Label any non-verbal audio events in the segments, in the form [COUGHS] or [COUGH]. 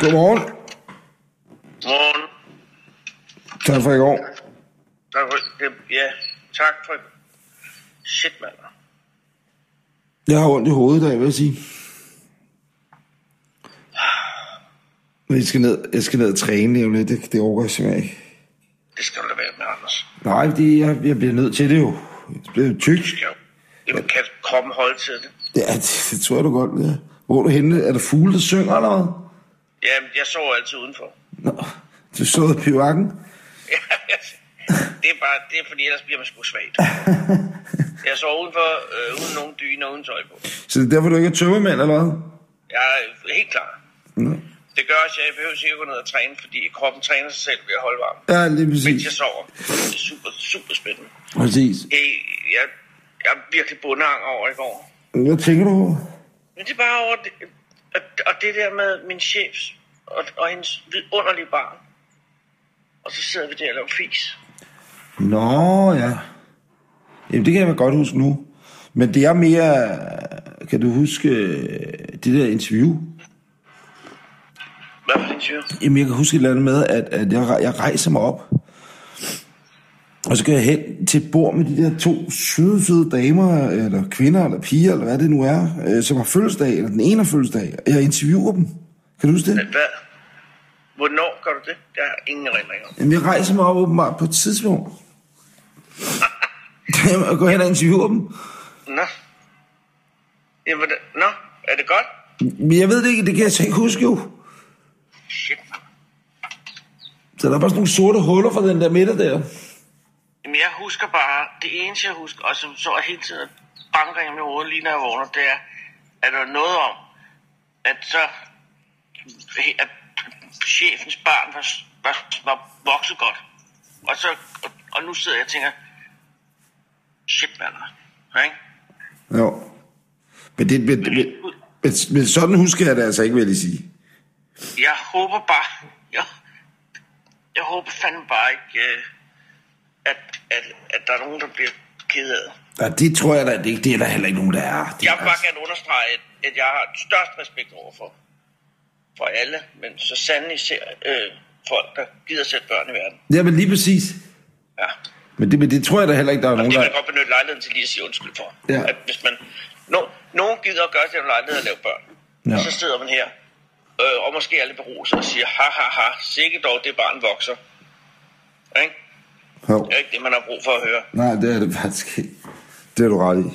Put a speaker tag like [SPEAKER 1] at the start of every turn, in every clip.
[SPEAKER 1] Godmorgen.
[SPEAKER 2] Morgen.
[SPEAKER 1] Tak for i går.
[SPEAKER 2] Tak for, det- ja, tak for... Shit, mand.
[SPEAKER 1] Jeg har ondt i hovedet, der jeg vil sige. Men Jeg skal ned, jeg skal ned og træne lige om lidt. Det, det overgår jeg simpelthen ikke.
[SPEAKER 2] Det skal du lade være med, Anders.
[SPEAKER 1] Nej, det, jeg, jeg bliver nødt til det jo. Jeg bliver tyk.
[SPEAKER 2] Det skal jo. Det kan komme hold til det.
[SPEAKER 1] Ja, det, det tror jeg du godt. Ja. Hvor er du henne? Er der fugle, der synger eller hvad?
[SPEAKER 2] Jamen, jeg sover altid udenfor. [LAUGHS]
[SPEAKER 1] Nå, du stod i pivakken.
[SPEAKER 2] det er bare, det er fordi, ellers bliver man sgu svagt. Jeg sover udenfor, øh, uden nogen dyne og uden tøj på.
[SPEAKER 1] Så det er derfor, du ikke er tømmermand eller hvad?
[SPEAKER 2] Jeg er helt klar. Det gør også, at jeg behøver sikkert gå ned og træne, fordi kroppen træner sig selv ved at holde varmen.
[SPEAKER 1] Ja, lige
[SPEAKER 2] Mens jeg
[SPEAKER 1] præcis.
[SPEAKER 2] sover. Det er super, super spændende.
[SPEAKER 1] Præcis.
[SPEAKER 2] Jeg, jeg, jeg er virkelig bundehang over i går.
[SPEAKER 1] Hvad tænker du på?
[SPEAKER 2] Men det er bare over det, og, og det der med min chef og, og hendes vidunderlige barn. Og så sidder vi der og laver fis.
[SPEAKER 1] Nå, ja. Jamen, det kan jeg godt huske nu. Men det er mere... Kan du huske øh, det der interview?
[SPEAKER 2] Hvad for en tyr?
[SPEAKER 1] Jamen, jeg kan huske et eller andet med, at, at jeg, rej- jeg rejser mig op. Og så går jeg hen til et bord med de der to søde, søde damer, eller kvinder, eller piger, eller hvad det nu er, øh, som har fødselsdag, eller den ene har fødselsdag. Jeg interviewer dem. Kan du huske det?
[SPEAKER 2] Hvad? Hvornår gør du det? Der er ingen erindring om.
[SPEAKER 1] Jamen, jeg rejser mig op åbenbart på et tidspunkt. [LAUGHS] Jamen, jeg går hen og interviewer dem.
[SPEAKER 2] Nå. Jamen, hvordan- nå, er det godt?
[SPEAKER 1] Men jeg ved det ikke, det kan jeg så ikke huske jo.
[SPEAKER 2] Shit.
[SPEAKER 1] Så der er bare sådan nogle sorte huller fra den der midter der.
[SPEAKER 2] Jamen, jeg husker bare, det eneste jeg husker, og som så er hele tiden banker i mit hoved, lige når jeg vågner, det er, at der er noget om, at så, at chefens barn var, var, var vokset godt. Og, så, og, og nu sidder jeg og tænker, shit, mand. Ikke?
[SPEAKER 1] Jo. Men, det, men, men, men, men sådan husker jeg det altså ikke, vil jeg sige.
[SPEAKER 2] Jeg håber bare, jeg, jeg håber fandme bare ikke, øh, at, at, at der er nogen, der bliver ked af det.
[SPEAKER 1] Og det tror jeg da det er ikke. Det er der heller ikke nogen, der
[SPEAKER 2] Jeg
[SPEAKER 1] er. Det er altså-
[SPEAKER 2] vil bare gerne understrege, at- at jeg har størst respekt overfor for alle, men så sandelig ser øh, folk, der gider sætte børn i verden.
[SPEAKER 1] Ja, men lige præcis.
[SPEAKER 2] Ja.
[SPEAKER 1] Men det, men det tror jeg da heller ikke, der er nogen,
[SPEAKER 2] Det
[SPEAKER 1] der
[SPEAKER 2] vil jeg godt benytte lejligheden til lige at sige undskyld for.
[SPEAKER 1] Ja.
[SPEAKER 2] At hvis man, no, nogen gider at gøre sig en lejlighed at lave børn,
[SPEAKER 1] Ja.
[SPEAKER 2] ja. så sidder man her, øh, og måske er lidt beruset og siger, ha ha ha, sikkert dog, det barn vokser. Ikke?
[SPEAKER 1] Jo.
[SPEAKER 2] Det er ikke det, man har brug for at høre.
[SPEAKER 1] Nej, det er det faktisk ikke. Det er du ret i.
[SPEAKER 2] Det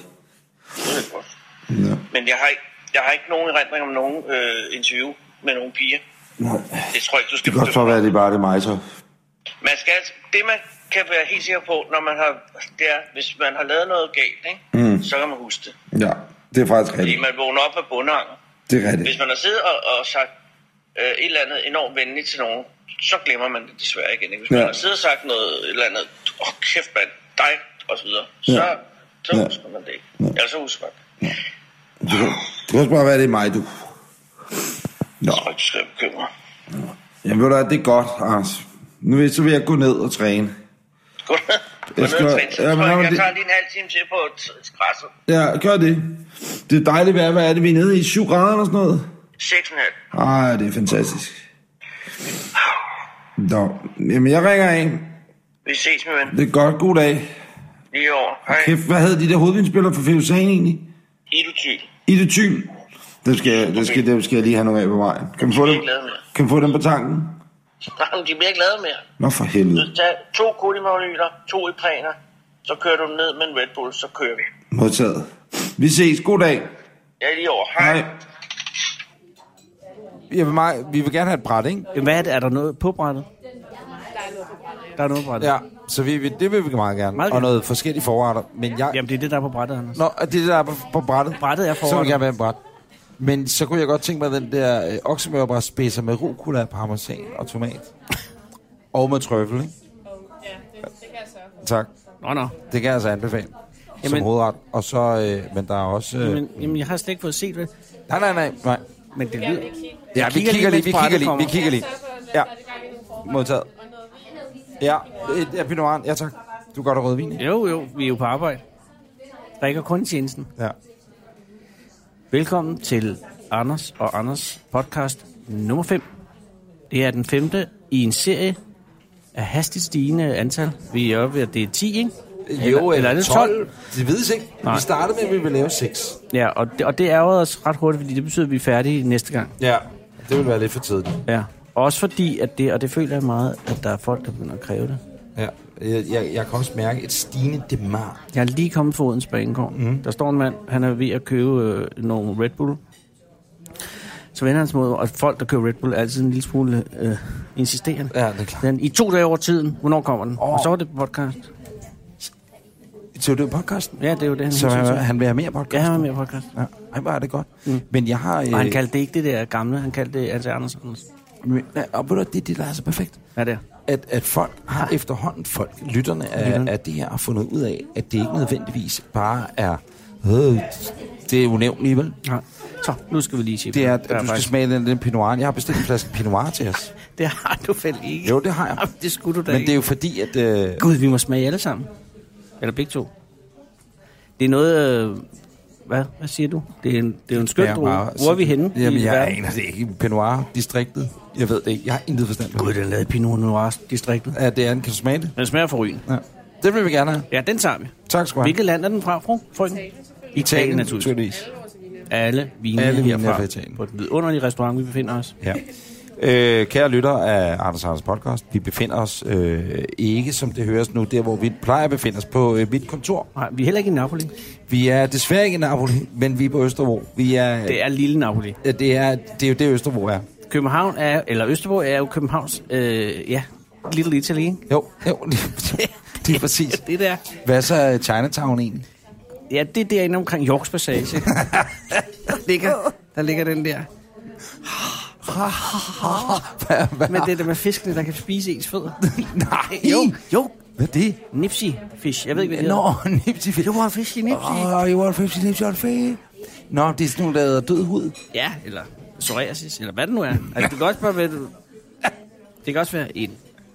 [SPEAKER 2] er godt.
[SPEAKER 1] Ja.
[SPEAKER 2] Men jeg har, ikke, jeg har ikke nogen erindring om nogen øh, interview med nogen piger.
[SPEAKER 1] Nej.
[SPEAKER 2] Det tror jeg ikke, du
[SPEAKER 1] Det
[SPEAKER 2] skal
[SPEAKER 1] kan også
[SPEAKER 2] bedømme.
[SPEAKER 1] bare være, at det bare er det mig så.
[SPEAKER 2] Man skal altså, det man kan være helt sikker på, når man har, det er, hvis man har lavet noget galt, ikke? Mm. så kan man huske det.
[SPEAKER 1] Ja, det er faktisk
[SPEAKER 2] Fordi
[SPEAKER 1] rigtigt.
[SPEAKER 2] man vågner op af bundehanger.
[SPEAKER 1] Det er rigtigt.
[SPEAKER 2] Hvis man har siddet og, og sagt øh, et eller andet enormt venligt til nogen, så glemmer man det desværre igen. Ikke? Hvis man
[SPEAKER 1] Ja.
[SPEAKER 2] har siddet og sagt noget et eller andet, åh oh, kæft mand, dig, og så videre, så,
[SPEAKER 1] Ja.
[SPEAKER 2] så
[SPEAKER 1] Ja.
[SPEAKER 2] husker man det ikke. Ja. Ellers så husker man det.
[SPEAKER 1] Det kan, det kan også bare være, at det er mig, du. Nå.
[SPEAKER 2] Jeg tror ikke, du skal bekymre.
[SPEAKER 1] Jamen, ved du hvad, det er godt, Anders. Nu vil, så vil jeg gå ned og træne.
[SPEAKER 2] Godt.
[SPEAKER 1] Jeg skal- Ja,
[SPEAKER 2] Jeg,
[SPEAKER 1] men jamen,
[SPEAKER 2] jeg, jeg
[SPEAKER 1] det-
[SPEAKER 2] tager lige en halv time til på t- græsset.
[SPEAKER 1] Ja, gør det. Det er dejligt vejr. Hvad er det, vi er nede i? 7 grader eller sådan noget?
[SPEAKER 2] 6,5.
[SPEAKER 1] Ej, det er fantastisk. Nå, jamen jeg ringer af.
[SPEAKER 2] Vi ses med ven.
[SPEAKER 1] Det er godt. God dag.
[SPEAKER 2] Lige over. Hej.
[SPEAKER 1] Kæft, hvad hed de der hovedvindspillere fra FUSA'en egentlig?
[SPEAKER 2] Idotyl.
[SPEAKER 1] I det tyn. Det skal, det skal, det skal jeg lige have nogle af på vejen. Kan man få dem, kan man få dem på tanken?
[SPEAKER 2] [LAUGHS] Jamen, de bliver ikke lavet mere.
[SPEAKER 1] Nå for helvede.
[SPEAKER 2] Så tag to kulimagnyler, to i præner, så kører du dem ned med en Red Bull, så kører vi.
[SPEAKER 1] Modtaget. Vi ses. God dag.
[SPEAKER 2] Jeg er lige over. Hej.
[SPEAKER 1] Hej. Jeg vil meget, vi vil gerne have et bræt, ikke?
[SPEAKER 3] Jamen, Hvad er det? Er der noget på brættet? Der er noget på brættet.
[SPEAKER 1] Ja, så vi, vi, det vil vi meget gerne.
[SPEAKER 3] Meget
[SPEAKER 1] Og
[SPEAKER 3] gerne.
[SPEAKER 1] noget forskellige forretter. Men jeg,
[SPEAKER 3] Jamen, det er det, der er på brættet, Anders.
[SPEAKER 1] Nå, og det der er på, på brættet.
[SPEAKER 3] Brættet er
[SPEAKER 1] Så
[SPEAKER 3] forretten.
[SPEAKER 1] vil jeg være en bræt. Men så kunne jeg godt tænke mig den der øh, oksemørbrætspidser med rucola, parmesan og tomat. og med trøffel, ikke?
[SPEAKER 4] Ja, det, det kan jeg sørge for.
[SPEAKER 1] Tak.
[SPEAKER 3] Nå, nå.
[SPEAKER 1] Det kan jeg altså anbefale. Jamen, som
[SPEAKER 3] Jamen-
[SPEAKER 1] hovedret. Og så, øh, men der er også... Øh,
[SPEAKER 3] Jamen, jamen, jeg har slet ikke fået set det.
[SPEAKER 1] nej, nej, nej, nej.
[SPEAKER 3] Men det
[SPEAKER 4] Jeg vil
[SPEAKER 3] lyder...
[SPEAKER 4] ikke kigge.
[SPEAKER 1] Ja, vi
[SPEAKER 3] kigger
[SPEAKER 1] kigger
[SPEAKER 3] lige,
[SPEAKER 1] lige, vi kigger
[SPEAKER 3] mens brættet
[SPEAKER 1] lige, vi
[SPEAKER 3] kommer.
[SPEAKER 1] kigger lige.
[SPEAKER 4] Jeg sørger for, at der er
[SPEAKER 1] Ja.
[SPEAKER 4] i gang i nogle forretter
[SPEAKER 1] Modtaget.
[SPEAKER 4] og noget vin.
[SPEAKER 1] Ja, et, ja, Pinot Noir. Ja, tak. Du gør det rødvin, ikke?
[SPEAKER 3] Jo, jo, vi er jo på arbejde. Rikker kun tjenesten.
[SPEAKER 1] Ja.
[SPEAKER 3] Velkommen til Anders og Anders podcast nummer 5. Det er den femte i en serie af hastigt stigende antal. Vi er oppe ved, at det er 10, ikke?
[SPEAKER 1] Jo, eller, eller 12. 12.
[SPEAKER 3] 12.
[SPEAKER 1] Det vides ikke. Nej.
[SPEAKER 3] Nej.
[SPEAKER 1] Vi startede med, at vi ville lave 6.
[SPEAKER 3] Ja, og det, og det ærger os ret hurtigt, fordi det betyder, at vi er færdige næste gang.
[SPEAKER 1] Ja, det ville være lidt for tidligt.
[SPEAKER 3] Ja. Også fordi, at det, og det føler jeg meget, at der er folk, der begynder at kræve det.
[SPEAKER 1] Ja. Jeg, jeg, jeg kan også mærke et stigende demar.
[SPEAKER 3] Jeg er lige kommet fra Odense Banegård. Mm. Der står en mand, han er ved at købe øh, nogle Red Bull. Så vender han sig mod, mig, og folk, der køber Red Bull, er altid en lille smule øh, insisterende.
[SPEAKER 1] Ja, det er klart.
[SPEAKER 3] Den, I to dage over tiden, hvornår kommer den?
[SPEAKER 1] Åh.
[SPEAKER 3] Oh. Og så var det podcast.
[SPEAKER 1] Så det er podcasten?
[SPEAKER 3] Ja, det er jo det, han
[SPEAKER 1] Så Øh.
[SPEAKER 3] hele tiden
[SPEAKER 1] han,
[SPEAKER 3] siger.
[SPEAKER 1] han vil have mere podcast?
[SPEAKER 3] Ja, han var mere podcast.
[SPEAKER 1] Ja. Ej, hvor er det godt. Mm. Men jeg har... Øh,
[SPEAKER 3] Og han kaldte det ikke det der gamle, han kaldte det Ante Andersen.
[SPEAKER 1] men, ja, og ved du, det er det, der er så perfekt.
[SPEAKER 3] Ja, det er.
[SPEAKER 1] At, at folk har efterhånden, folk, lytterne af, af det her, har fundet ud af, at det ikke nødvendigvis bare er... Øh, det er unævnligt, vel?
[SPEAKER 3] Ja. Så, nu skal vi lige se.
[SPEAKER 1] Det er, at
[SPEAKER 3] der
[SPEAKER 1] du skal
[SPEAKER 3] faktisk-
[SPEAKER 1] smage den, den Pinot Noir. Jeg har bestilt en flaske Pinot Noir til
[SPEAKER 3] [LAUGHS]
[SPEAKER 1] os.
[SPEAKER 3] Det har du vel ikke?
[SPEAKER 1] Jo, det har jeg.
[SPEAKER 3] Jamen, Det skulle du da
[SPEAKER 1] Men
[SPEAKER 3] ikke.
[SPEAKER 1] det er jo fordi, at... Øh,
[SPEAKER 3] Gud, vi må smage alle sammen. Eller begge to. Det er noget... Øh, hvad? Hvad siger du? Det er en, det er jo en skøn
[SPEAKER 1] jeg
[SPEAKER 3] drue.
[SPEAKER 1] bare-
[SPEAKER 3] Hvor er vi henne?
[SPEAKER 1] Jamen,
[SPEAKER 3] i
[SPEAKER 1] jeg
[SPEAKER 3] verden?
[SPEAKER 1] aner det ikke. Pinot Noir-distriktet. Jeg ved det ikke. Jeg har intet forstand på
[SPEAKER 3] Gud,
[SPEAKER 1] det.
[SPEAKER 3] den lavede Pinot Noir-distriktet.
[SPEAKER 1] Ja, det er en. Kan du smage det?
[SPEAKER 3] Den smager for ryen.
[SPEAKER 1] Ja. Det vil vi gerne have.
[SPEAKER 3] Ja, den tager vi.
[SPEAKER 1] Tak skal du have.
[SPEAKER 3] Hvilket land er den fra, fru? Frøken? Italien, naturligvis. Alle vine
[SPEAKER 1] Alle vine er
[SPEAKER 3] herfra.
[SPEAKER 1] fra Italien.
[SPEAKER 3] På den vidunderlige restaurant, vi befinder os.
[SPEAKER 1] Ja. Øh, kære lytter af Anders Anders Podcast, vi befinder os øh, ikke, som det høres nu, der hvor vi plejer at befinde os på øh, mit kontor.
[SPEAKER 3] Nej, vi er heller ikke i Napoli.
[SPEAKER 1] Vi er desværre ikke i Napoli, men vi er på Østerbro. Vi er,
[SPEAKER 3] Det er lille Napoli.
[SPEAKER 1] Ja, det, er, det er jo det, Østerbro er.
[SPEAKER 3] København er, eller Østerbro er jo Københavns, øh, ja, Little Italy, ikke?
[SPEAKER 1] Jo, jo [LAUGHS] det, det er præcis.
[SPEAKER 3] Det der.
[SPEAKER 1] Hvad er så øh, Chinatown egentlig?
[SPEAKER 3] Ja, det er derinde omkring Yorks Passage. [LAUGHS] der, ligger, der ligger den der.
[SPEAKER 1] [LAUGHS] Hvad, hvad?
[SPEAKER 3] Men det der med fiskene, der kan spise ens [LAUGHS] fødder.
[SPEAKER 1] Nej.
[SPEAKER 3] Jo, jo.
[SPEAKER 1] Hvad er det?
[SPEAKER 3] Nipsey fish. Jeg ved ikke, hvad det
[SPEAKER 1] Nå, [LAUGHS] Nipsey Fisk.
[SPEAKER 3] hedder. Du har fisk i Nipsey.
[SPEAKER 1] Åh, you are Nipsey, Nipsey, old fish. Nå, det er sådan nogle, der hedder død hud.
[SPEAKER 3] Ja, eller psoriasis, eller hvad det nu er. Altså, det kan også bare være, du... Det kan også være en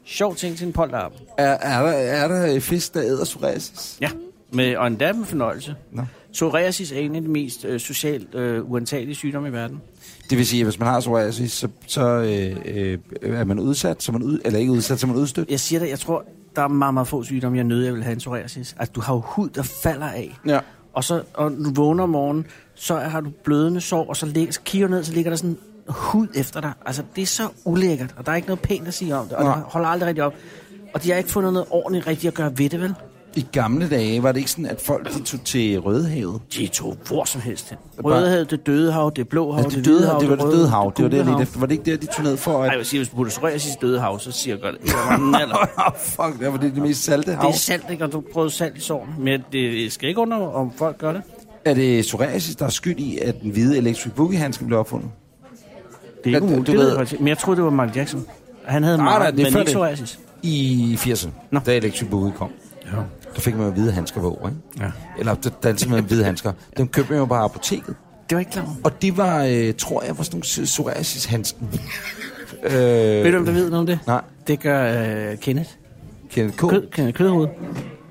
[SPEAKER 3] sjov ting til en polterarm.
[SPEAKER 1] Er, er, der, er der øh, fisk, der æder psoriasis?
[SPEAKER 3] Ja, med, og endda med fornøjelse.
[SPEAKER 1] Nå.
[SPEAKER 3] Psoriasis er en af de mest øh, socialt øh, uantagelige sygdomme i verden.
[SPEAKER 1] Det vil sige, at hvis man har psoriasis, så, så øh, øh, er man udsat, så er man ud, eller ikke udsat, så er man udstødt.
[SPEAKER 3] Jeg siger det, jeg tror, der er meget, meget få sygdomme, jeg er nødt jeg vil have en psoriasis. Altså, du har jo hud, der falder af.
[SPEAKER 1] Ja.
[SPEAKER 3] Og så og du vågner om morgenen, så har du blødende sår, og så, lig, så kigger du ned, så ligger der sådan hud efter dig. Altså, det er så ulækkert, og der er ikke noget pænt at sige om det, og
[SPEAKER 1] Nej.
[SPEAKER 3] det holder aldrig rigtig op. Og de har ikke fundet noget ordentligt rigtigt at gøre ved det, vel?
[SPEAKER 1] I gamle dage var det ikke sådan, at folk de tog til Rødehavet.
[SPEAKER 3] De tog hvor som helst hen.
[SPEAKER 1] Bare-
[SPEAKER 3] Rødehavet, det døde hav, det blå hav,
[SPEAKER 1] Altså, det, døde hav, det var det
[SPEAKER 3] røde
[SPEAKER 1] døde hav. Det var det, jeg lige
[SPEAKER 3] gule hav.
[SPEAKER 1] efter. Var det ikke der, de tog ned for
[SPEAKER 3] Ej,
[SPEAKER 1] at...
[SPEAKER 3] jeg vil sige, hvis du putter psoriasis i døde hav, så siger jeg godt, det var
[SPEAKER 1] [LAUGHS]
[SPEAKER 3] en alder.
[SPEAKER 1] Oh, fuck, det var det, det mest salte hav.
[SPEAKER 3] Det er salt, ikke? Og du prøvede salt i sårene. Men det skal ikke under, om folk gør det.
[SPEAKER 1] Er det psoriasis, der er skyld i, at den hvide electric boogie-handske blev opfundet?
[SPEAKER 3] Det er ikke
[SPEAKER 1] Men,
[SPEAKER 3] umuligt.
[SPEAKER 1] du
[SPEAKER 3] Det ved
[SPEAKER 1] ved-
[SPEAKER 3] jeg faktisk. Men jeg troede, det var Michael Jackson. Han havde
[SPEAKER 1] Nej,
[SPEAKER 3] meget,
[SPEAKER 1] nej, det er
[SPEAKER 3] men
[SPEAKER 1] før
[SPEAKER 3] ikke
[SPEAKER 1] det.
[SPEAKER 3] psoriasis.
[SPEAKER 1] I 80'erne,
[SPEAKER 3] Nå.
[SPEAKER 1] da electric boogie kom. Ja. Der fik man jo hvide handsker på, ikke?
[SPEAKER 3] Ja.
[SPEAKER 1] Eller der dansede man med hvide handsker. Dem købte man jo bare i apoteket.
[SPEAKER 3] Det var ikke klar over.
[SPEAKER 1] Og det var, øh, tror jeg, var sådan nogle psoriasis-handsken. øh,
[SPEAKER 3] Ved du, om der ved noget om det?
[SPEAKER 1] Nej.
[SPEAKER 3] Det gør øh, Kenneth.
[SPEAKER 1] Kenneth K.
[SPEAKER 3] Kød, Kenneth Kødhoved.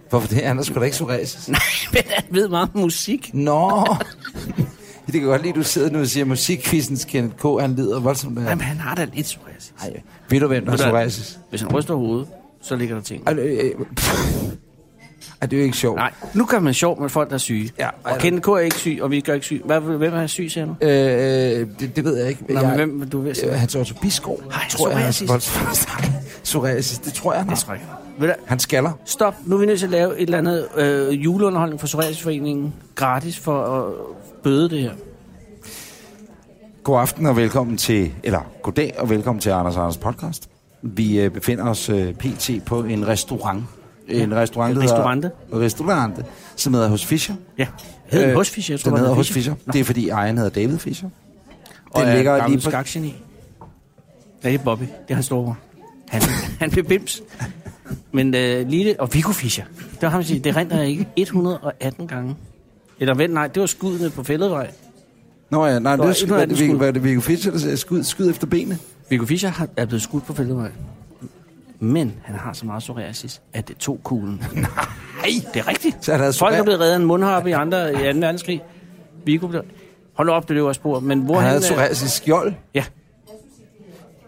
[SPEAKER 1] Hvorfor det? Han er sgu da ikke psoriasis.
[SPEAKER 3] [LAUGHS] Nej, men han ved meget om musik.
[SPEAKER 1] Nå! [LAUGHS] det kan godt lide, at du sidder nu og siger, at musikkvissens Kenneth K. Han lider voldsomt af...
[SPEAKER 3] Jamen, han har da lidt psoriasis.
[SPEAKER 1] Nej, ved du, hvem der har
[SPEAKER 3] Ved du hvad?
[SPEAKER 1] psoriasis?
[SPEAKER 3] Hvis han ryster hovedet, så ligger der ting.
[SPEAKER 1] Ej, øh, øh, Ej, det er jo ikke sjovt.
[SPEAKER 3] Nej, nu gør man sjov med folk, der er syge.
[SPEAKER 1] Ja,
[SPEAKER 3] og Kenneth K. er ikke syg, og vi gør ikke syg. Hvad, hvem er syg, siger du?
[SPEAKER 1] Øh, øh, det, det ved jeg ikke.
[SPEAKER 3] Nå,
[SPEAKER 1] jeg,
[SPEAKER 3] men hvem vil du ved at sige?
[SPEAKER 1] Øh, Hans Otto Biskov,
[SPEAKER 3] Ej,
[SPEAKER 1] tror jeg,
[SPEAKER 3] psoriasis.
[SPEAKER 1] psoriasis. psoriasis, det tror jeg, han har.
[SPEAKER 3] tror jeg ikke, han har. Ved du-
[SPEAKER 1] Han skaller.
[SPEAKER 3] Stop, nu er vi nødt til at lave et eller andet øh, juleunderholdning for Psoriasisforeningen gratis for at bøde det her.
[SPEAKER 1] God aften og velkommen til, eller goddag og velkommen til Anders Anders podcast. Vi øh, befinder os øh, pt. på en restaurant. En restaurant, der
[SPEAKER 3] Restaurante.
[SPEAKER 1] Hedder, restaurante, som hedder Hos Fischer.
[SPEAKER 3] Ja. Hedder øh, Husfischer, jeg tror,
[SPEAKER 1] den hedder Hos
[SPEAKER 3] Hos
[SPEAKER 1] Fischer. Det er fordi ejeren hedder David Fischer.
[SPEAKER 3] Og
[SPEAKER 1] Den
[SPEAKER 3] er
[SPEAKER 1] ligger
[SPEAKER 3] gammel
[SPEAKER 1] lige på...
[SPEAKER 3] skakgeni. Ja, det er Bobby. Det er hans storebror. Han, han blev bims. Men øh, Lille og Viggo Fischer, det var ham, der siger, det renter jeg ikke 118 gange. Eller vent, nej, det var skuddene på Fælledvej.
[SPEAKER 1] Nå ja, nej,
[SPEAKER 3] Der
[SPEAKER 1] det
[SPEAKER 3] er
[SPEAKER 1] er
[SPEAKER 3] ikke
[SPEAKER 1] skud,
[SPEAKER 3] noget
[SPEAKER 1] hvad,
[SPEAKER 3] andet
[SPEAKER 1] det, Viggo-
[SPEAKER 3] skud.
[SPEAKER 1] hvad er det Viggo Fischer, der siger, skud, skud efter benene.
[SPEAKER 3] Viggo Fischer har- er blevet skudt på Fælledvej. Men han har så meget psoriasis, at det tog
[SPEAKER 1] [LAUGHS]
[SPEAKER 3] kuglen. Nej, det er rigtigt.
[SPEAKER 1] Så han havde
[SPEAKER 3] Folk er
[SPEAKER 1] psoriasis.
[SPEAKER 3] blevet reddet af en mundharpe i, andre, i 2. verdenskrig. Viggo blev... Hold nu op, det løber af spor. Men hvor
[SPEAKER 1] Han
[SPEAKER 3] han...
[SPEAKER 1] havde
[SPEAKER 3] øh,
[SPEAKER 1] psoriasis skjold.
[SPEAKER 3] ja,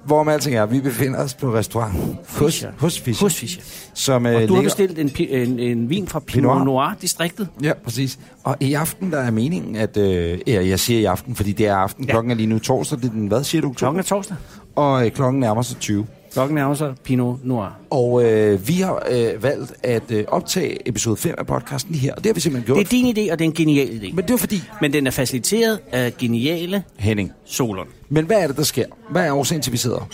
[SPEAKER 1] Hvorom alting er, vi befinder os på restaurant hos,
[SPEAKER 3] Fischer.
[SPEAKER 1] hos Fischer.
[SPEAKER 3] Hos Fischer.
[SPEAKER 1] Som, øh,
[SPEAKER 3] Og du har
[SPEAKER 1] ligger-
[SPEAKER 3] bestilt en, pi- en, en vin fra
[SPEAKER 1] Pinot
[SPEAKER 3] Pinot
[SPEAKER 1] Noir.
[SPEAKER 3] Noir-distriktet.
[SPEAKER 1] Ja, præcis. Og i aften, der er meningen, at... Øh, ja, jeg siger i aften, fordi det er aften. Ja. Klokken er lige nu torsdag. Det er den, hvad siger du?
[SPEAKER 3] Klokken er torsdag.
[SPEAKER 1] Og øh, klokken nærmer sig 20.
[SPEAKER 3] Klokken nærmer sig Pinot Noir.
[SPEAKER 1] Og øh, vi har øh, valgt at øh, optage episode 5 af podcasten her. Og det har vi simpelthen gjort.
[SPEAKER 3] Det er din idé, og det er en genial idé.
[SPEAKER 1] Men det var fordi...
[SPEAKER 3] Men den er faciliteret af geniale
[SPEAKER 1] Henning.
[SPEAKER 3] Solon.
[SPEAKER 1] Men hvad er det, der sker? Hvad er årsagen til, vi sidder? her?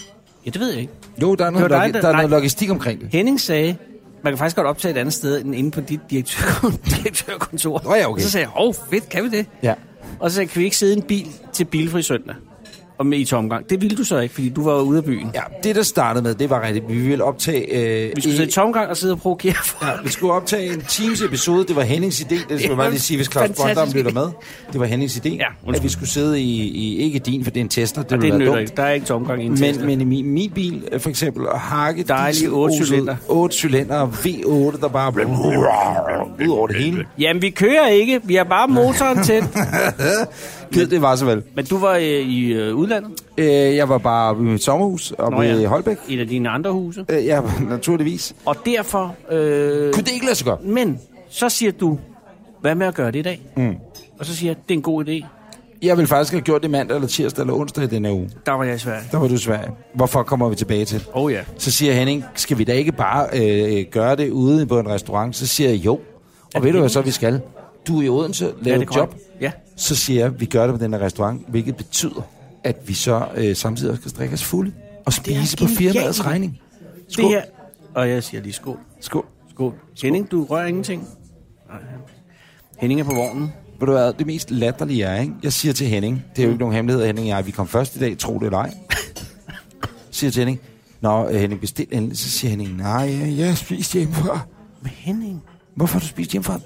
[SPEAKER 3] Ja, det ved jeg ikke.
[SPEAKER 1] Jo, der er noget,
[SPEAKER 3] Det var dig,
[SPEAKER 1] logi-
[SPEAKER 3] der-
[SPEAKER 1] der er
[SPEAKER 3] nej.
[SPEAKER 1] noget logistik omkring det.
[SPEAKER 3] Henning sagde, man kan faktisk godt optage et andet sted end inde på dit direktør- [LAUGHS] direktørkontor.
[SPEAKER 1] Nå ja, okay.
[SPEAKER 3] Så sagde jeg, åh, oh, fedt, kan vi det?
[SPEAKER 1] Ja.
[SPEAKER 3] Og så sagde jeg, kan vi ikke sidde i en bil til bilfri søndag? Og med i tomgang. Det ville du så ikke, fordi du var jo ude af byen.
[SPEAKER 1] Ja, det der startede med, det var rigtigt. Vi ville optage... Øh,
[SPEAKER 3] Vi skulle sidde
[SPEAKER 1] en-
[SPEAKER 3] i tomgang og sidde og provokere folk. [LAUGHS]
[SPEAKER 1] Ja, vi skulle optage en times episode. Det var Hennings idé. Det skulle jeg bare lige sige, hvis Claus
[SPEAKER 3] Fantastisk
[SPEAKER 1] Bondam
[SPEAKER 3] idé.
[SPEAKER 1] lytter med. Det var Hennings idé,
[SPEAKER 3] Ja, undskyld.
[SPEAKER 1] at vi skulle sidde i, i... Ikke din, for det er en tester. Det,
[SPEAKER 3] Og det
[SPEAKER 1] ville
[SPEAKER 3] nytter
[SPEAKER 1] være
[SPEAKER 3] ikke.
[SPEAKER 1] dumt.
[SPEAKER 3] Der er ikke tomgang inden
[SPEAKER 1] Men,
[SPEAKER 3] men, men,
[SPEAKER 1] men i min, min bil, øh, for eksempel, og hakke...
[SPEAKER 3] Dejlige
[SPEAKER 1] diesel-
[SPEAKER 3] ottecylinder.
[SPEAKER 1] Ottecylinder, V8, der bare... Ud over det hele.
[SPEAKER 3] Jamen, vi kører ikke. Vi har bare motoren tæt.
[SPEAKER 1] [LAUGHS] Gid, det var så vel.
[SPEAKER 3] Men du var øh, i øh, udlandet.
[SPEAKER 1] Øh, jeg var bare i mit sommerhus og
[SPEAKER 3] Nå
[SPEAKER 1] ved
[SPEAKER 3] ja.
[SPEAKER 1] Holbæk.
[SPEAKER 3] Et af dine andre huse.
[SPEAKER 1] Øh, ja, [LAUGHS] naturligvis.
[SPEAKER 3] Og derfor... Øh,
[SPEAKER 1] Kunne det ikke lade sig gøre?
[SPEAKER 3] Men så siger du, hvad med at gøre det i dag? Mm. Og så siger jeg, det er en god idé.
[SPEAKER 1] Jeg ville faktisk have gjort det mandag eller tirsdag eller onsdag i denne uge.
[SPEAKER 3] Der var jeg i Sverige.
[SPEAKER 1] Der var du i Sverige. Hvorfor kommer vi tilbage til?
[SPEAKER 3] Oh ja.
[SPEAKER 1] Så siger Henning, skal vi da ikke bare øh, gøre det ude på en restaurant? Så siger jeg jo. Og ved du hvad så vi skal? Du er i Odense, lav et
[SPEAKER 3] det
[SPEAKER 1] job.
[SPEAKER 3] korrekt. Ja.
[SPEAKER 1] Så siger jeg, vi gør det på den her restaurant, hvilket betyder, at vi så øh, samtidig også skal drikke os fulde og spise på
[SPEAKER 3] genialt.
[SPEAKER 1] firmaets regning.
[SPEAKER 3] Det her... Og jeg siger lige skål.
[SPEAKER 1] Skål.
[SPEAKER 3] Skål. Henning, du rører ingenting. Nej. Henning er på vognen.
[SPEAKER 1] Ved du hvad, det mest latterlige er, ikke? Jeg siger til Henning, det er jo ikke nogen hemmelighed, Henning og jeg, vi kom først i dag, tro det eller
[SPEAKER 3] [LAUGHS]
[SPEAKER 1] ej. siger til Henning, Nå, øh, Henning, bestil endelig. Så siger Henning, nej, øh, jeg har spist hjemmefra.
[SPEAKER 3] Men Henning...
[SPEAKER 1] Hvorfor har du spist hjemmefra?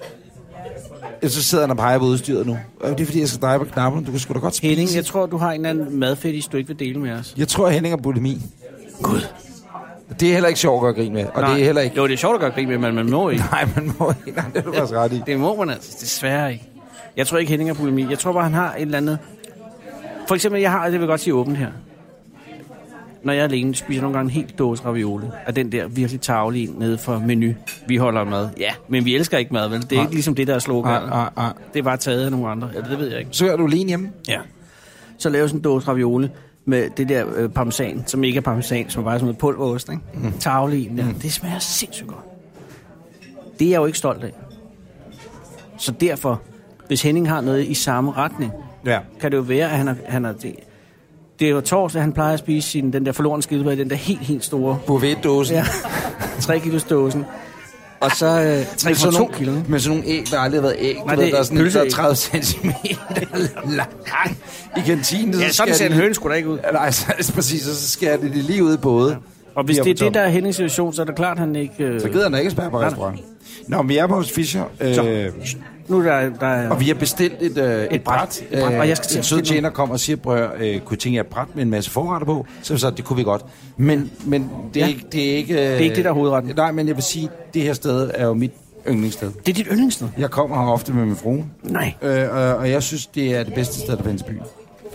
[SPEAKER 1] Ja, så sidder han og peger på udstyret nu. Øh, Det er fordi, jeg skal dreje på knapperne. Du kan sgu da godt spise.
[SPEAKER 3] Henning, jeg tror, du har en eller anden madfetis, du ikke vil dele med os.
[SPEAKER 1] jeg tror, Henning er bulimi. Gud. Det er heller ikke sjovt at gøre grin med. Og Nej. det er heller ikke...
[SPEAKER 3] Jo, det er sjovt at gøre grin med, men man må ikke.
[SPEAKER 1] [LAUGHS] Nej, man må ikke. Nej, det er du faktisk ret i.
[SPEAKER 3] Det må man altså desværre ikke. Jeg tror ikke, Henning har polemi. Jeg tror bare, han har et eller andet... For eksempel, jeg har, og det vil jeg godt sige åbent her. Når jeg er alene, spiser jeg nogle gange en helt dåse ravioli. Af den der virkelig tavlige en nede fra menu. Vi holder af mad. Ja, men vi elsker ikke mad, vel? Det er ikke ligesom det, der er slogan.
[SPEAKER 1] Ah, ah, ah.
[SPEAKER 3] Det er bare taget af nogle andre. Ja, det ved jeg ikke.
[SPEAKER 1] Så er du alene hjemme.
[SPEAKER 3] Ja. Så laver jeg sådan en dåse ravioli med det der øh, parmesan, som ikke er parmesan, som er bare sådan noget pulverost, ikke? Mm. Tavlig, ja. Det smager sindssygt godt. Det er jeg jo ikke stolt af. Så derfor, hvis Henning har noget i samme retning,
[SPEAKER 1] Ja.
[SPEAKER 3] kan det jo være, at han har... Han har det, det er jo torsdag, han plejer at spise sin, den der forlorene skildpadde, i den der helt, helt store
[SPEAKER 1] Bouvet-dåsen.
[SPEAKER 3] ja, 3 kilos dåsen. Og så øh, 3,2 kilo. ikke?
[SPEAKER 1] Med sådan nogle æg, der aldrig har været æg.
[SPEAKER 3] Nej,
[SPEAKER 1] Nej, ved,
[SPEAKER 3] det er
[SPEAKER 1] der er sådan
[SPEAKER 3] pølseæg.
[SPEAKER 1] der er 30 cm lang. [LAUGHS] I kantinen, så
[SPEAKER 3] Ja,
[SPEAKER 1] skærer
[SPEAKER 3] sådan ser en
[SPEAKER 1] de-
[SPEAKER 3] høne sgu da ikke ud.
[SPEAKER 1] Nej, [LAUGHS] så, præcis, og så skærer de det lige ud i både.
[SPEAKER 3] Og hvis
[SPEAKER 1] Lige
[SPEAKER 3] det er
[SPEAKER 1] op på
[SPEAKER 3] det, der er Hennings situation, så er det klart, at han ikke... Øh,
[SPEAKER 1] Så gider han da ikke spære på restaurant. Nå, men vi er på hos Fischer, øh,
[SPEAKER 3] nu er der, der er,
[SPEAKER 1] og vi har bestilt et, øh, et,
[SPEAKER 3] bræt.
[SPEAKER 1] bræt. Øh,
[SPEAKER 3] Et bræt, og jeg skal til
[SPEAKER 1] en
[SPEAKER 3] at
[SPEAKER 1] sød
[SPEAKER 3] bestille
[SPEAKER 1] tjener kom og siger, prøv at høre, øh, kunne I tænke jer et bræt med en masse forretter på? Så så det kunne vi godt. Men, men det, er
[SPEAKER 3] Ja.
[SPEAKER 1] ikke, det er ikke... Øh, det
[SPEAKER 3] er ikke det, der er hovedretten.
[SPEAKER 1] Nej, men jeg vil sige, det her sted er jo mit yndlingssted.
[SPEAKER 3] Det er dit yndlingssted?
[SPEAKER 1] Jeg kommer her ofte med min frue,
[SPEAKER 3] Nej.
[SPEAKER 1] øh, og, og jeg synes, det er det bedste sted, der findes i byen.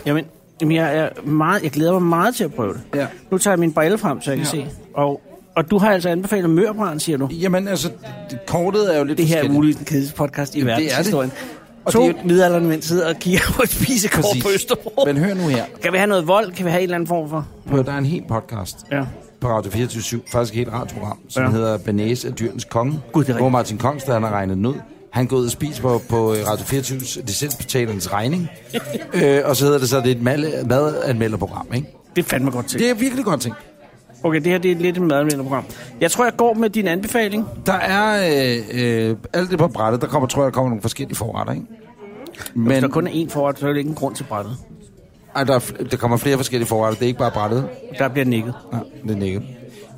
[SPEAKER 3] Jamen, jamen, jeg, er meget, jeg glæder mig meget til at prøve det.
[SPEAKER 1] Ja.
[SPEAKER 3] Nu tager jeg min brille frem, så jeg kan
[SPEAKER 1] Ja.
[SPEAKER 3] se. Og, og du har altså anbefalet mørbrand, siger du.
[SPEAKER 1] Jamen altså, det- kortet er jo lidt
[SPEAKER 3] Det her er
[SPEAKER 1] forskelligt.
[SPEAKER 3] muligvis den kedeligste podcast i
[SPEAKER 1] det er det.
[SPEAKER 3] verdenshistorien.
[SPEAKER 1] Og
[SPEAKER 3] To
[SPEAKER 1] det er
[SPEAKER 3] det... midalderne mænd sidder og kigger på et spisekort
[SPEAKER 1] Præcis.
[SPEAKER 3] på Østerbro.
[SPEAKER 1] Men hør nu her.
[SPEAKER 3] Kan vi have noget vold? Kan vi have en eller anden form for?
[SPEAKER 1] Prøv, der er en hel podcast
[SPEAKER 3] Ja.
[SPEAKER 1] på Radio 24-7, faktisk et helt radioprogram, som
[SPEAKER 3] Ja.
[SPEAKER 1] ja. hedder Benæs af dyrenes konge,
[SPEAKER 3] Gud, det er rigtigt.
[SPEAKER 1] hvor Martin Kongstad han har regnet den ud. Han går ud og spiser på, på øh, Radio 24 licensbetalernes
[SPEAKER 3] [LAUGHS]
[SPEAKER 1] regning. øh, og så hedder det så, at det er et mal- madanmelderprogram, ikke?
[SPEAKER 3] Det er fandme godt til.
[SPEAKER 1] Det er virkelig godt ting.
[SPEAKER 3] Okay, det her det er lidt et madmeldende program. Jeg tror, jeg går med din anbefaling.
[SPEAKER 1] Der er øh, øh, alt det på brættet. Der kommer, tror jeg, der kommer nogle forskellige forretter, ikke?
[SPEAKER 3] Men... Hvis
[SPEAKER 1] Men
[SPEAKER 3] der kun er én forret, så er det ikke en grund til brættet.
[SPEAKER 1] ej, der, er fl- der kommer flere forskellige forretter. Det er ikke bare brættet.
[SPEAKER 3] Der bliver nikket.
[SPEAKER 1] Nej, det er nikket.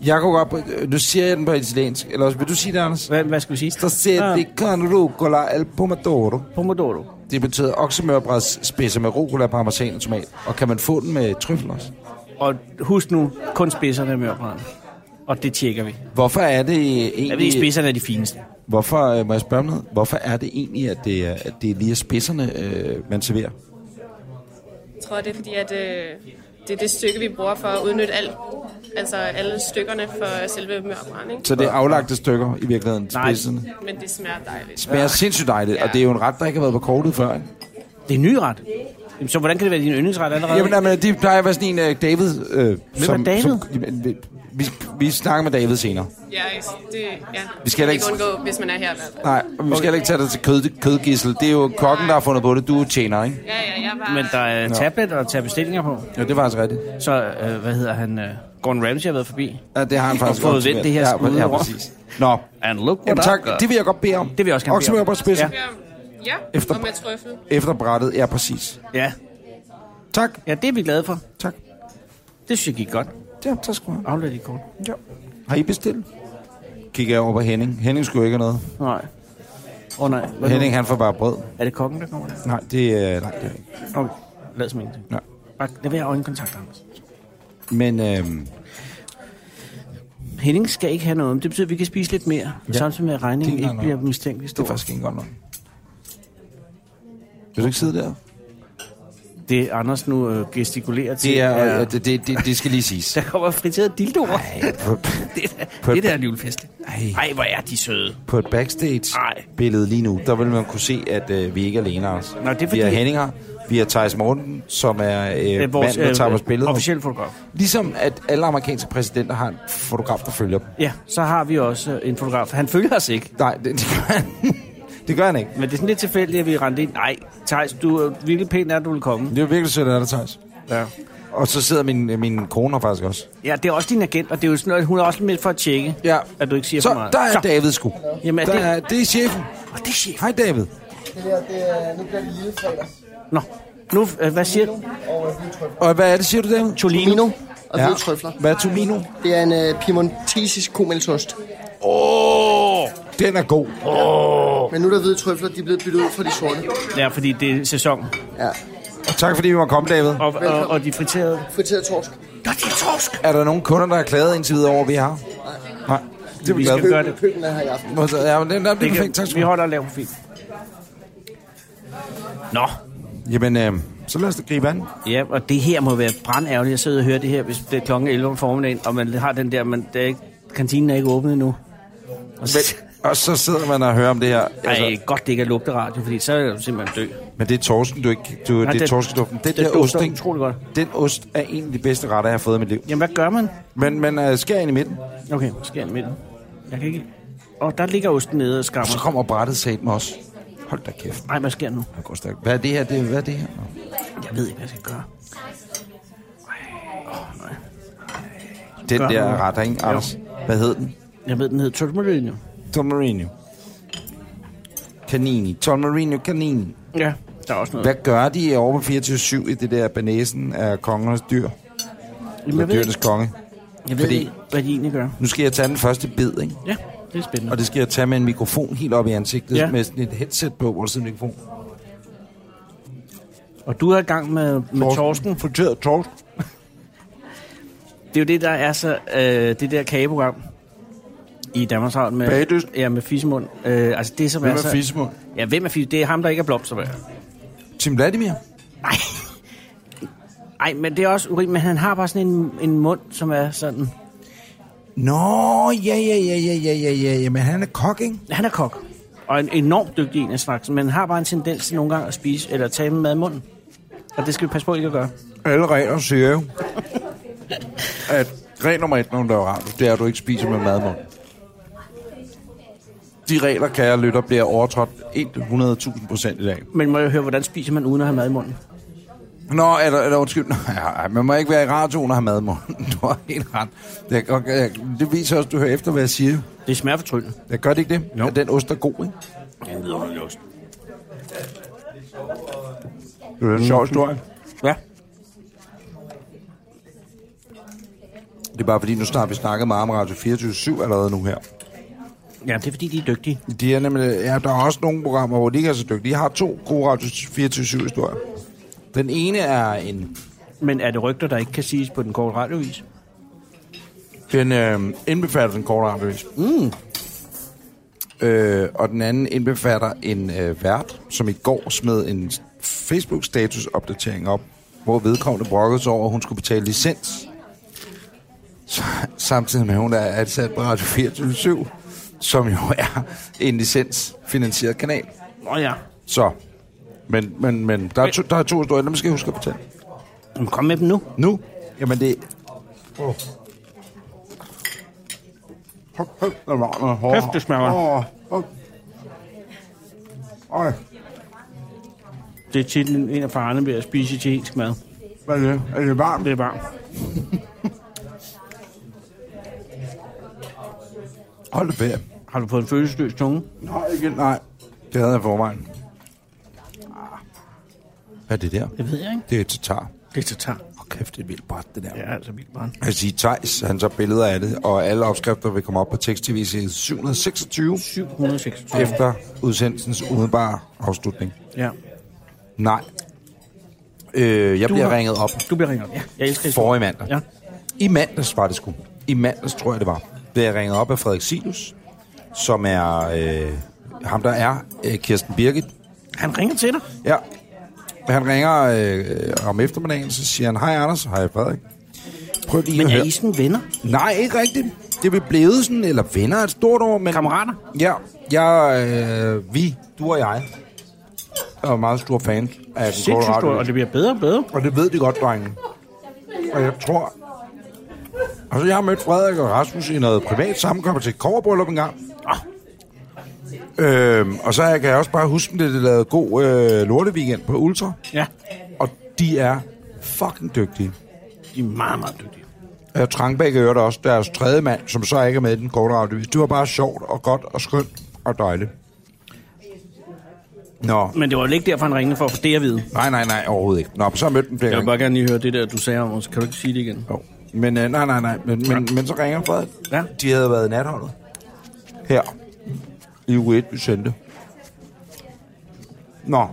[SPEAKER 1] Jeg kunne godt... øh, Nu siger jeg den på italiensk. Eller også, vil du sige det, Anders?
[SPEAKER 3] Hvad, hvad skal vi sige? Ah,
[SPEAKER 1] Stasetti con rucola al pomodoro.
[SPEAKER 3] Pomodoro.
[SPEAKER 1] Det betyder oksemørbræds spidser med rucola, parmesan og tomat. Og kan man få den med trøffel også?
[SPEAKER 3] Og husk nu, kun spidserne af mørbrand. Og det tjekker vi.
[SPEAKER 1] Hvorfor er det
[SPEAKER 3] Jeg ved,
[SPEAKER 1] egentlig...
[SPEAKER 3] spidserne er de fineste.
[SPEAKER 1] Hvorfor, øh, må jeg spørge om noget? Hvorfor er det egentlig, at det er, at det er lige er spidserne, øh, man serverer?
[SPEAKER 5] Jeg tror, det er fordi, at øh, det er det stykke, vi bruger for at udnytte alt. Altså alle stykkerne for selve mørbrand, ikke?
[SPEAKER 1] Så det er aflagte stykker i virkeligheden,
[SPEAKER 3] Nej.
[SPEAKER 1] spidserne. Det
[SPEAKER 5] Men det smager dejligt.
[SPEAKER 1] smager sindssygt dejligt, og det er jo en ret, der ikke har været på kortet før. Ikke?
[SPEAKER 3] Det er en ny ret. Jamen, så hvordan kan det være din yndlingsret allerede?
[SPEAKER 1] Jamen, jamen, det plejer at være sådan en øh, David... Øh,
[SPEAKER 3] David?
[SPEAKER 1] jamen, vi- vi, vi snakker med David senere.
[SPEAKER 5] Ja, ikke? det, ja.
[SPEAKER 1] Vi skal heller
[SPEAKER 5] ikke
[SPEAKER 1] ikke-
[SPEAKER 5] undgå, hvis man er her i hvert fald.
[SPEAKER 1] Nej, og vi skal heller ikke tage dig til kød, kødgissel. Det er jo kokken, der har fundet på det. Du er tjener, ikke?
[SPEAKER 5] Ja, ja, jeg var...
[SPEAKER 3] Men der er tablet og tage bestillinger på.
[SPEAKER 1] Ja, det var altså rigtigt.
[SPEAKER 3] Så, øh, hvad hedder han? Øh, Gordon Ramsay har været forbi.
[SPEAKER 1] Ja, det har han faktisk
[SPEAKER 3] Og fået
[SPEAKER 1] godt
[SPEAKER 3] vendt
[SPEAKER 1] til.
[SPEAKER 3] det her
[SPEAKER 1] ja,
[SPEAKER 3] skud
[SPEAKER 1] ja,
[SPEAKER 3] over.
[SPEAKER 1] præcis. Nå,
[SPEAKER 3] And look what
[SPEAKER 1] Jamen,
[SPEAKER 3] I
[SPEAKER 1] tak.
[SPEAKER 3] got.
[SPEAKER 1] Det vil jeg godt bede om.
[SPEAKER 3] Det vil jeg også gerne bede om.
[SPEAKER 1] Oksemør på spidsen.
[SPEAKER 3] Ja.
[SPEAKER 1] Ja.
[SPEAKER 5] Ja,
[SPEAKER 1] Efter-
[SPEAKER 5] og med trøffel.
[SPEAKER 1] Efter brættet, ja, præcis.
[SPEAKER 3] Ja.
[SPEAKER 1] Tak,
[SPEAKER 3] ja, det er vi glade for.
[SPEAKER 1] tak.
[SPEAKER 3] Det synes jeg gik godt.
[SPEAKER 1] Ja, tak skal du have.
[SPEAKER 3] Aflad i kort.
[SPEAKER 1] Ja. Har I bestilt? Kigger jeg over på Henning. Henning skulle ikke have noget.
[SPEAKER 3] Nej. Åh oh, nej. Hvad nu?
[SPEAKER 1] Henning, han får bare brød.
[SPEAKER 3] Er det kokken, der kommer der?
[SPEAKER 1] Nej, det er, nej, det er ikke.
[SPEAKER 3] Okay. Lad som ingenting.
[SPEAKER 1] Nej.
[SPEAKER 3] Bare lad være øjenkontakt, Anders.
[SPEAKER 1] Men øhm,
[SPEAKER 3] Henning skal ikke have noget. Det betyder, at vi kan spise lidt mere. Ja. Samtidig med, at regningen
[SPEAKER 1] Det er
[SPEAKER 3] ikke
[SPEAKER 1] nok.
[SPEAKER 3] bliver mistænkelig
[SPEAKER 1] det
[SPEAKER 3] stor.
[SPEAKER 1] er faktisk ikke godt nok. Vil du ikke sidde der?
[SPEAKER 3] Det Anders nu øh, gestikulerer til.
[SPEAKER 1] Det, er,
[SPEAKER 3] er-
[SPEAKER 1] ja. det, det, det, det skal lige siges.
[SPEAKER 3] [LAUGHS] Der kommer friterede dildoer. [LAUGHS] det,
[SPEAKER 1] På-
[SPEAKER 3] det der er en julefest.
[SPEAKER 1] Ej.
[SPEAKER 3] Ej, hvor er de søde.
[SPEAKER 1] På et
[SPEAKER 3] Ej.
[SPEAKER 1] backstage-billede lige nu, der vil man kunne se, at øh, vi ikke er alene, altså.
[SPEAKER 3] Nå, det er
[SPEAKER 1] Vi har
[SPEAKER 3] fordi-
[SPEAKER 1] Henning her, vi har Thijs Morten, som er øh, øh, mand, der tager vores billeder.
[SPEAKER 3] officiel fotograf.
[SPEAKER 1] Ligesom at alle amerikanske præsidenter har en fotograf, der følger dem.
[SPEAKER 3] Ja, så har vi også øh, en fotograf. Han følger os ikke,
[SPEAKER 1] Nej, det, det gør han. [LAUGHS] det gør han ikke.
[SPEAKER 3] men det er sådan lidt tilfældigt, at vi rendte ind. Nej, Thijs, du er virkelig pæn, er, at du vil komme.
[SPEAKER 1] Det er jo virkelig sødt af dig, Thijs.
[SPEAKER 3] Ja.
[SPEAKER 1] Og så sidder min, øh, min kone her faktisk også.
[SPEAKER 3] ja, det er også din agent, og det er jo sådan noget, hun er også med for at tjekke,
[SPEAKER 1] Ja.
[SPEAKER 3] at du ikke siger
[SPEAKER 1] Så,
[SPEAKER 3] for meget.
[SPEAKER 1] der er David sgu.
[SPEAKER 3] Jamen, er
[SPEAKER 1] der
[SPEAKER 3] det-
[SPEAKER 1] er, det er chefen.
[SPEAKER 3] Og det er chef.
[SPEAKER 1] Hej, David.
[SPEAKER 6] Det der, det er, nu bliver det lille fredags.
[SPEAKER 3] Nå, nu, øh, hvad siger du?
[SPEAKER 6] Og øh, hvide trøfler.
[SPEAKER 1] Og hvad er det, siger du, David?
[SPEAKER 3] Tolino?
[SPEAKER 6] Mino og hvide trøfler.
[SPEAKER 1] Hvad er Tomino?
[SPEAKER 6] Det er en øh, piemontesisk komælsost.
[SPEAKER 1] Den er god.
[SPEAKER 6] Men nu er der hvide trøfler, de er blevet byttet ud for de sorte.
[SPEAKER 3] Ja, fordi det er sæson.
[SPEAKER 6] Ja.
[SPEAKER 1] Og tak fordi vi måtte komme, David.
[SPEAKER 3] Og, og, og de friterede.
[SPEAKER 6] Friteret torsk.
[SPEAKER 3] Nå, det er torsk.
[SPEAKER 1] Er der nogen kunder, der har klaget indtil videre over, vi har? Nej. Det er vi
[SPEAKER 3] Vi
[SPEAKER 1] glade
[SPEAKER 3] skal
[SPEAKER 1] for.
[SPEAKER 3] gøre det.
[SPEAKER 6] Køkken er her i aften.
[SPEAKER 1] Nå, så- Ja, men det, det er
[SPEAKER 3] det
[SPEAKER 1] perfekt. Tak
[SPEAKER 3] kan,
[SPEAKER 1] skal
[SPEAKER 3] vi
[SPEAKER 1] du have.
[SPEAKER 3] holder lav profil. Nå,
[SPEAKER 1] Jamen, øh, så lad os da gribe an.
[SPEAKER 3] Ja, og det her må være brandærgerligt. Jeg sidder og hører det her, hvis det er klokken 11 om formiddagen, og man har den der, man, der er ikke, kantinen er ikke åbnet endnu. Og så,
[SPEAKER 1] Og så sidder man og hører om det her. Altså,
[SPEAKER 3] ej, godt det ikke er lugteradio, fordi så er det simpelthen dø.
[SPEAKER 1] Men det er torsken, du ikke... Du, det er
[SPEAKER 3] det-
[SPEAKER 1] torskestuften. Den
[SPEAKER 3] det
[SPEAKER 1] der
[SPEAKER 3] dufter
[SPEAKER 1] ost, den,
[SPEAKER 3] utrolig godt.
[SPEAKER 1] den ost er en af de bedste retter, jeg har fået i mit liv.
[SPEAKER 3] Jamen, hvad gør man?
[SPEAKER 1] Men man øh, skærer ind i midten,
[SPEAKER 3] Okay, skal jeg med Jeg kan ikke... Og der ligger osten nede og
[SPEAKER 1] og så
[SPEAKER 3] skammer.
[SPEAKER 1] kommer brættet sat med os. Hold da kæft,
[SPEAKER 3] Nej, hvad sker der nu?
[SPEAKER 1] man går stærkt. Hvad er det her? Det, hvad er det her? Nå.
[SPEAKER 3] Jeg ved ikke, hvad jeg skal gøre.
[SPEAKER 1] Den
[SPEAKER 3] Gør
[SPEAKER 1] der
[SPEAKER 3] noget.
[SPEAKER 1] ret, ikke, Anders? Hvad hed den?
[SPEAKER 3] Jeg ved, den hedder Turtmarine.
[SPEAKER 1] Tom Marino. Canini. Tom Marino Canini.
[SPEAKER 3] Ja, der er også noget.
[SPEAKER 1] Hvad gør de over på 24-7 i det der banæsen af kongernes dyr?
[SPEAKER 3] Jamen,
[SPEAKER 1] Eller
[SPEAKER 3] jeg ved,
[SPEAKER 1] dyrenes
[SPEAKER 3] ikke,
[SPEAKER 1] konge?
[SPEAKER 3] jeg ved
[SPEAKER 1] fordi-
[SPEAKER 3] ikke, hvad de egentlig gør.
[SPEAKER 1] Nu skal jeg tage den første bid, ikke?
[SPEAKER 3] Ja, det er spændende.
[SPEAKER 1] Og det skal jeg tage med en mikrofon helt op i ansigtet,
[SPEAKER 3] Ja.
[SPEAKER 1] ja. med sådan et headset på, hvor der sidder en mikrofon.
[SPEAKER 3] Og du er i gang med, med torsken.
[SPEAKER 1] Friteret torsk.
[SPEAKER 3] Det er jo det, der er så... Øh, det der kageprogram i Danmarks Havn med...
[SPEAKER 1] Bagdyst.
[SPEAKER 3] Ja, med Fisemund. Øh, altså det, som
[SPEAKER 1] Hvem
[SPEAKER 3] er
[SPEAKER 1] er
[SPEAKER 3] så...
[SPEAKER 1] fismund?
[SPEAKER 3] Ja, hvem er Fis? Det er ham, der ikke er blomsterbær.
[SPEAKER 1] Tim Vladimir.
[SPEAKER 3] Nej. Nej, men det er også urimeligt, men han har bare sådan en, en mund, som er sådan...
[SPEAKER 1] Nå, ja, ja, ja, ja, ja, ja, ja, ja, men han er kok, ikke?
[SPEAKER 3] Han er kok, og en enormt dygtig en af slagsen, men han har bare en tendens til nogle gange at spise eller tage med mad i munden. Og det skal vi passe på ikke at gøre.
[SPEAKER 1] Alle regler siger jo, at regel nummer et, når du laver radio, det er, at du ikke spiser med madmund. De regler, kære lytter, bliver overtrådt 100.000 procent i dag.
[SPEAKER 3] Men må jeg høre, hvordan spiser man uden at have mad i munden?
[SPEAKER 1] Nå, er der, er der undskyld. [LAUGHS] Nej, nej, man må ikke være i radioen og have mad i munden. [LAUGHS] Du har helt ret. Det, er godt- jeg, det viser også, at du hører efter, hvad jeg siger.
[SPEAKER 3] Det smager for tryllende.
[SPEAKER 1] Jeg gør det ikke det? Jo. Er den ost er god, ikke? Det er en sjov historie.
[SPEAKER 3] Ja.
[SPEAKER 1] Det er bare fordi, nu snart vi snakker meget om Radio 24-7 allerede nu her.
[SPEAKER 3] ja, det er fordi, de er dygtige.
[SPEAKER 1] De er nemlig, ja, der er også nogle programmer, hvor de ikke er så dygtige. De har to gode Radio 24-7 historier. Den ene er en...
[SPEAKER 3] Men er det rygter, der ikke kan siges på den korte radiovis?
[SPEAKER 1] Den øh, indbefatter den korte radiovis. Mm. Øh, og den anden indbefatter en øh, vært, som i går smed en Facebook-status-opdatering op, hvor vedkommende brokkede sig over, at hun skulle betale licens. Så, samtidig med, at hun er ansat på Radio 24 som jo er en licensfinansieret kanal.
[SPEAKER 3] Nå ja.
[SPEAKER 1] Så, men, men, men der, er to, der er to historier, dem skal jeg huske at fortælle.
[SPEAKER 3] Jamen, Kom med dem nu.
[SPEAKER 1] Nu? Jamen det... Oh.
[SPEAKER 3] Kæft, det smager
[SPEAKER 1] godt. Øj,
[SPEAKER 3] Det er tit en en af farerne ved at spise italiensk mad.
[SPEAKER 1] hvad er det? Er det varmt?
[SPEAKER 3] Det er varmt.
[SPEAKER 1] Hold det fedt.
[SPEAKER 3] Har du fået en følelsesløs tunge?
[SPEAKER 1] Nej, ikke. Nej, det havde jeg i forvejen. Ah. Hvad er det der?
[SPEAKER 3] Det ved jeg ikke.
[SPEAKER 1] Det er et tatar.
[SPEAKER 3] Det er tatar.
[SPEAKER 1] Åh, kæft, det er vildt bræt, det der.
[SPEAKER 3] Det er altså vildt brændt.
[SPEAKER 1] Jeg vil sige, Thijs, han tager billeder af det, og alle opskrifter vil komme op på tekst-tv side 726
[SPEAKER 3] 726.
[SPEAKER 1] efter udsendelsens umiddelbare afslutning.
[SPEAKER 3] Ja.
[SPEAKER 1] Nej. Øh, jeg du bliver
[SPEAKER 3] har-
[SPEAKER 1] har... ringet op
[SPEAKER 3] Du bliver ringet op. Ja, jeg elsker det.
[SPEAKER 1] forrige mandag.
[SPEAKER 3] Ja.
[SPEAKER 1] I mandags var det sgu. I mandags tror jeg, det var. Blev jeg ringet op af Frederik Silus, som er øh, ham, der er øh, Kirsten Birgit.
[SPEAKER 3] Han ringer til dig.
[SPEAKER 1] Ja. Han ringer øh, om eftermiddagen, så siger han, hej Anders, hej Frederik. Prøv lige
[SPEAKER 3] Men
[SPEAKER 1] at
[SPEAKER 3] er
[SPEAKER 1] høre.
[SPEAKER 3] I sådan venner?
[SPEAKER 1] Nej, ikke rigtigt. Det er vi blevet sådan, eller venner er et stort ord, men...
[SPEAKER 3] Kammerater?
[SPEAKER 1] Ja, jeg, øh, vi, du og jeg, er meget store fans af den korte
[SPEAKER 3] Sindssygt stort,
[SPEAKER 1] radio.
[SPEAKER 3] og det bliver bedre og bedre.
[SPEAKER 1] Og det ved de godt, drenge. Og jeg tror... Altså, jeg har mødt Frederik og Rasmus i noget privat sammenkomst til et kårbryllup en gang. Ah. Øhm, og så kan jeg også bare huske, at det lavede god øh, lorteweekend på Ultra.
[SPEAKER 3] Ja.
[SPEAKER 1] Og de er fucking dygtige.
[SPEAKER 3] De er meget, meget dygtige.
[SPEAKER 1] Øh, Trangbæk hørte også deres tredje mand, som så ikke er med i den korte radio. Det var bare sjovt og godt og skønt og dejligt. Nå,
[SPEAKER 3] Men det var jo ikke derfor, han ringede for at få det at vide.
[SPEAKER 1] nej, nej, nej, overhovedet ikke. Nå, men så mødte den flere
[SPEAKER 3] Jeg vil
[SPEAKER 1] gange.
[SPEAKER 3] bare gerne lige høre det der, du sagde om os. Kan du ikke sige det igen?
[SPEAKER 1] Jo. Men øh, nej, nej, nej. Men, men, men så ringer Frederik.
[SPEAKER 3] Ja.
[SPEAKER 1] De havde været i natholdet. Her. I uge 1, vi sendte. Nå.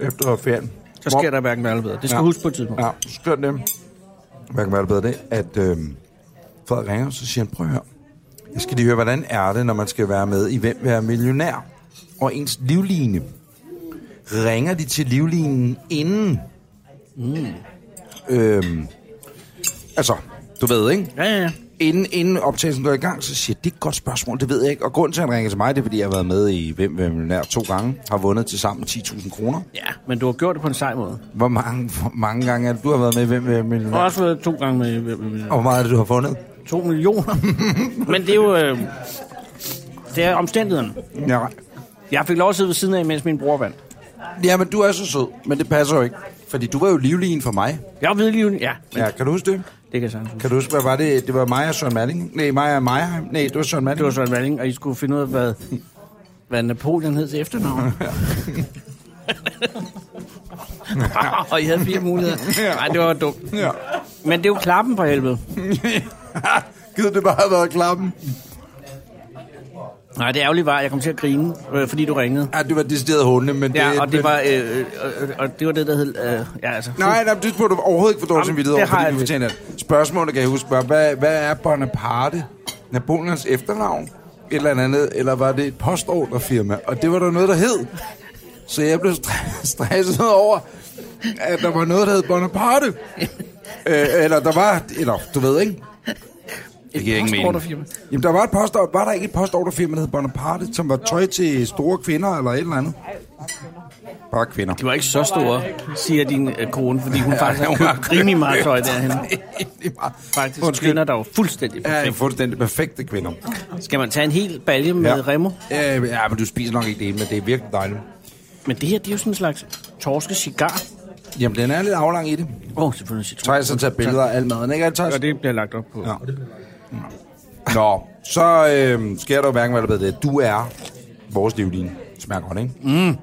[SPEAKER 1] Efter ferien.
[SPEAKER 3] Så sker der hverken værre eller bedre. Det skal ja. huske på et tidspunkt. Ja.
[SPEAKER 1] Ja, så sker det. Hvad kan være det bedre det? At øh, Frederik ringer, så siger han, prøv at høre. Jeg skal lige høre, hvordan er det, når man skal være med i Hvem vil være millionær? Og ens livline. Ringer de til livlinen inden? Mm. Øhm, altså, du ved, ikke?
[SPEAKER 3] ja, ja,
[SPEAKER 1] Inden, inden optagelsen går i gang, så siger jeg, det er et godt spørgsmål, det ved jeg ikke. Og grunden til, at han ringer til mig, det er, fordi jeg har været med i Hvem vil være millionær to gange. Har vundet til sammen 10.000 kroner.
[SPEAKER 3] Ja, men du har gjort det på en sej måde.
[SPEAKER 1] Hvor mange, hvor mange gange er det, du har været med i Hvem vil være millionær?
[SPEAKER 3] Du har også været to gange med, med, med, med
[SPEAKER 1] Og hvor meget er det, du har fundet?
[SPEAKER 3] to millioner. men det er jo... Øh, det er omstændighederne.
[SPEAKER 1] Ja.
[SPEAKER 3] Jeg fik lov at sidde ved siden af, mens min bror vandt.
[SPEAKER 1] ja, men du er så sød, men det passer jo ikke. Fordi du var jo livlinen for mig.
[SPEAKER 3] Jeg var vedlivende. Ja, men
[SPEAKER 1] Ja, kan du huske det?
[SPEAKER 3] det kan jeg sagtens huske.
[SPEAKER 1] Kan du huske, hvad var det? Det var mig og Søren Malling. Nej, mig og Meierheim. Nej, det var Søren Malling.
[SPEAKER 3] Det
[SPEAKER 1] [LAUGHS]
[SPEAKER 3] var Søren Malling, og I skulle finde ud af, hvad, hvad Napoleon hed til efternavn. [LAUGHS] og I havde fire muligheder. Nej, det var dumt.
[SPEAKER 1] Ja.
[SPEAKER 3] Men det er jo klappen for helvede.
[SPEAKER 1] Gud, det bare have været klappen.
[SPEAKER 3] Nej, det ærgerlige var, at jeg kom til at grine, øh, fordi du ringede.
[SPEAKER 1] Ja, det var decideret hunde, men det...
[SPEAKER 3] Ja, og det
[SPEAKER 1] men-
[SPEAKER 3] var, øh, øh, øh, og det, var det, der hed... Øh, ja, altså,
[SPEAKER 1] Nej, nej, det spurgte du overhovedet ikke for dårlig
[SPEAKER 3] Jamen,
[SPEAKER 1] samvittighed over,
[SPEAKER 3] det har
[SPEAKER 1] fordi
[SPEAKER 3] jeg
[SPEAKER 1] du
[SPEAKER 3] vist.
[SPEAKER 1] fortjener det. Spørgsmålet kan jeg huske bare, hvad, hvad er Bonaparte? Napoleons efternavn? Et eller andet, eller var det et postordrefirma? Og det var der noget, der hed. Så jeg blev stre- [LAUGHS] stresset over, at der var noget, der hed Bonaparte. øh, eller der var, eller du ved ikke. Det giver ingen
[SPEAKER 3] postordrefirma.
[SPEAKER 1] Jamen, der var, et post, var der ikke et postordrefirma, der hed Bonaparte, som var tøj til store kvinder eller et eller andet? Bare kvinder.
[SPEAKER 3] De var ikke så store, siger din øh, kone, fordi hun faktisk har
[SPEAKER 1] hun har
[SPEAKER 3] købt rimelig meget tøj [LAUGHS] derhen.
[SPEAKER 1] Egentlig meget.
[SPEAKER 3] Faktisk
[SPEAKER 1] Undskyld.
[SPEAKER 3] kvinder, der var fuldstændig
[SPEAKER 1] Ja, ja,
[SPEAKER 3] perfekt.
[SPEAKER 1] fuldstændig perfekte kvinder.
[SPEAKER 3] Skal man tage en hel balje med
[SPEAKER 1] Ja.
[SPEAKER 3] remo?
[SPEAKER 1] Ja, ja, men du spiser nok ikke det hele, men det er virkelig dejligt.
[SPEAKER 3] Men det her, det er jo sådan en slags torske cigar.
[SPEAKER 1] Jamen, den er lidt aflang i det.
[SPEAKER 3] Åh, oh, selvfølgelig citron.
[SPEAKER 1] Thijs har taget billeder af al maden, ikke? Er det, Thijs?
[SPEAKER 3] Og det bliver lagt op på.
[SPEAKER 1] Ja. Nå, så øh, sker der jo hverken, hvad der ved det. Du er vores livline. Smager godt, ikke? Mm.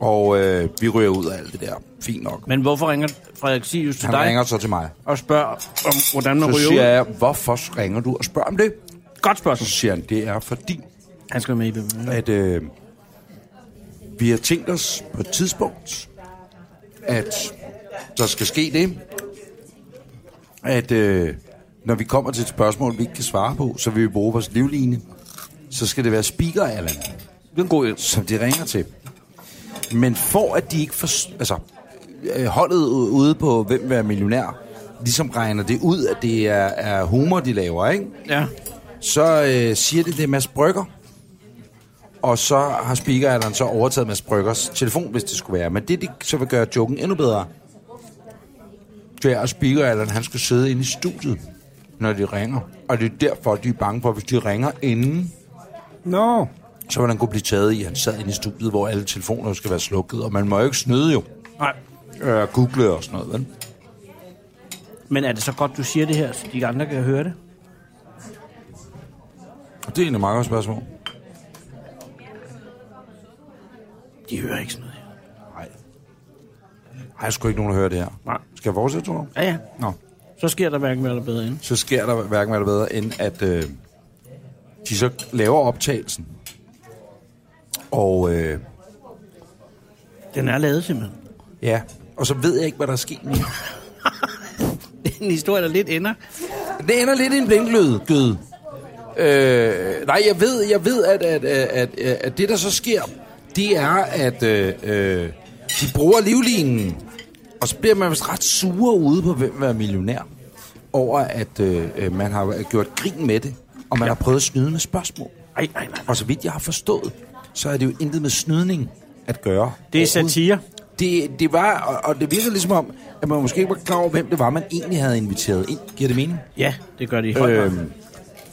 [SPEAKER 1] Og øh, vi ryger ud af alt det der. Fint nok.
[SPEAKER 3] Men hvorfor ringer Frederik Sirius til
[SPEAKER 1] Han
[SPEAKER 3] dig
[SPEAKER 1] ringer så til mig.
[SPEAKER 3] og spørger, om, hvordan man
[SPEAKER 1] Så
[SPEAKER 3] ryger
[SPEAKER 1] siger
[SPEAKER 3] ud?
[SPEAKER 1] jeg, hvorfor ringer du og spørger om det?
[SPEAKER 3] Godt
[SPEAKER 1] Så
[SPEAKER 3] spørgsmål.
[SPEAKER 1] siger han, det er fordi,
[SPEAKER 3] Han skal med i det.
[SPEAKER 1] at øh, vi har tænkt os på et tidspunkt, at der skal ske det, at øh, når vi kommer til et spørgsmål, vi ikke kan svare på, så vil vi bruge vores livline, så skal det være speaker, Allan,
[SPEAKER 3] Det er en god idé.
[SPEAKER 1] som de ringer til. Men for at de ikke for, altså, øh, holdet u- ude på Hvem vil være millionær, ligesom regner det ud, at det er, er humor, de laver, ikke?
[SPEAKER 3] Ja.
[SPEAKER 1] Så øh, siger det, det er Mads Brygger. Og så har speakeralderen så overtaget Mads Bryggers telefon, hvis det skulle være. Men det, de så vil gøre joken endnu bedre, det er, at speakeralderen, han skal sidde inde i studiet, når de ringer. Og det er derfor, de er bange for, at hvis de ringer inden,
[SPEAKER 3] Nå. No.
[SPEAKER 1] så vil han kunne blive taget i. Han sad inde i studiet, hvor alle telefoner skal være slukket, og man må jo ikke snyde jo.
[SPEAKER 3] Nej.
[SPEAKER 1] Øh, Google og sådan noget, vel?
[SPEAKER 3] Men er det så godt, du siger det her, så de andre kan høre det?
[SPEAKER 1] Det er egentlig et meget godt spørgsmål.
[SPEAKER 3] De hører ikke sådan noget her.
[SPEAKER 1] Nej. Ej, jeg skulle ikke nogen, der høre det her.
[SPEAKER 3] Nej.
[SPEAKER 1] Skal jeg fortsætte, tror du?
[SPEAKER 3] Ja, ja.
[SPEAKER 1] Nå.
[SPEAKER 3] Så sker der hverken mere eller bedre end.
[SPEAKER 1] så sker der hverken eller bedre, end at øh, de så laver optagelsen. Og øh,
[SPEAKER 3] Den er lavet simpelthen. [LAUGHS]
[SPEAKER 1] ja, og så ved jeg ikke, hvad der er sket nu.
[SPEAKER 3] Det er en historie, der lidt ender.
[SPEAKER 1] Det ender lidt i en blinklyd, gød. Øh, nej, jeg ved, jeg ved at, at, at, at, at det, der så sker, det er, at øh, øh, de bruger livlinen. Og så bliver man vist ret sure ude på, hvem er millionær, over at øh, øh, man har gjort grin med det, og man ja. har prøvet at snyde med spørgsmål.
[SPEAKER 3] Ej, nej, nej.
[SPEAKER 1] Og så vidt jeg har forstået, så er det jo intet med snydning at gøre.
[SPEAKER 3] Det er satire.
[SPEAKER 1] Det, det var, og, og det virker ligesom om, at man måske ikke var klar over, hvem det var, man egentlig havde inviteret ind. Giver det mening?
[SPEAKER 3] Ja, det gør det i høj grad.
[SPEAKER 1] Øhm,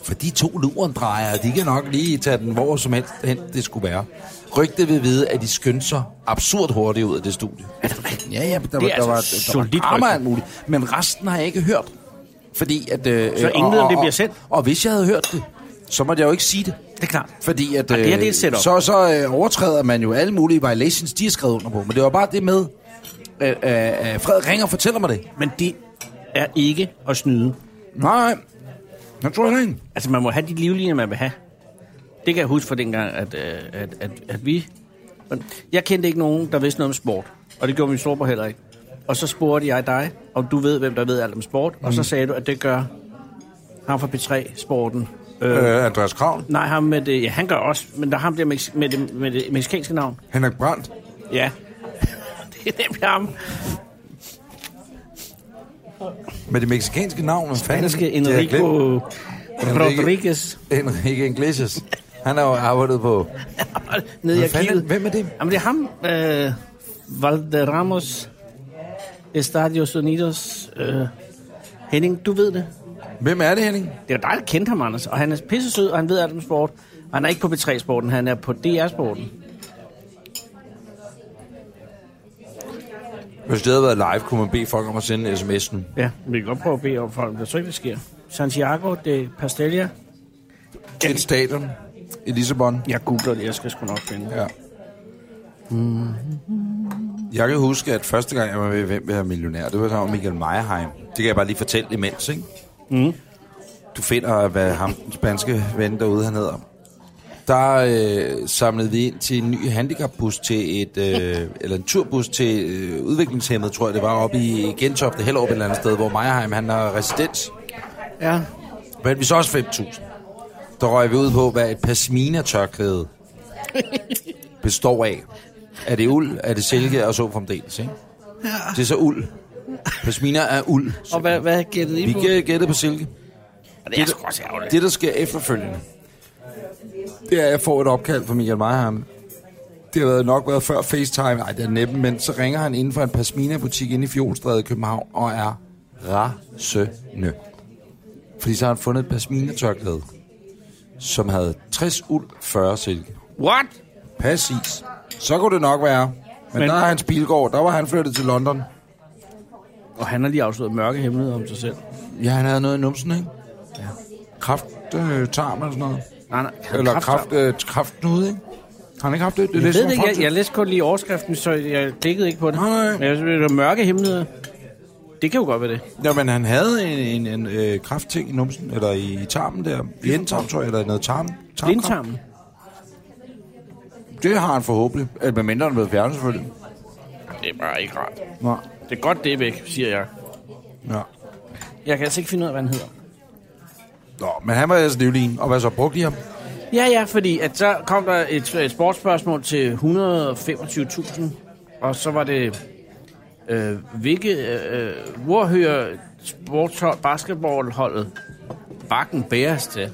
[SPEAKER 1] for de to lurendrejere, de kan nok lige tage den hvor som helst hen, det skulle være. Rygte vil vide, at de skyndte sig absurd hurtigt ud af det studie. Er det rigtigt? Ja, ja, men der, var,
[SPEAKER 3] er
[SPEAKER 1] der, var,
[SPEAKER 3] altså
[SPEAKER 1] der var
[SPEAKER 3] solidt
[SPEAKER 1] drama
[SPEAKER 3] rygte.
[SPEAKER 1] alt muligt. Men resten har jeg ikke hørt. Fordi at... Øh,
[SPEAKER 3] Så
[SPEAKER 1] øh,
[SPEAKER 3] ingen ved, om det bliver sendt?
[SPEAKER 1] Og, og hvis jeg havde hørt det, så måtte jeg jo ikke sige det.
[SPEAKER 3] Det er klart.
[SPEAKER 1] Fordi at,
[SPEAKER 3] Ej, det her, det er et setup.
[SPEAKER 1] så, så øh, overtræder man jo alle mulige violations, de har skrevet under på. Men det var bare det med, øh, øh, øh, Frederik ringer og fortæller mig det.
[SPEAKER 3] Men det er ikke at snyde.
[SPEAKER 1] Nej, jeg tror jeg ikke.
[SPEAKER 3] Altså, man må have de livlinjer, man vil have. Det kan jeg huske fra dengang, at, øh, at, at, at vi... Jeg kendte ikke nogen, der vidste noget om sport. Og det gjorde min storebror heller ikke. Og så spurgte jeg dig, om du ved, hvem der ved alt om sport. Og så sagde du, at det gør ham fra P3-sporten. Øh,
[SPEAKER 1] Øh, Andreas Kravl,
[SPEAKER 3] nej, ham med det... Ja, han gør også, men der er ham der med, med, det, med det mexikanske navn.
[SPEAKER 1] Henrik Brandt.
[SPEAKER 3] Ja. [LAUGHS] det er nemlig ham.
[SPEAKER 1] Med det meksikanske navn, hvad fanden?
[SPEAKER 3] Danske
[SPEAKER 1] Det har jeg glemt.
[SPEAKER 3] Enrico [LAUGHS] Rodriguez.
[SPEAKER 1] Enrique Iglesias. Han har jo arbejdet på...
[SPEAKER 3] Nede i
[SPEAKER 1] Hvad fanden,
[SPEAKER 3] arkivet.
[SPEAKER 1] hvem er det?
[SPEAKER 3] Jamen, det er ham. Øh, Valderamos. Estadios Unidos. Øh, Henning, du ved det.
[SPEAKER 1] Hvem er det, Henning?
[SPEAKER 3] Det er jo dig, der kendte ham, Anders. Og han er pisse sød, og han ved alt om sport. Og han er ikke på B3-sporten, han er på DR-sporten.
[SPEAKER 1] Hvis det havde været live, kunne man bede folk om at sende sms'en.
[SPEAKER 3] Ja, vi kan godt prøve at bede om folk, men jeg tror ikke, det sker. Santiago de Pastella.
[SPEAKER 1] Til et stadion i Lissabon.
[SPEAKER 3] Jeg googler det, jeg skal sgu nok finde. det.
[SPEAKER 1] Ja. Mm-hmm. Jeg kan huske, at første gang, jeg var med i Hvem vil være millionær, det var sammen med Michael Meierheim. Det kan jeg bare lige fortælle imens, ikke? Mm. Du finder, hvad ham, den spanske ven derude, han hedder. Der øh, samlede vi ind til en ny handicapbus til et, øh, eller en turbus til øh, udviklingshemmet, tror jeg det var, oppe i Gentofte, Hellerup et eller andet sted, hvor Meierheim, han har residens.
[SPEAKER 3] Ja.
[SPEAKER 1] Men vi så også 5.000. Der røg vi ud på, hvad et pasmina-tørklæde består af. Er det uld, er det silke og så fremdeles, ikke? Ja. Det er så uld. Pasmina er uld.
[SPEAKER 3] Og hvad, hvad gættede I
[SPEAKER 1] Vi
[SPEAKER 3] på?
[SPEAKER 1] gæ- gættede på silke.
[SPEAKER 3] Det er sgu også ærgerligt.
[SPEAKER 1] Det, der sker efterfølgende, det er, at jeg får et opkald fra Michael Meierheim. Det har været nok været før FaceTime. Nej, det er næppen, men så ringer han inden for en Pasmina-butik inde i Fjolstræde i København og er rasende. Fordi så har han fundet et Pasmina-tørklæde, som havde 60 uld, 40 silke.
[SPEAKER 3] What?
[SPEAKER 1] Præcis. Så kunne det nok være. Men,
[SPEAKER 3] Men-
[SPEAKER 1] men der er hans bilgård. Der var han flyttet til London.
[SPEAKER 3] Og han har lige afsløret mørke hemmeligheder om sig selv.
[SPEAKER 1] Ja, han havde noget i numsen, ikke? Ja. Kraft, øh, tarm eller sådan noget.
[SPEAKER 3] Nej, nej. han
[SPEAKER 1] Eller
[SPEAKER 3] kræfter-
[SPEAKER 1] kraft, øh, kraftknude, ikke? Har han ikke haft det? Det er
[SPEAKER 3] Jeg
[SPEAKER 1] det,
[SPEAKER 3] ved
[SPEAKER 1] som
[SPEAKER 3] det ikke, jeg,
[SPEAKER 1] jeg,
[SPEAKER 3] jeg læste kun lige overskriften, så jeg klikkede ikke på det.
[SPEAKER 1] Nej, nej.
[SPEAKER 3] Men jeg synes, det er mørke hemmeligheder. Det kan jo godt være det.
[SPEAKER 1] jeg... Jamen, han havde en, en, en øh, kraftting i numsen, eller i, i tarmen der. I endtarm, tror jeg, eller noget tarm. tarmkræft.
[SPEAKER 3] Blindtarmen.
[SPEAKER 1] Det har han forhåbentlig. Eller med mindre, han blev fjernet, selvfølgelig.
[SPEAKER 3] Det er bare ikke rart.
[SPEAKER 1] Nå.
[SPEAKER 3] Det er godt, det er væk, siger jeg.
[SPEAKER 1] Ja.
[SPEAKER 3] Jeg kan altså ikke finde ud af, hvad han hedder.
[SPEAKER 1] Nå, men han var altså livlin. Og hvad så? Brugte de ham?
[SPEAKER 3] Ja, ja, fordi at så kom der et, et sportsspørgsmål til 125.000, og så var det Øh, hvilke, øh, øh, hvor hører sports- basketballholdet Bakken Bears til?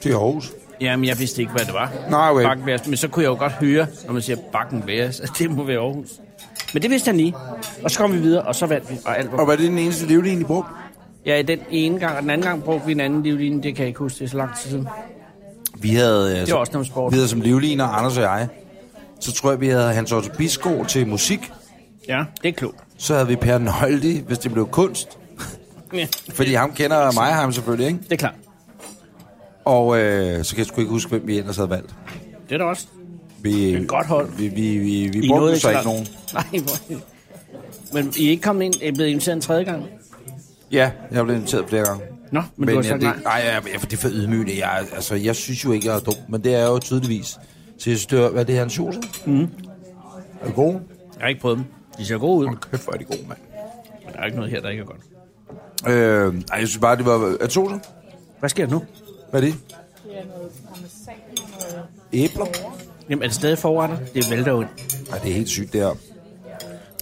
[SPEAKER 1] Til Aarhus.
[SPEAKER 3] Jamen, jeg vidste ikke, hvad det var.
[SPEAKER 1] Nej, okay.
[SPEAKER 3] Bakken Bears. Men så kunne jeg jo godt høre, når man siger Bakken Bears, at det må være Aarhus. Men det vidste han lige. Og så kom vi videre, og så vandt vi. Og alt var
[SPEAKER 1] Og var det den eneste livlinje, I brugte?
[SPEAKER 3] Ja, den ene gang, og den anden gang brugte vi en anden livlinje, det kan jeg ikke huske, det er så lang tid siden.
[SPEAKER 1] Vi havde, øh,
[SPEAKER 3] Det var også noget sport.
[SPEAKER 1] vi havde som livliner, Anders og jeg, så tror jeg, vi havde Hans Otto Bisgaard til musik.
[SPEAKER 3] Ja, det er klogt.
[SPEAKER 1] Så havde vi Per Nøgli, hvis det blev kunst.
[SPEAKER 3] Ja,
[SPEAKER 1] Fordi ham kender mig og ham selvfølgelig, ikke?
[SPEAKER 3] det er klart.
[SPEAKER 1] Og øh, så kan jeg sgu ikke huske, hvem vi ellers havde valgt.
[SPEAKER 3] Det er da også.
[SPEAKER 1] Vi,
[SPEAKER 3] Et godt hold.
[SPEAKER 1] Vi, vi, vi, vi
[SPEAKER 3] I
[SPEAKER 1] brugte
[SPEAKER 3] nåede
[SPEAKER 1] så ikke
[SPEAKER 3] langt.
[SPEAKER 1] nogen.
[SPEAKER 3] [LAUGHS] Nej, hvor... Men I er ikke kommet ind, I er blevet inviteret en tredje gang?
[SPEAKER 1] Ja, jeg blev inviteret flere gange.
[SPEAKER 3] Nå, men, men du har
[SPEAKER 1] ja,
[SPEAKER 3] sagt nej.
[SPEAKER 1] det, nej, ja, men jeg- for det er for ydmygende. Jeg, er- altså, jeg synes jo ikke, jeg er dum, men det er jeg jo tydeligvis. Så jeg synes, det var, hvad er det her, en sjose? Mm. Er det gode?
[SPEAKER 3] Jeg har ikke prøvet dem. De ser gode ud,
[SPEAKER 1] Hold kæft, hvor er det gode, mand.
[SPEAKER 3] men der er ikke noget her, der ikke er godt.
[SPEAKER 1] Øh, nej, jeg synes bare, det var... Er det sjose?
[SPEAKER 3] Hvad sker der nu?
[SPEAKER 1] Hvad er det? Æbler?
[SPEAKER 3] Jamen, er det stadig forretter? Det vælter ud.
[SPEAKER 1] Nej, det er helt sygt, det her.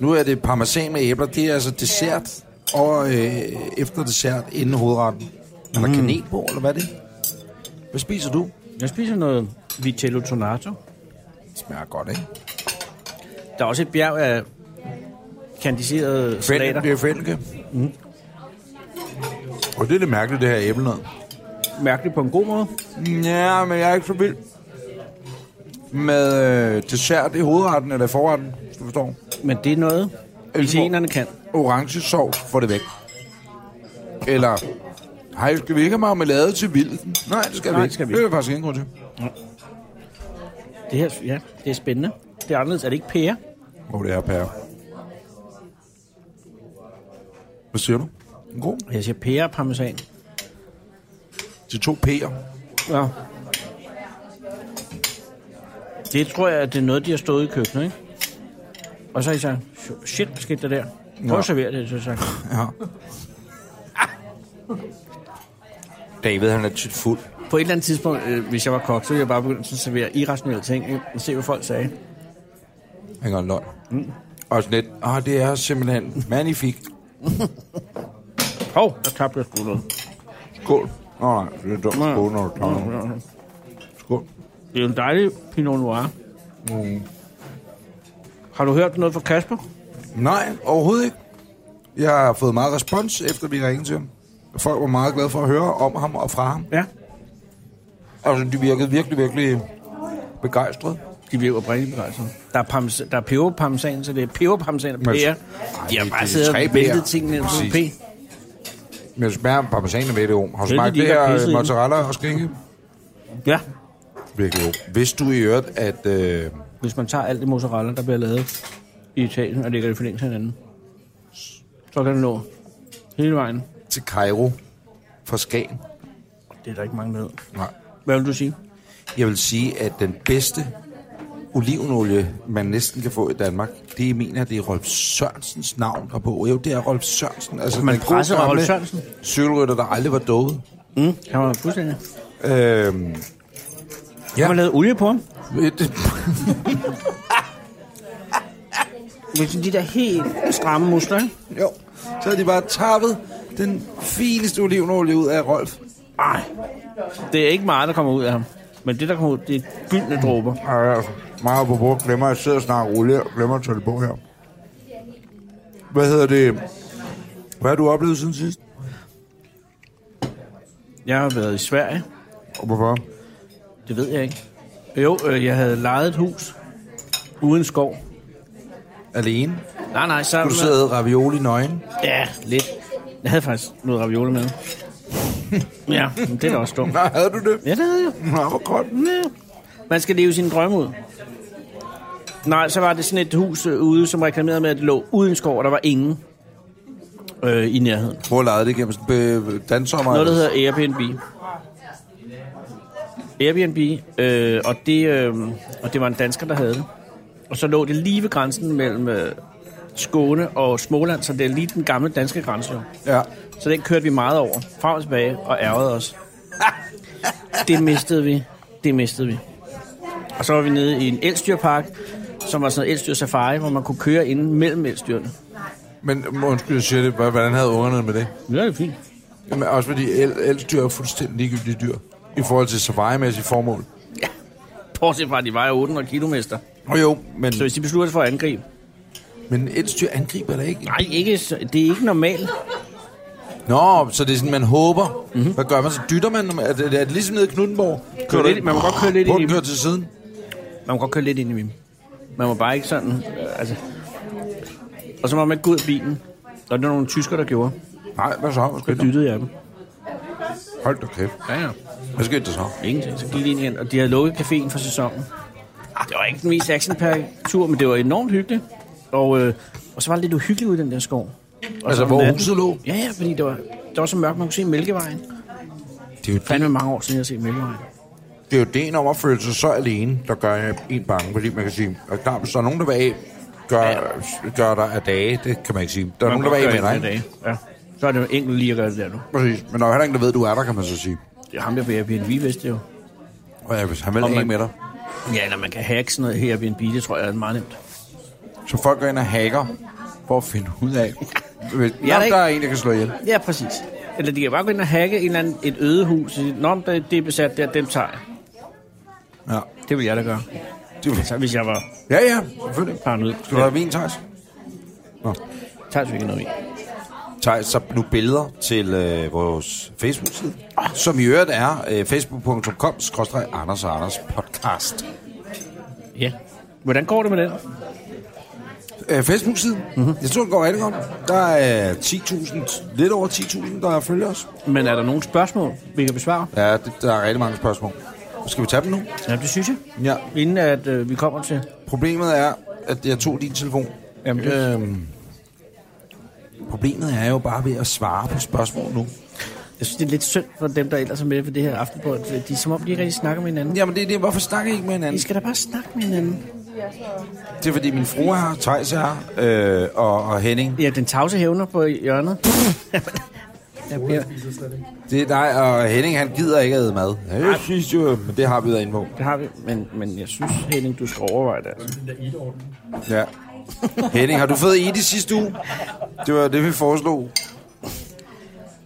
[SPEAKER 1] Nu er det parmesan med æbler. Det er altså dessert og øh, efter dessert inden hovedretten. Er der kanel på, eller hvad er det? Hvad spiser du?
[SPEAKER 3] Jeg spiser noget Vitello Tonato.
[SPEAKER 1] Det smager godt, ikke?
[SPEAKER 3] Der er også et bjerg af kandiserede salater.
[SPEAKER 1] Fælke, det er fælke. Mm. Og det er det mærkeligt, det her æble noget.
[SPEAKER 3] Mærkeligt på en god måde.
[SPEAKER 1] Ja, men jeg er ikke så vild med øh, dessert i hovedretten eller i forretten, hvis du forstår.
[SPEAKER 3] Men det er noget, italienerne kan.
[SPEAKER 1] Orange sovs, får det væk. Eller, hej, skal vi ikke have marmelade til vilden? Nej, det skal,
[SPEAKER 3] Nej,
[SPEAKER 1] vi,
[SPEAKER 3] det
[SPEAKER 1] ikke.
[SPEAKER 3] skal vi
[SPEAKER 1] Det er
[SPEAKER 3] ikke.
[SPEAKER 1] der faktisk ingen grund til.
[SPEAKER 3] Det her, ja, det er spændende. Det er anderledes. Er det ikke pære?
[SPEAKER 1] Hvor det er, pære. Hvad siger du? En god.
[SPEAKER 3] Jeg siger pære og parmesan.
[SPEAKER 1] De to p'er.
[SPEAKER 3] Ja. Det tror jeg, at det er noget, de har stået i køkkenet, ikke? Og så har I sagt, shit, hvad skete der der? Prøv
[SPEAKER 1] Ja.
[SPEAKER 3] at servere det, så har jeg sagt.
[SPEAKER 1] Ja. David, han er tit fuld.
[SPEAKER 3] På et eller andet tidspunkt, øh, hvis jeg var kok, så ville jeg bare begynde at servere irrationelle ting, ikke? og se, hvad folk sagde.
[SPEAKER 1] Han gør en løgn. Mm. Og sådan lidt, ah, det er simpelthen magnifik.
[SPEAKER 3] Hov, der tabte jeg sgu noget.
[SPEAKER 1] Skål. Nå, nej, det er dumt skål, når du tager noget. Skål.
[SPEAKER 3] Det er jo en dejlig Pinot Noir. Mm. Har du hørt noget fra Kasper?
[SPEAKER 1] Nej, overhovedet ikke. Jeg har fået meget respons, efter vi ringede til ham. Folk var meget glade for at høre om ham og fra ham.
[SPEAKER 3] Ja.
[SPEAKER 1] Altså, de virkede virkelig, virkelig begejstrede.
[SPEAKER 3] De bliver oprindeligt begejstrede. Der er, parmes, der er peberparmesan, så det er peberparmesan og
[SPEAKER 1] Men-
[SPEAKER 3] pære.
[SPEAKER 1] Ej,
[SPEAKER 3] De har
[SPEAKER 1] det- det er
[SPEAKER 3] bare siddet
[SPEAKER 1] tre
[SPEAKER 3] og væltet
[SPEAKER 1] pærer.
[SPEAKER 3] tingene ind på
[SPEAKER 1] Præcis.
[SPEAKER 3] p.
[SPEAKER 1] Men jeg smager parmesan ved det om. Har du
[SPEAKER 3] Heldigt,
[SPEAKER 1] smagt
[SPEAKER 3] de
[SPEAKER 1] det
[SPEAKER 3] ikke har
[SPEAKER 1] her
[SPEAKER 3] pisset i
[SPEAKER 1] øh,
[SPEAKER 3] den.
[SPEAKER 1] mozzarella og skinke?
[SPEAKER 3] Ja,
[SPEAKER 1] Virkelig god. Vidste du i øvrigt, at... Øh,
[SPEAKER 3] hvis man tager alt det mozzarella, der bliver lavet i Italien, og lægger det i forlængelse af hinanden, så kan det nå hele vejen.
[SPEAKER 1] til Cairo fra Skagen?
[SPEAKER 3] Det er der ikke mange, der ved.
[SPEAKER 1] Nej.
[SPEAKER 3] Hvad vil du sige?
[SPEAKER 1] Jeg vil sige, at den bedste olivenolie, man næsten kan få i Danmark, det mener jeg, det er Rolf Sørensens navn, der er på. Jo, det er Rolf Sørensen. Altså,
[SPEAKER 3] Man
[SPEAKER 1] den gode
[SPEAKER 3] presser
[SPEAKER 1] gamle
[SPEAKER 3] Rolf Sørensen?
[SPEAKER 1] Cykelrytter, der aldrig var dovet.
[SPEAKER 3] Mm. Han var fuldstændig.
[SPEAKER 1] Øhm,
[SPEAKER 3] Ja. Han har lavet olie på ham.
[SPEAKER 1] et,
[SPEAKER 3] Det er sådan de der helt stramme muskler, ikke?
[SPEAKER 1] [LAUGHS] jo, så havde de bare tappet den fineste olivenolie ud af Rolf.
[SPEAKER 3] Ej. Det er ikke meget, der kommer ud af ham. Men det, der kommer ud, det er gyldne dråber.
[SPEAKER 1] Ej, meget på bord. Glemmer, at jeg sidder og snakker olie og glemmer at tage det på her. Hvad hedder det? Hvad har du oplevet siden sidst?
[SPEAKER 3] Jeg har været i Sverige.
[SPEAKER 1] Og hvorfor?
[SPEAKER 3] Det ved jeg ikke. Jo, øh, jeg havde lejet et hus uden skov.
[SPEAKER 1] Alene?
[SPEAKER 3] Nej, nej, så...
[SPEAKER 1] Du sidder og æder ravioli nøgen.
[SPEAKER 3] Ja, lidt. Jeg havde faktisk noget ravioli
[SPEAKER 1] [LAUGHS]
[SPEAKER 3] med. ja, men det er da også dumt.
[SPEAKER 1] Nej, havde du det?
[SPEAKER 3] Ja, det havde jeg.
[SPEAKER 1] Nå, hvor godt.
[SPEAKER 3] Ja. Man skal leve sine drømme ud. Nej, så var det sådan et hus øh, ude, som reklamerede med, at det lå uden skov, og der var ingen øh, i nærheden.
[SPEAKER 1] Hvor lejede det igennem sådan øh, dansommer?
[SPEAKER 3] Noget, der hedder Airbnb. Airbnb, øh, og, det, øh, og det var en dansker, der havde det. Og så lå det lige ved grænsen mellem øh, Skåne og Småland, så det er lige den gamle danske grænse. Jo.
[SPEAKER 1] Ja.
[SPEAKER 3] Så den kørte vi meget over, frem og tilbage, og ærgede [LAUGHS] os. Det mistede vi. Det mistede vi. Og så var vi nede i en elstyrpark, som var sådan noget elstyr safari, hvor man kunne køre inden mellem elstyrene.
[SPEAKER 1] Men undskyld, jeg siger det. hva- Hvordan havde ungerne det med det?
[SPEAKER 3] Ja, det er fint.
[SPEAKER 1] Jamen, også fordi el- elsdyr er fuldstændig ligegyldige dyr. I forhold til survive-mæssige formål.
[SPEAKER 3] Bortset fra, at de vejer 800 kilo, mester.
[SPEAKER 1] Og jo, men,
[SPEAKER 3] Så hvis de beslutter sig for at angribe...
[SPEAKER 1] men elsdyr angriber da ikke.
[SPEAKER 3] Nej, ikke, så- det er ikke normalt.
[SPEAKER 1] Nå, så det er sådan, man håber.
[SPEAKER 3] Mhm.
[SPEAKER 1] Mm-hmm. Hvad gør man? Så dytter man? Er det, er det ligesom nede i Knuttenborg? Kører
[SPEAKER 3] lidt- man må godt køre lidt
[SPEAKER 1] Prøv
[SPEAKER 3] ind i
[SPEAKER 1] at køre
[SPEAKER 3] dem.
[SPEAKER 1] til siden.
[SPEAKER 3] Man må godt køre lidt ind i dem. Man må bare ikke sådan... Øh, altså. Og så må man ikke gå ud af bilen. Der er nogle tysker, der gjorde.
[SPEAKER 1] Nej, hvad så? Hvad
[SPEAKER 3] Så
[SPEAKER 1] skete der?
[SPEAKER 3] dyttede jeg dem.
[SPEAKER 1] Hold da kæft.
[SPEAKER 3] Ja, ja.
[SPEAKER 1] Hvad skete der så?
[SPEAKER 3] Ingenting. Så gik de ind igen, og de havde lukket caféen for sæsonen. Det var ikke den mest action tur, men det var enormt hyggeligt. Og, øh, og så var det lidt uhyggeligt ude i den der skov. Og
[SPEAKER 1] Altså,
[SPEAKER 3] så om
[SPEAKER 1] hvor
[SPEAKER 3] natten-
[SPEAKER 1] huset lå?
[SPEAKER 3] Ja, ja, fordi det var, det var så mørkt, man kunne se Mælkevejen.
[SPEAKER 1] Det er jo
[SPEAKER 3] Fandme mange år siden, jeg har set Mælkevejen.
[SPEAKER 1] Det er jo det om at føle sig så alene, der gør en bange, fordi man kan sige, at der, hvis der er nogen, der vil af, gør, ja. gør dig af dage, det kan man ikke sige. Der er nogen, der vil af med dig. ikke?
[SPEAKER 3] Ja. Så er det jo enkelt lige at gøre det der nu.
[SPEAKER 1] Præcis. Men der er jo heller ingen, der ved, du er der, kan man så sige.
[SPEAKER 3] Det er ham, der på Airbnb, vidste det jo.
[SPEAKER 1] Og ja, hvis han vil
[SPEAKER 3] Og
[SPEAKER 1] af
[SPEAKER 3] man-
[SPEAKER 1] med dig.
[SPEAKER 3] Ja, eller man kan hacke sådan noget her Airbnb, det tror jeg er meget nemt.
[SPEAKER 1] Så folk går ind og hacker for at finde ud af,
[SPEAKER 3] [LAUGHS]
[SPEAKER 1] hvis,
[SPEAKER 3] Jeg er
[SPEAKER 1] Nå,
[SPEAKER 3] ikke-
[SPEAKER 1] der er en, der kan slå ihjel.
[SPEAKER 3] Ja, præcis. Eller de kan bare gå ind og hacke en eller anden, et øde hus. og sige, Nå, men det det er besat der, dem tager jeg.
[SPEAKER 1] Ja,
[SPEAKER 3] Det vil jeg da gøre.
[SPEAKER 1] det vil
[SPEAKER 3] Så hvis jeg var
[SPEAKER 1] Ja, ja, selvfølgelig.
[SPEAKER 3] paranoid.
[SPEAKER 1] Skal du have vin, Thijs?
[SPEAKER 3] Tager vi ikke noget i.
[SPEAKER 1] Thijs, så nu billeder til øh, vores Facebook-side, som i øvrigt er øh, facebook.com-anders og Anders podcast.
[SPEAKER 3] Ja. Hvordan går det med den?
[SPEAKER 1] øh, Facebook-siden. Mm-hmm. Jeg tror, det går rigtig godt. Der er 10.000, lidt over 10.000, der følger os.
[SPEAKER 3] Men er der nogle spørgsmål, vi kan besvare?
[SPEAKER 1] Ja, det, der er rigtig mange spørgsmål. Skal vi tage dem nu?
[SPEAKER 3] Ja, det synes jeg.
[SPEAKER 1] Ja.
[SPEAKER 3] Inden at øh, vi kommer til...
[SPEAKER 1] Problemet er, at jeg tog din telefon.
[SPEAKER 3] Jamen, det-
[SPEAKER 1] øhm, problemet er jo bare ved at svare på spørgsmål nu.
[SPEAKER 3] Jeg synes, det er lidt synd for dem, der ellers er med på det her aftenbord. De er som om, de ikke rigtig snakker med hinanden.
[SPEAKER 1] Jamen, det er det. Hvorfor snakker I ikke med
[SPEAKER 3] I
[SPEAKER 1] hinanden?
[SPEAKER 3] skal da bare snakke med hinanden.
[SPEAKER 1] Det er, fordi min fru er her, Thijs er her, øh, og, og Henning.
[SPEAKER 3] Ja, den tavse hævner på hjørnet. [LAUGHS] Der bliver-
[SPEAKER 1] Det er dig, og Henning, han gider ikke at æde mad. Jeg synes jo, men det har vi været inde på.
[SPEAKER 3] det har vi. Men, men jeg synes, Henning, du skal overveje det. Altså.
[SPEAKER 1] [LAUGHS] Ja. Henning, har du fået i det sidste uge? Det var det, vi foreslog.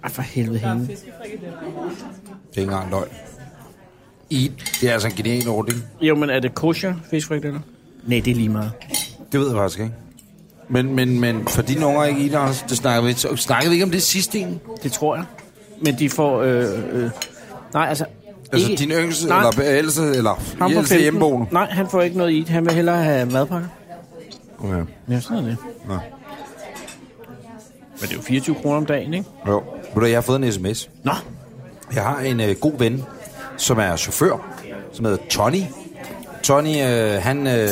[SPEAKER 3] Ej, for helvede, Henning.
[SPEAKER 1] Det er ikke engang løgn. I, det er altså en genial ordning.
[SPEAKER 3] Jo, men er det kosher fiskfrikadeller? Nej, det er lige meget.
[SPEAKER 1] Det ved jeg faktisk ikke. Men, men, men for dine unger er ikke i det, Anders, det snakker vi, så snakkede vi ikke om det sidste en.
[SPEAKER 3] Det tror jeg. Men de får... Øh, øh, nej, altså...
[SPEAKER 1] Altså
[SPEAKER 3] ikke-
[SPEAKER 1] din yngste,
[SPEAKER 3] nej,
[SPEAKER 1] eller ældste, eller
[SPEAKER 3] ham på
[SPEAKER 1] ældste
[SPEAKER 3] 15.
[SPEAKER 1] hjemmeboende.
[SPEAKER 3] Nej, han får ikke noget i det. Han vil hellere have madpakker.
[SPEAKER 1] Okay.
[SPEAKER 3] Ja, sådan er det.
[SPEAKER 1] Nå.
[SPEAKER 3] Men det er jo 24 kroner om dagen, ikke?
[SPEAKER 1] Jo. Ved du, hvad, jeg har fået en sms.
[SPEAKER 3] Nå,
[SPEAKER 1] Jeg har en øh, god ven, som er chauffør, som hedder Tony. Tony, øh, han øh,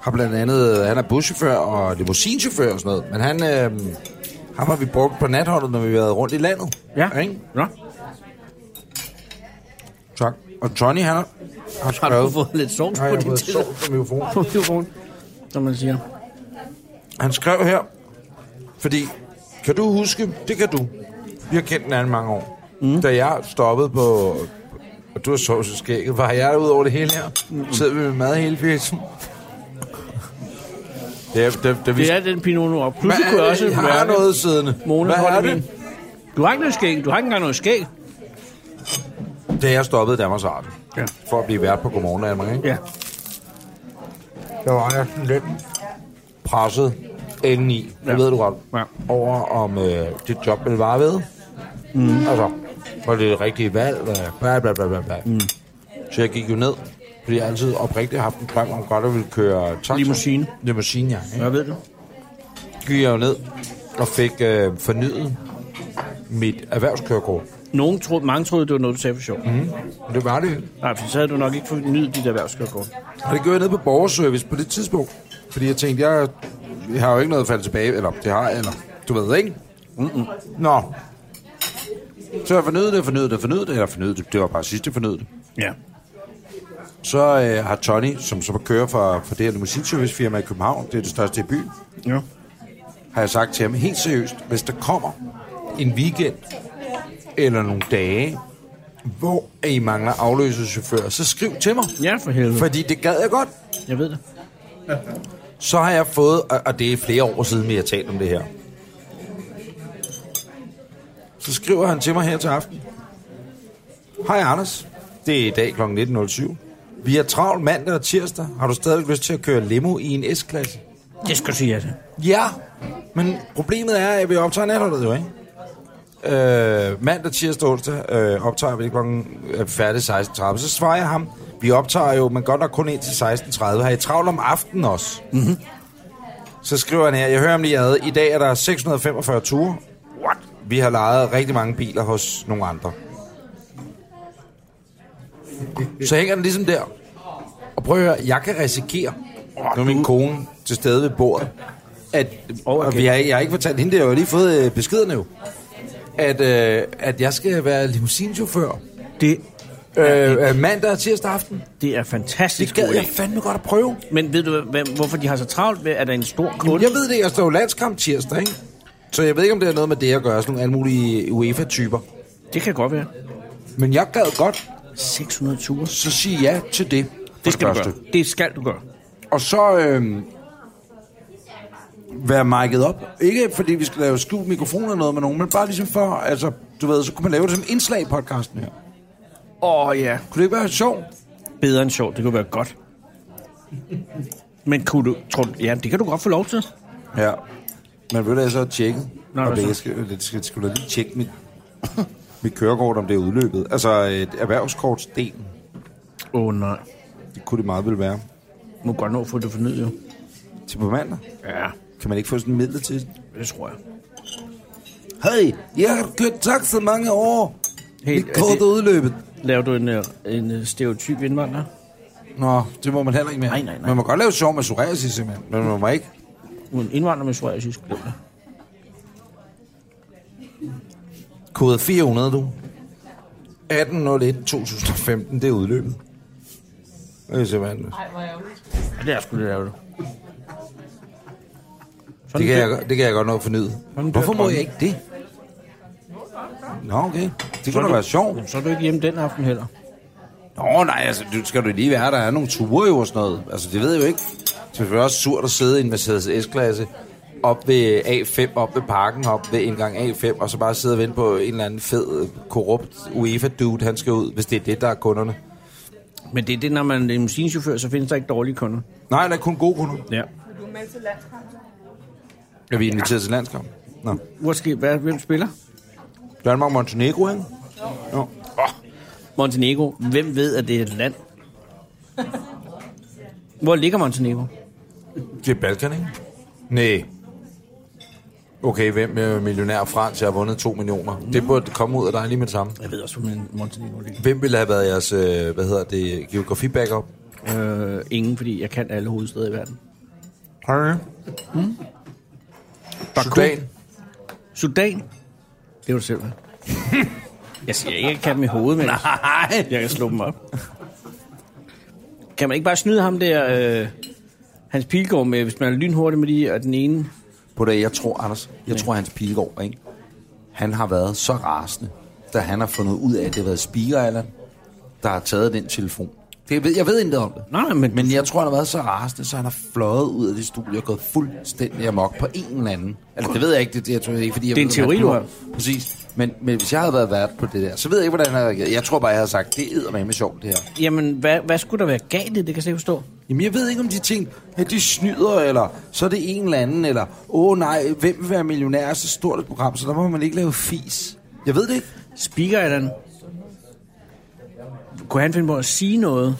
[SPEAKER 1] har blandt andet, han er buschauffør og limousinchauffør og sådan noget, men han, øh, ham har vi brugt på natholdet, når vi har været rundt i landet.
[SPEAKER 3] ja.
[SPEAKER 1] Ikke?
[SPEAKER 3] Nå,
[SPEAKER 1] Tak. Og Tony, han har, har
[SPEAKER 3] har du
[SPEAKER 1] skrevet...
[SPEAKER 3] fået lidt sovs
[SPEAKER 1] Nej,
[SPEAKER 3] på
[SPEAKER 1] jeg har
[SPEAKER 3] din
[SPEAKER 1] fået
[SPEAKER 3] tid? [LAUGHS]
[SPEAKER 1] sovs på mikrofonen.
[SPEAKER 3] På mikrofonen, som man siger.
[SPEAKER 1] Han skrev her, fordi, kan du huske, det kan du, vi har kendt hinanden mange år. Mm. Da jeg stoppede på, og du har sovs i skægget, var jeg ud over det hele her. Mm. Sidder vi med mad hele fjesen. Det er, det, det,
[SPEAKER 3] Det er den pinot noir. Pludselig
[SPEAKER 1] Hvad
[SPEAKER 3] kunne
[SPEAKER 1] er
[SPEAKER 3] jeg
[SPEAKER 1] det,
[SPEAKER 3] også
[SPEAKER 1] I har
[SPEAKER 3] mærke-
[SPEAKER 1] noget siddende?
[SPEAKER 3] Mona,
[SPEAKER 1] Hvad
[SPEAKER 3] hold
[SPEAKER 1] er
[SPEAKER 3] i min.
[SPEAKER 1] det?
[SPEAKER 3] Du har ikke noget skæg. Du har ikke engang noget skæg.
[SPEAKER 1] Da jeg stoppede i Danmarks Radio,
[SPEAKER 3] Ja.
[SPEAKER 1] for at blive vært på Godmorgen Danmark, ikke?
[SPEAKER 3] Ja.
[SPEAKER 1] der var jeg sådan lidt presset indeni, det
[SPEAKER 3] Ja.
[SPEAKER 1] ved du godt,
[SPEAKER 3] Ja.
[SPEAKER 1] over om øh, det job ville vare ved. Mm. Altså, var det det rigtige valg, og bla bla bla bla bla. Mm. Så jeg gik jo ned, fordi jeg altid oprigtigt har haft en drøm om godt at ville køre taxa.
[SPEAKER 3] Limousine.
[SPEAKER 1] Limousine, ja. Ikke?
[SPEAKER 3] Hvad ved du?
[SPEAKER 1] Så gik jeg jo ned og fik øh, fornyet mit erhvervskørekort.
[SPEAKER 3] Nogen troede, mange troede, det var noget, du sagde for sjov. Mm.
[SPEAKER 1] Men Det var det.
[SPEAKER 3] Nej, for så havde du nok ikke fornyet dit erhvervskørekort.
[SPEAKER 1] Og det gjorde jeg nede på borgerservice på det tidspunkt. Fordi jeg tænkte, jeg, jeg har jo ikke noget at falde tilbage, eller det har jeg, eller du ved ikke. Mm-mm. Nå. Så jeg fornyede det, fornyede det, fornyede det, eller fornyede det, det var bare sidste fornyede det.
[SPEAKER 3] Ja.
[SPEAKER 1] Så øh, har Tony, som så kører for, for det her musikservicefirma i København, det er det største i byen,
[SPEAKER 3] Ja.
[SPEAKER 1] har jeg sagt til ham helt seriøst, hvis der kommer en weekend eller nogle dage, hvor I mangler afløsede chauffører, så skriv til mig.
[SPEAKER 3] Ja, for helvede.
[SPEAKER 1] Fordi det gad jeg godt.
[SPEAKER 3] Jeg ved det.
[SPEAKER 1] Så har jeg fået, og- og det er flere år siden, vi har talt om det her. Så skriver han til mig her til aften. Hej Anders. Det er i dag kl. 19.07. Vi er travlt mandag og tirsdag. Har du stadig lyst til at køre limo i en S-klasse?
[SPEAKER 3] Det skal du sige, altså.
[SPEAKER 1] Ja, men problemet er, at vi optager natholdet jo, ikke? Øh, mandag, tirsdag, onsdag øh, optager vi klokken øh, færdig 16.30. Så svarer jeg ham, vi optager jo, men godt nok kun ind til 16.30. Har I travlt om aftenen også? Mm-hmm. Så skriver han her, jeg hører om lige ad. I dag er der 645 ture. What? Vi har lejet rigtig mange biler hos nogle andre. Så hænger den ligesom der. Og prøv at høre, jeg kan risikere, nu er min kone til stede ved bordet, at, okay. og vi har, jeg har ikke fortalt hende det, jeg har jo lige fået øh, beskeden jo, at, øh, at jeg skal være limousinechauffør
[SPEAKER 3] Det,
[SPEAKER 1] øh, øh, mandag og tirsdag aften.
[SPEAKER 3] det er fantastisk
[SPEAKER 1] Det gad
[SPEAKER 3] god
[SPEAKER 1] jeg
[SPEAKER 3] idé.
[SPEAKER 1] fandme godt at prøve.
[SPEAKER 3] Men ved du, hvem, hvorfor de har så travlt? Ved- Er der en stor kunde?
[SPEAKER 1] Jeg ved det, jeg står jo landskamp tirsdag, ikke? Så jeg ved ikke, om det er noget med det at gøre, sådan nogle alle mulige UEFA-typer.
[SPEAKER 3] Det kan godt være.
[SPEAKER 1] Men jeg gad godt,
[SPEAKER 3] 600 ture.
[SPEAKER 1] så sige ja til det. for
[SPEAKER 3] Det skal du
[SPEAKER 1] første.
[SPEAKER 3] gøre. Det skal du gøre.
[SPEAKER 1] Og så øh, være mic'et op. Ikke fordi vi skal lave skjult mikrofon eller noget med nogen, men bare ligesom for, altså, du ved, så kunne man lave det som indslag i podcasten her.
[SPEAKER 3] Åh oh, ja.
[SPEAKER 1] Kunne det ikke være sjovt?
[SPEAKER 3] Bedre end sjovt, det kunne være godt. Men kunne du, tror du, ja, det kan du godt få lov til.
[SPEAKER 1] Ja. Men ved du, jeg så har tjekket.
[SPEAKER 3] Nå,
[SPEAKER 1] Nå, og
[SPEAKER 3] hvad
[SPEAKER 1] det,
[SPEAKER 3] så?
[SPEAKER 1] jeg skal, det skal, skulle da lige tjekke mit, [COUGHS] mit kørekort, om det er udløbet. Altså, et erhvervskortsdelen,
[SPEAKER 3] Åh oh, nej.
[SPEAKER 1] det kunne det meget vel være.
[SPEAKER 3] Må godt nå at få det fornyet, jo.
[SPEAKER 1] Til på mandag.
[SPEAKER 3] Ja,
[SPEAKER 1] Kan man ikke få sådan en middel til?
[SPEAKER 3] det tror jeg.
[SPEAKER 1] Hey, jeg har kørt taxa mange år.
[SPEAKER 3] Helt,
[SPEAKER 1] Mit
[SPEAKER 3] er
[SPEAKER 1] kort er
[SPEAKER 3] det,
[SPEAKER 1] udløbet.
[SPEAKER 3] laver du en, øh, en øh, stereotyp indvandrer?
[SPEAKER 1] Nå, det må man heller ikke mere.
[SPEAKER 3] Nej, nej, nej.
[SPEAKER 1] Man må godt lave sjov med psoriasis, simpelthen. Men man må ikke.
[SPEAKER 3] En indvandrer med psoriasis, glem det.
[SPEAKER 1] Kode 400, du. 1801 2015, det er udløbet. Det er simpelthen...
[SPEAKER 3] Ja, det er sgu det, laver du.
[SPEAKER 1] Det kan,
[SPEAKER 3] Sådan dør-
[SPEAKER 1] jeg, godt- det kan jeg godt nå at fornyde.
[SPEAKER 3] Sådan dør
[SPEAKER 1] Hvorfor må
[SPEAKER 3] drømmen.
[SPEAKER 1] jeg ikke det? Nå, okay. Det
[SPEAKER 3] Så er
[SPEAKER 1] kunne da
[SPEAKER 3] du-
[SPEAKER 1] være sjovt.
[SPEAKER 3] Jamen, Så er du ikke hjemme den aften heller.
[SPEAKER 1] Nå, nej, altså, du skal du lige være, der er nogle ture jo og sådan noget. Altså, det ved jeg jo ikke. Så det er også surt at sidde i en Mercedes S-klasse op ved A5, op ved parken, op ved indgang A5, og så bare sidde og vente på en eller anden fed, korrupt UEFA-dude, han skal ud, hvis det er det, der er kunderne.
[SPEAKER 3] Men det er det, når man er limousinechauffør, så findes der ikke dårlige kunder.
[SPEAKER 1] Nej, der er kun gode kunder.
[SPEAKER 3] Ja.
[SPEAKER 1] Ja, vi er inviteret til landskamp. Nå.
[SPEAKER 3] Måske, hvad, hvem spiller?
[SPEAKER 1] Danmark Montenegro, ikke? Nå.
[SPEAKER 3] Montenegro. Hvem ved, at det er et land? Hvor ligger Montenegro?
[SPEAKER 1] Det er Balkan, ikke? Nej. Okay, hvem er millionær Frans? Jeg har vundet 2 millioner. Det burde komme ud af dig lige med det samme.
[SPEAKER 3] Jeg ved også, hvor Mon- Montenegro ligger.
[SPEAKER 1] Hvem ville have været jeres, øh, hvad hedder det, geografi-backup?
[SPEAKER 3] Øh, ingen, fordi jeg kan alle hovedsteder i verden.
[SPEAKER 1] Hej. Hmm? Sudan.
[SPEAKER 3] Sudan? Det er du selv, hvad? [LAUGHS] Jeg siger ikke, at jeg kan dem i hovedet, men Nej. jeg kan slå dem op. Kan man ikke bare snyde ham der, øh, Hans Pilgaard, med, hvis man er lynhurtig med de, og den ene...
[SPEAKER 1] På det, jeg tror, Anders, jeg tror, Hans Pilgaard, ikke? han har været så rasende, da han har fundet ud af, at det har været Speaker Island, der har taget den telefon. Det, jeg, ved, jeg ved intet om det.
[SPEAKER 3] Nej, nej, men-
[SPEAKER 1] men jeg tror, han har været så rasende, så han har fløjet ud af det studie og gået fuldstændig amok på en eller anden. Altså, det ved jeg ikke, det, det jeg tror jeg ikke, fordi jeg
[SPEAKER 3] Det er en
[SPEAKER 1] ved, om han
[SPEAKER 3] teori, du
[SPEAKER 1] gjorde. Præcis. Men, men hvis jeg havde været vært på det der, så ved jeg ikke, hvordan han havde reageret. Jeg tror bare, jeg havde sagt, det er med sjovt, det her.
[SPEAKER 3] Jamen, hvad, hvad skulle der være galt i det? Det kan jeg slet ikke forstå.
[SPEAKER 1] Jamen, jeg ved ikke, om de tænkte, at de snyder, eller så er det en eller anden, eller åh oh, nej, hvem vil være millionær er så stort et program, så der må man ikke lave fis. Jeg ved det ikke.
[SPEAKER 3] Speaker Island. Kunne han finde på at sige noget,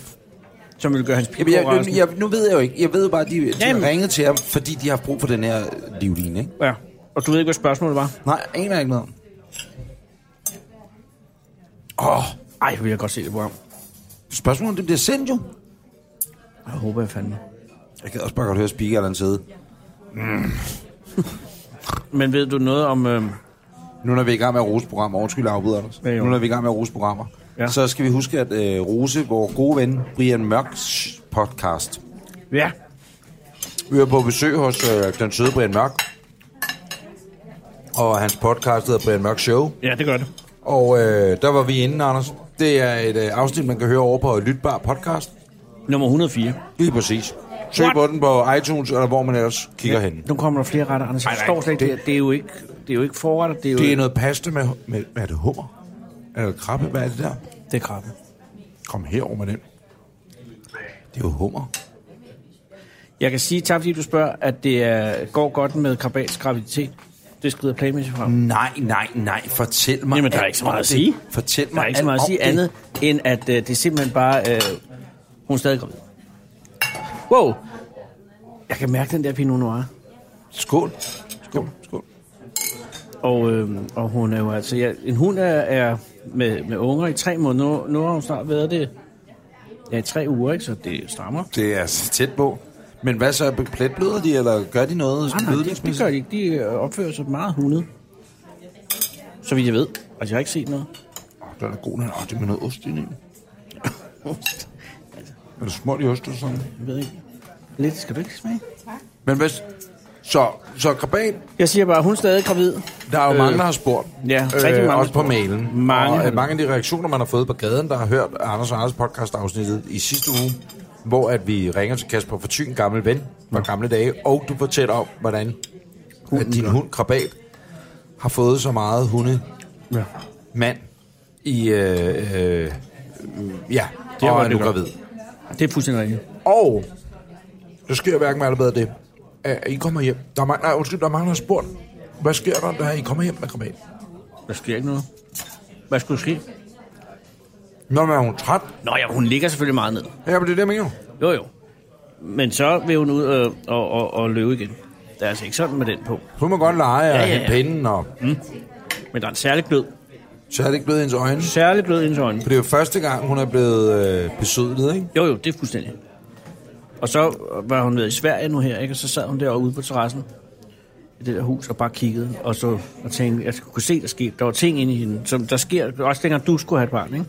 [SPEAKER 3] som ville gøre hans
[SPEAKER 1] Jamen,
[SPEAKER 3] Pilgaard
[SPEAKER 1] jeg,
[SPEAKER 3] rasende?
[SPEAKER 1] jeg, jeg, nu ved jeg jo ikke. Jeg ved jo bare, at de, de
[SPEAKER 3] Jamen.
[SPEAKER 1] har ringet til ham, fordi de har brug for den her livline, ikke?
[SPEAKER 3] Ja, og du ved ikke, hvad spørgsmålet var?
[SPEAKER 1] Nej, aner ikke noget om. Åh,
[SPEAKER 3] Ej, vil jeg godt se det program.
[SPEAKER 1] spørgsmålet det bliver sendt jo.
[SPEAKER 3] Jeg håber, jeg fandme.
[SPEAKER 1] Jeg kan også bare godt høre Speaker eller en side.
[SPEAKER 3] Men ved du noget om... Øh,
[SPEAKER 1] Nu når vi er i gang med at rose programmer, undskyld jeg afbryder Anders.
[SPEAKER 3] Ja, jo.
[SPEAKER 1] nu når vi er i gang med at rose programmer, ja.
[SPEAKER 3] Ja.
[SPEAKER 1] så skal vi huske at øh, rose vores gode ven Brian Mørks podcast.
[SPEAKER 3] ja,
[SPEAKER 1] Vi er på besøg hos øh, den søde Brian Mørk. Og hans podcast hedder Brian Mørk Show.
[SPEAKER 3] ja, det gør det.
[SPEAKER 1] Og øh, der var vi inde, Anders. Det er et øh, afsnit, man kan høre over på Lytbar Podcast.
[SPEAKER 3] Nummer 104.
[SPEAKER 1] Lige præcis. Søg på den på iTunes, eller hvor man ellers kigger hen.
[SPEAKER 3] Nu kommer der flere retter, Anders. Jeg
[SPEAKER 1] Nej, nej,
[SPEAKER 3] forstår slet ikke,
[SPEAKER 1] det-
[SPEAKER 3] det, her. det er jo ikke, det er jo ikke forretter, det er jo
[SPEAKER 1] Det er noget pasta med, med, med er det hummer? Er det krabbe? Hvad er det der?
[SPEAKER 3] det er krabbe.
[SPEAKER 1] Kom herover med den. Det er jo hummer.
[SPEAKER 3] Jeg kan sige, tak fordi du spørger, at det er, går godt med krabats graviditet. Det skrider playmæssigt frem.
[SPEAKER 1] Nej, nej, nej. Fortæl mig.
[SPEAKER 3] Jamen, der er
[SPEAKER 1] alt
[SPEAKER 3] ikke så meget
[SPEAKER 1] om
[SPEAKER 3] at
[SPEAKER 1] det.
[SPEAKER 3] sige.
[SPEAKER 1] Fortæl mig
[SPEAKER 3] Der er ikke så
[SPEAKER 1] alt
[SPEAKER 3] meget at
[SPEAKER 1] om
[SPEAKER 3] sige
[SPEAKER 1] det.
[SPEAKER 3] andet, end at øh, det er simpelthen bare... Øh, hun er stadig gravid. Wow! Jeg kan mærke den der Pinot Noir.
[SPEAKER 1] Skål. Skål. Skål.
[SPEAKER 3] Og, øh, og hun er jo altså... Ja, en hund er, er med, med unger i tre måneder. Nu, nu har hun snart været det ja, i tre uger, ikke? så det strammer.
[SPEAKER 1] Det er så tæt på. Men hvad så? Pletbløder de, eller gør de noget?
[SPEAKER 3] Ah, Nej, nej, det, det gør de ikke. De øh, opfører sig meget hundet. Så vidt jeg ved. Altså, jeg har ikke set noget.
[SPEAKER 1] Oh, den er god, den oh, det er med noget ost i
[SPEAKER 3] [LAUGHS]
[SPEAKER 1] den. Er det småt i ost eller sådan?
[SPEAKER 3] Jeg ved ikke. Lidt skal du ikke smage?
[SPEAKER 1] Men hvis... Så, så krabat,
[SPEAKER 3] Jeg siger bare, hun er stadig gravid.
[SPEAKER 1] der er jo øh, mange, der har spurgt. øh,
[SPEAKER 3] ja, rigtig mange
[SPEAKER 1] Også på
[SPEAKER 3] har spurgt.
[SPEAKER 1] mailen.
[SPEAKER 3] Mange
[SPEAKER 1] Og,
[SPEAKER 3] har-
[SPEAKER 1] øh, mange af de reaktioner, man har fået på gaden, der har hørt Anders og Anders podcast afsnittet i sidste uge, hvor at vi ringer til Kasper for Thyn, gammel ven fra gamle dage, og du fortæller om, hvordan at din hund krabat har fået så meget hunde
[SPEAKER 3] Ja.
[SPEAKER 1] mand i... Øh, øh, øh, ja, det
[SPEAKER 3] hvor
[SPEAKER 1] og er
[SPEAKER 3] det
[SPEAKER 1] nu
[SPEAKER 3] gør.
[SPEAKER 1] gravid.
[SPEAKER 3] Det er fuldstændig rigtigt.
[SPEAKER 1] Og der sker hverken med allerede det, at I kommer hjem. Der er mange, nej, undskyld, der er mange, der har spurgt, hvad sker der, da I kommer hjem med krabat?
[SPEAKER 3] Der sker ikke noget. Hvad skulle der ske?
[SPEAKER 1] Nå, men er hun træt?
[SPEAKER 3] Nå ja, hun ligger selvfølgelig meget ned.
[SPEAKER 1] Ja, men det er det, jeg mener.
[SPEAKER 3] Jo jo. Men så vil hun ud øh, og, og, og løbe igen. Der er altså ikke sådan med den på.
[SPEAKER 1] Hun må godt lege og ja,
[SPEAKER 3] ja,
[SPEAKER 1] ja,
[SPEAKER 3] ja.
[SPEAKER 1] ja. pinden, og
[SPEAKER 3] Men der er en særlig glød.
[SPEAKER 1] så er det ikke blevet hendes øjne. For
[SPEAKER 3] Særlig glød i hendes øjne.
[SPEAKER 1] det er jo første gang, hun er blevet øh, besødlet, ikke?
[SPEAKER 3] Jo jo, det er fuldstændig. Og så var hun været i Sverige nu her, ikke? og så sad hun derude ude på terrassen i det der hus og bare kiggede, og så og tænkte, jeg kunne se, der skete. Der var ting inde i hende, som der sker, også dengang du skulle have et barn, ikke?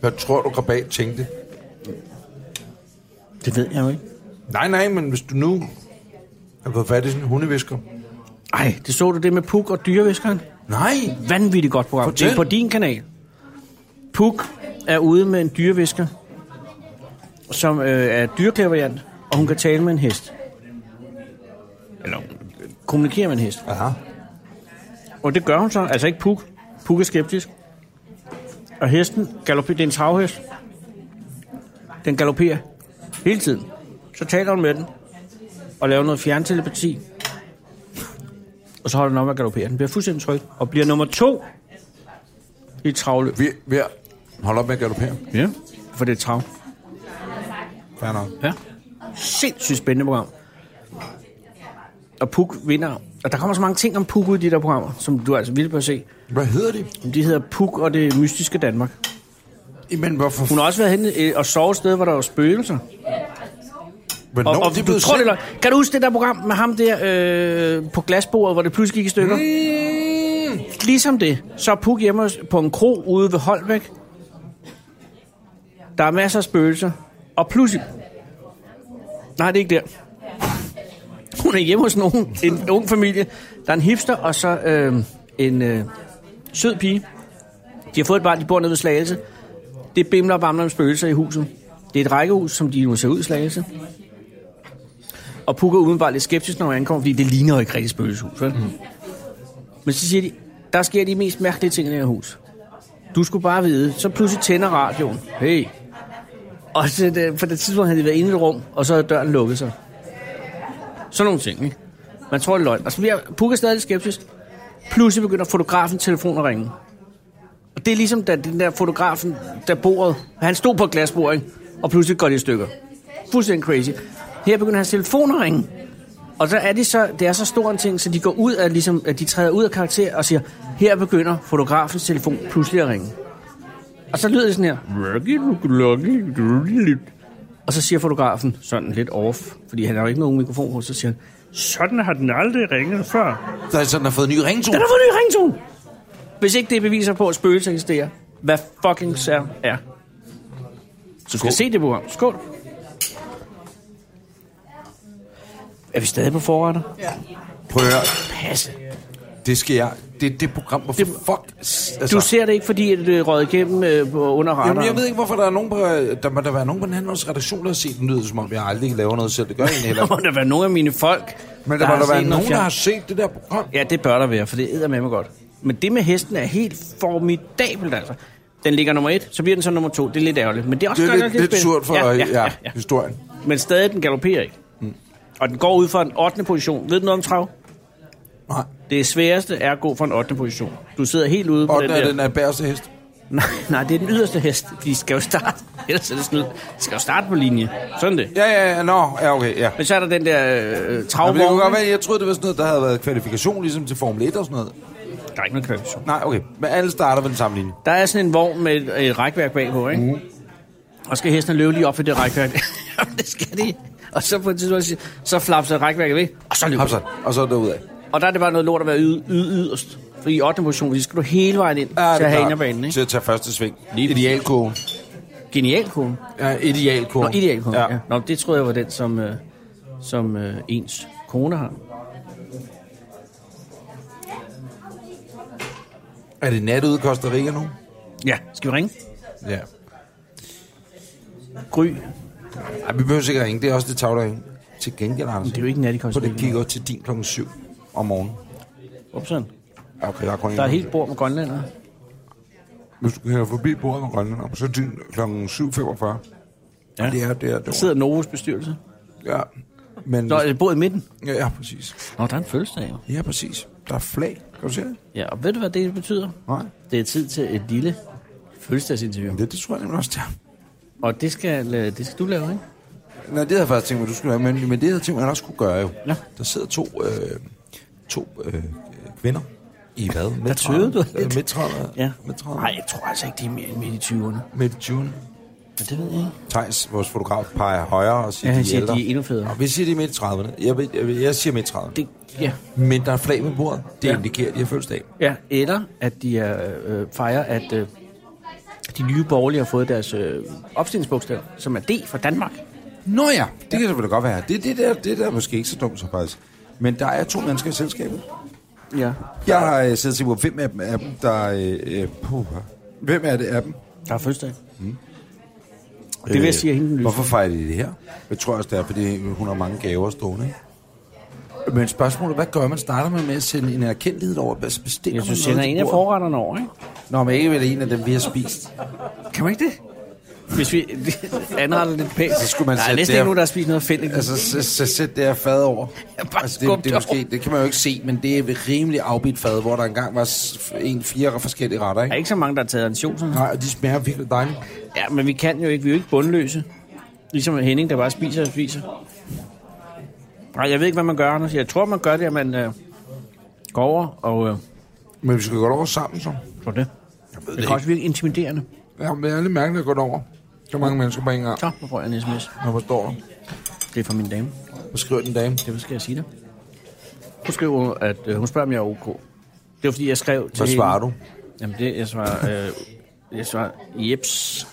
[SPEAKER 1] Hvad tror du, krabat tænkte?
[SPEAKER 3] Det ved jeg jo ikke.
[SPEAKER 1] Nej, nej, men hvis du nu er blevet fat i sådan en hundevisker.
[SPEAKER 3] Ej, det så du det med Puk og dyreviskeren?
[SPEAKER 1] Nej!
[SPEAKER 3] vanvittigt godt program.
[SPEAKER 1] Fortæl.
[SPEAKER 3] Det er på din kanal. Puk er ude med en dyrevisker, som øh, er dyreklaverjant, og hun kan tale med en hest. Eller øh, kommunikere med en hest.
[SPEAKER 1] Aha.
[SPEAKER 3] Og det gør hun så. Altså ikke Puk. Puk er skeptisk. Og hesten galopperer. Det er en travhest. Den galopperer hele tiden. Så taler hun med den. Og laver noget fjerntelepati. Og så holder den op med at galoppere. Den bliver fuldstændig tryg. Og bliver nummer to i et travløb.
[SPEAKER 1] Vi, vi er... Hold op med at galopere.
[SPEAKER 3] Ja. For det er trav.
[SPEAKER 1] Fair nok.
[SPEAKER 3] Ja. Sindssygt spændende program. Og Puk vinder. Og der kommer så mange ting om Puk ud i de der programmer, som du altså vil bør se.
[SPEAKER 1] Hvad hedder de?
[SPEAKER 3] De hedder Puk og det mystiske Danmark.
[SPEAKER 1] Jamen, hvorfor...
[SPEAKER 3] Hun har også været henne øh, og sovet et sted, hvor der var spøgelser. Og,
[SPEAKER 1] Hvornår
[SPEAKER 3] og
[SPEAKER 1] de
[SPEAKER 3] du tror, det er løgn. Kan du huske det der program med ham der øh, på glasbordet, hvor det pludselig gik i stykker? Mm.
[SPEAKER 1] Mm.
[SPEAKER 3] Ligesom det, så er Puk hjemme hos- på en kro ude ved Holbæk. Der er masser af spøgelser. Og pludselig... Nej, det er ikke der. Hun er hjemme hos nogen, en ung familie. Der er en hipster og så øh, en øh, sød pige. De har fået et barn, de bor nede ved Slagelse. Det bimler og bamler med spøgelser i huset. Det er et rækkehus, som de nu ser ud i Slagelse. Og Puk er udenbart lidt skeptisk, når han ankommer, fordi det ligner jo ikke rigtig spøgelseshus, vel? Mm. Men så siger de, der sker de mest mærkelige ting i det her hus. Du skulle bare vide. Så pludselig tænder radioen. Hey. Og så, det, på det tidspunkt havde de været inde i et rum, og så havde døren lukket sig. Sådan nogle ting, ikke? Man tror, det er løgn. Og så bliver Puk er stadig lidt skeptisk. Pludselig begynder fotografen telefon at ringe. Og det er ligesom, da den der fotografen, der bordet, han stod på et glasbord, ikke? og pludselig går det i stykker. Fuldstændig crazy. Her begynder hans telefon at ringe. Og så er det så, det er så stor en ting, så de går ud af, ligesom, at de træder ud af karakter og siger, her begynder fotografens telefon pludselig at ringe. Og så lyder det sådan her. "Lucky, lucky, lucky, lucky, lucky." Og så siger fotografen sådan lidt off, fordi han har jo ikke nogen mikrofon på, så siger han, sådan har den aldrig ringet før.
[SPEAKER 1] Der er sådan, der har fået en ny ringtone.
[SPEAKER 3] Den har fået ny ringtone! Hvis ikke det er beviser på, at spøgelser eksisterer, hvad fucking sær er. Så skal
[SPEAKER 1] Skål.
[SPEAKER 3] jeg se det program. Skål. Er vi stadig på forretter?
[SPEAKER 1] Prøv at høre.
[SPEAKER 3] Passe.
[SPEAKER 1] Det skal jeg. Det er det program, hvor det, fuck... s- Altså,
[SPEAKER 3] Du ser det ikke, fordi det er røget igennem øh, på- under radaren?
[SPEAKER 1] Jamen, jeg ved ikke, hvorfor der er nogen på... Der må der være nogen på den anden vores redaktion, der har set den lyder, som om jeg aldrig laver noget selv. Det gør jeg egentlig
[SPEAKER 3] Der
[SPEAKER 1] heller.
[SPEAKER 3] [LAUGHS] må [LAUGHS] der være nogle af mine folk,
[SPEAKER 1] Men der, der må
[SPEAKER 3] har
[SPEAKER 1] der være
[SPEAKER 3] set noget
[SPEAKER 1] nogen, der
[SPEAKER 3] fjern-
[SPEAKER 1] har set det der program.
[SPEAKER 3] Ja, det bør der være, for det æder med mig godt. Men det med hesten er helt formidabelt, altså. Den ligger nummer et, så bliver den så nummer to. Det er lidt ærgerligt, men det er også
[SPEAKER 1] Det er
[SPEAKER 3] godt
[SPEAKER 1] lidt,
[SPEAKER 3] nok
[SPEAKER 1] lidt
[SPEAKER 3] spændende.
[SPEAKER 1] surt for ja, ja, ja, historien.
[SPEAKER 3] Men stadig, den galopperer ikke. Og den går ud fra en 8. position. Ved du noget om trav?
[SPEAKER 1] Nej.
[SPEAKER 3] Det sværeste er at gå fra en 8. position. Du sidder helt ude på
[SPEAKER 1] Og
[SPEAKER 3] den
[SPEAKER 1] den
[SPEAKER 3] der.
[SPEAKER 1] er den er bæreste hest.
[SPEAKER 3] [LAUGHS] Nej, nej, det er den yderste hest. De skal jo starte. [LAUGHS] Ellers er det snyd. De skal jo starte på linje. Sådan det.
[SPEAKER 1] Ja, ja, ja. Nå, ja, okay, ja.
[SPEAKER 3] Men så er der den der øh,
[SPEAKER 1] Jamen, det kunne godt
[SPEAKER 3] travvogn.
[SPEAKER 1] være, jeg troede, det var sådan noget, der havde været kvalifikation, ligesom til Formel 1 og sådan noget.
[SPEAKER 3] Der er ikke noget kvalifikation.
[SPEAKER 1] Nej, okay. Men alle starter ved den samme linje.
[SPEAKER 3] Der er sådan en vogn med et, et rækværk bagpå, ikke?
[SPEAKER 1] Mhm.
[SPEAKER 3] Mm. Og skal hesten løbe lige op ved det rækværk. [LAUGHS] det skal de. Og så på et tidspunkt, siger- så flapser rækværket ved, og så løber de.
[SPEAKER 1] Hopsa. Og så derudad.
[SPEAKER 3] Og der er det bare noget lort at være yd, yd, yderst. For i 8. position, fordi så skal du hele vejen ind ja, til
[SPEAKER 1] det er klart.
[SPEAKER 3] hanerbanen, ikke?
[SPEAKER 1] Til at tage første sving. Idealkogen.
[SPEAKER 3] Genial kone.
[SPEAKER 1] Ja,
[SPEAKER 3] Nå,
[SPEAKER 1] idealkogen.
[SPEAKER 3] ideal kone. Ja. Ja. Nå, det troede jeg var den, som, øh, som øh, ens kone har.
[SPEAKER 1] Er det nat ude i Costa Rica nu?
[SPEAKER 3] Ja, skal vi ringe?
[SPEAKER 1] Ja.
[SPEAKER 3] Gry.
[SPEAKER 1] Ej, vi behøver sikkert ringe. Det er også det tag, der ringe. Til gengæld, Anders.
[SPEAKER 3] Det er jo ikke nat i Costa
[SPEAKER 1] Prøv lige
[SPEAKER 3] Rica.
[SPEAKER 1] at kigge op til din klokken 7 om morgenen.
[SPEAKER 3] Upsen.
[SPEAKER 1] Ja, Okay, der er kun en
[SPEAKER 3] Der er et
[SPEAKER 1] klokken
[SPEAKER 3] helt bord med grønlændere.
[SPEAKER 1] Hvis du kører forbi bordet med Grønland, så er din kl. 7.45. Ja. Det er, det er,
[SPEAKER 3] Der
[SPEAKER 1] det er.
[SPEAKER 3] sidder Novos bestyrelse.
[SPEAKER 1] Ja. Men,
[SPEAKER 3] Nå, øh. er det bordet i midten?
[SPEAKER 1] ja, ja, præcis.
[SPEAKER 3] Nå, der er en fødselsdag, jo.
[SPEAKER 1] Ja, præcis. Der er flag. Kan du se det?
[SPEAKER 3] Ja, og ved du, hvad det betyder?
[SPEAKER 1] Nej.
[SPEAKER 3] Det er tid til et lille fødselsdagsinterview.
[SPEAKER 1] Det, det tror jeg nemlig også, det er.
[SPEAKER 3] Og det skal, øh, det skal du lave, ikke?
[SPEAKER 1] Nej, det havde jeg faktisk tænkt mig, du skulle lave, men, men det havde jeg tænkt mig, at han også kunne gøre jo.
[SPEAKER 3] Ja.
[SPEAKER 1] Der sidder to, øh, to øh, kvinder i hvad? Midt
[SPEAKER 3] Der tøvede du lidt.
[SPEAKER 1] Midt 30'erne.
[SPEAKER 3] Ja.
[SPEAKER 1] Midt 30'erne.
[SPEAKER 3] Nej, jeg tror altså ikke, det er mere end midt i 20'erne.
[SPEAKER 1] Midt 20'erne.
[SPEAKER 3] Ja, det ved jeg ikke.
[SPEAKER 1] Thijs, vores fotograf, peger højere og siger,
[SPEAKER 3] Ja, han
[SPEAKER 1] de
[SPEAKER 3] siger,
[SPEAKER 1] ældre.
[SPEAKER 3] de er endnu federe.
[SPEAKER 1] Og vi siger, de er midt 30'erne. Jeg, ved- jeg, ved- jeg siger midt 30'erne.
[SPEAKER 3] Det, ja.
[SPEAKER 1] Men der er flag med bordet. Det
[SPEAKER 3] Ja.
[SPEAKER 1] indikerer, at de har fødselsdag.
[SPEAKER 3] ja. Eller at de er, øh, fejrer, at øh, de nye borgerlige har fået deres øh, opstillingsbogstav, som er D fra Danmark.
[SPEAKER 1] Nå ja, det kan selvfølgelig godt være. Det, det, der, det der er måske ikke så dumt, så faktisk. Men der er to mennesker i selskabet.
[SPEAKER 3] Ja.
[SPEAKER 1] Jeg har øh, siddet og set på, hvem af dem er dem, der... Øh, øh, puh, hvem er det af dem?
[SPEAKER 3] Der er fødselsdag. Det vil jeg sige, at hende den lyse.
[SPEAKER 1] Øh, Hvorfor fejrer de det her? Jeg tror også, det er, fordi hun har mange gaver stående. ikke? Men spørgsmålet, hvad gør man? Starter man med at sende en erkendelighed over? Hvad bestiller
[SPEAKER 3] Jeg synes,
[SPEAKER 1] man
[SPEAKER 3] sender
[SPEAKER 1] noget til
[SPEAKER 3] en af
[SPEAKER 1] bordet?
[SPEAKER 3] forretterne over, ikke?
[SPEAKER 1] Nå, men ikke vel en af dem, vi har
[SPEAKER 3] [LAUGHS]
[SPEAKER 1] spist.
[SPEAKER 3] Kan man ikke det? Hvis vi [LAUGHS] anretter lidt pænt, så
[SPEAKER 1] skulle man
[SPEAKER 3] Der er
[SPEAKER 1] sætte
[SPEAKER 3] næsten
[SPEAKER 1] det
[SPEAKER 3] ikke
[SPEAKER 1] her-
[SPEAKER 3] nogen, der har spist noget fedt. Altså,
[SPEAKER 1] Altså, så, så sæt det her fad over.
[SPEAKER 3] bare
[SPEAKER 1] Altså, det, det, er
[SPEAKER 3] skub det
[SPEAKER 1] måske, det kan man jo ikke se, men det er et rimelig afbidt fad, hvor der engang var s- en fire forskellige retter,
[SPEAKER 3] der er
[SPEAKER 1] ikke?
[SPEAKER 3] ikke så mange, der har taget en sjov sådan.
[SPEAKER 1] Nej, og de smager virkelig dejligt.
[SPEAKER 3] Ja, men vi kan jo ikke. Vi er jo ikke bundløse. Ligesom Henning, der bare spiser og spiser. Nej, jeg ved ikke, hvad man gør, Anders. Jeg tror, man gør det, at man øh, går over og... Øh,
[SPEAKER 1] Men vi skal godt over sammen, så.
[SPEAKER 3] tror det.
[SPEAKER 1] ved
[SPEAKER 3] Det kan også virke intimiderende.
[SPEAKER 1] Ja, men det er lidt mærkeligt at gå over. Så mange mennesker på en gang.
[SPEAKER 3] Så, nu får jeg en sms.
[SPEAKER 1] Jeg forstår dig.
[SPEAKER 3] Det er fra min dame.
[SPEAKER 1] Hvad skriver den dame?
[SPEAKER 3] Det skal jeg sige dig. Hun skriver, at øh, hun spørger, om jeg er ok. Det var, fordi jeg skrev til
[SPEAKER 1] Hvad
[SPEAKER 3] hende-
[SPEAKER 1] svarer du?
[SPEAKER 3] Jamen det, jeg svarer, øh, jeg svarer, jeps.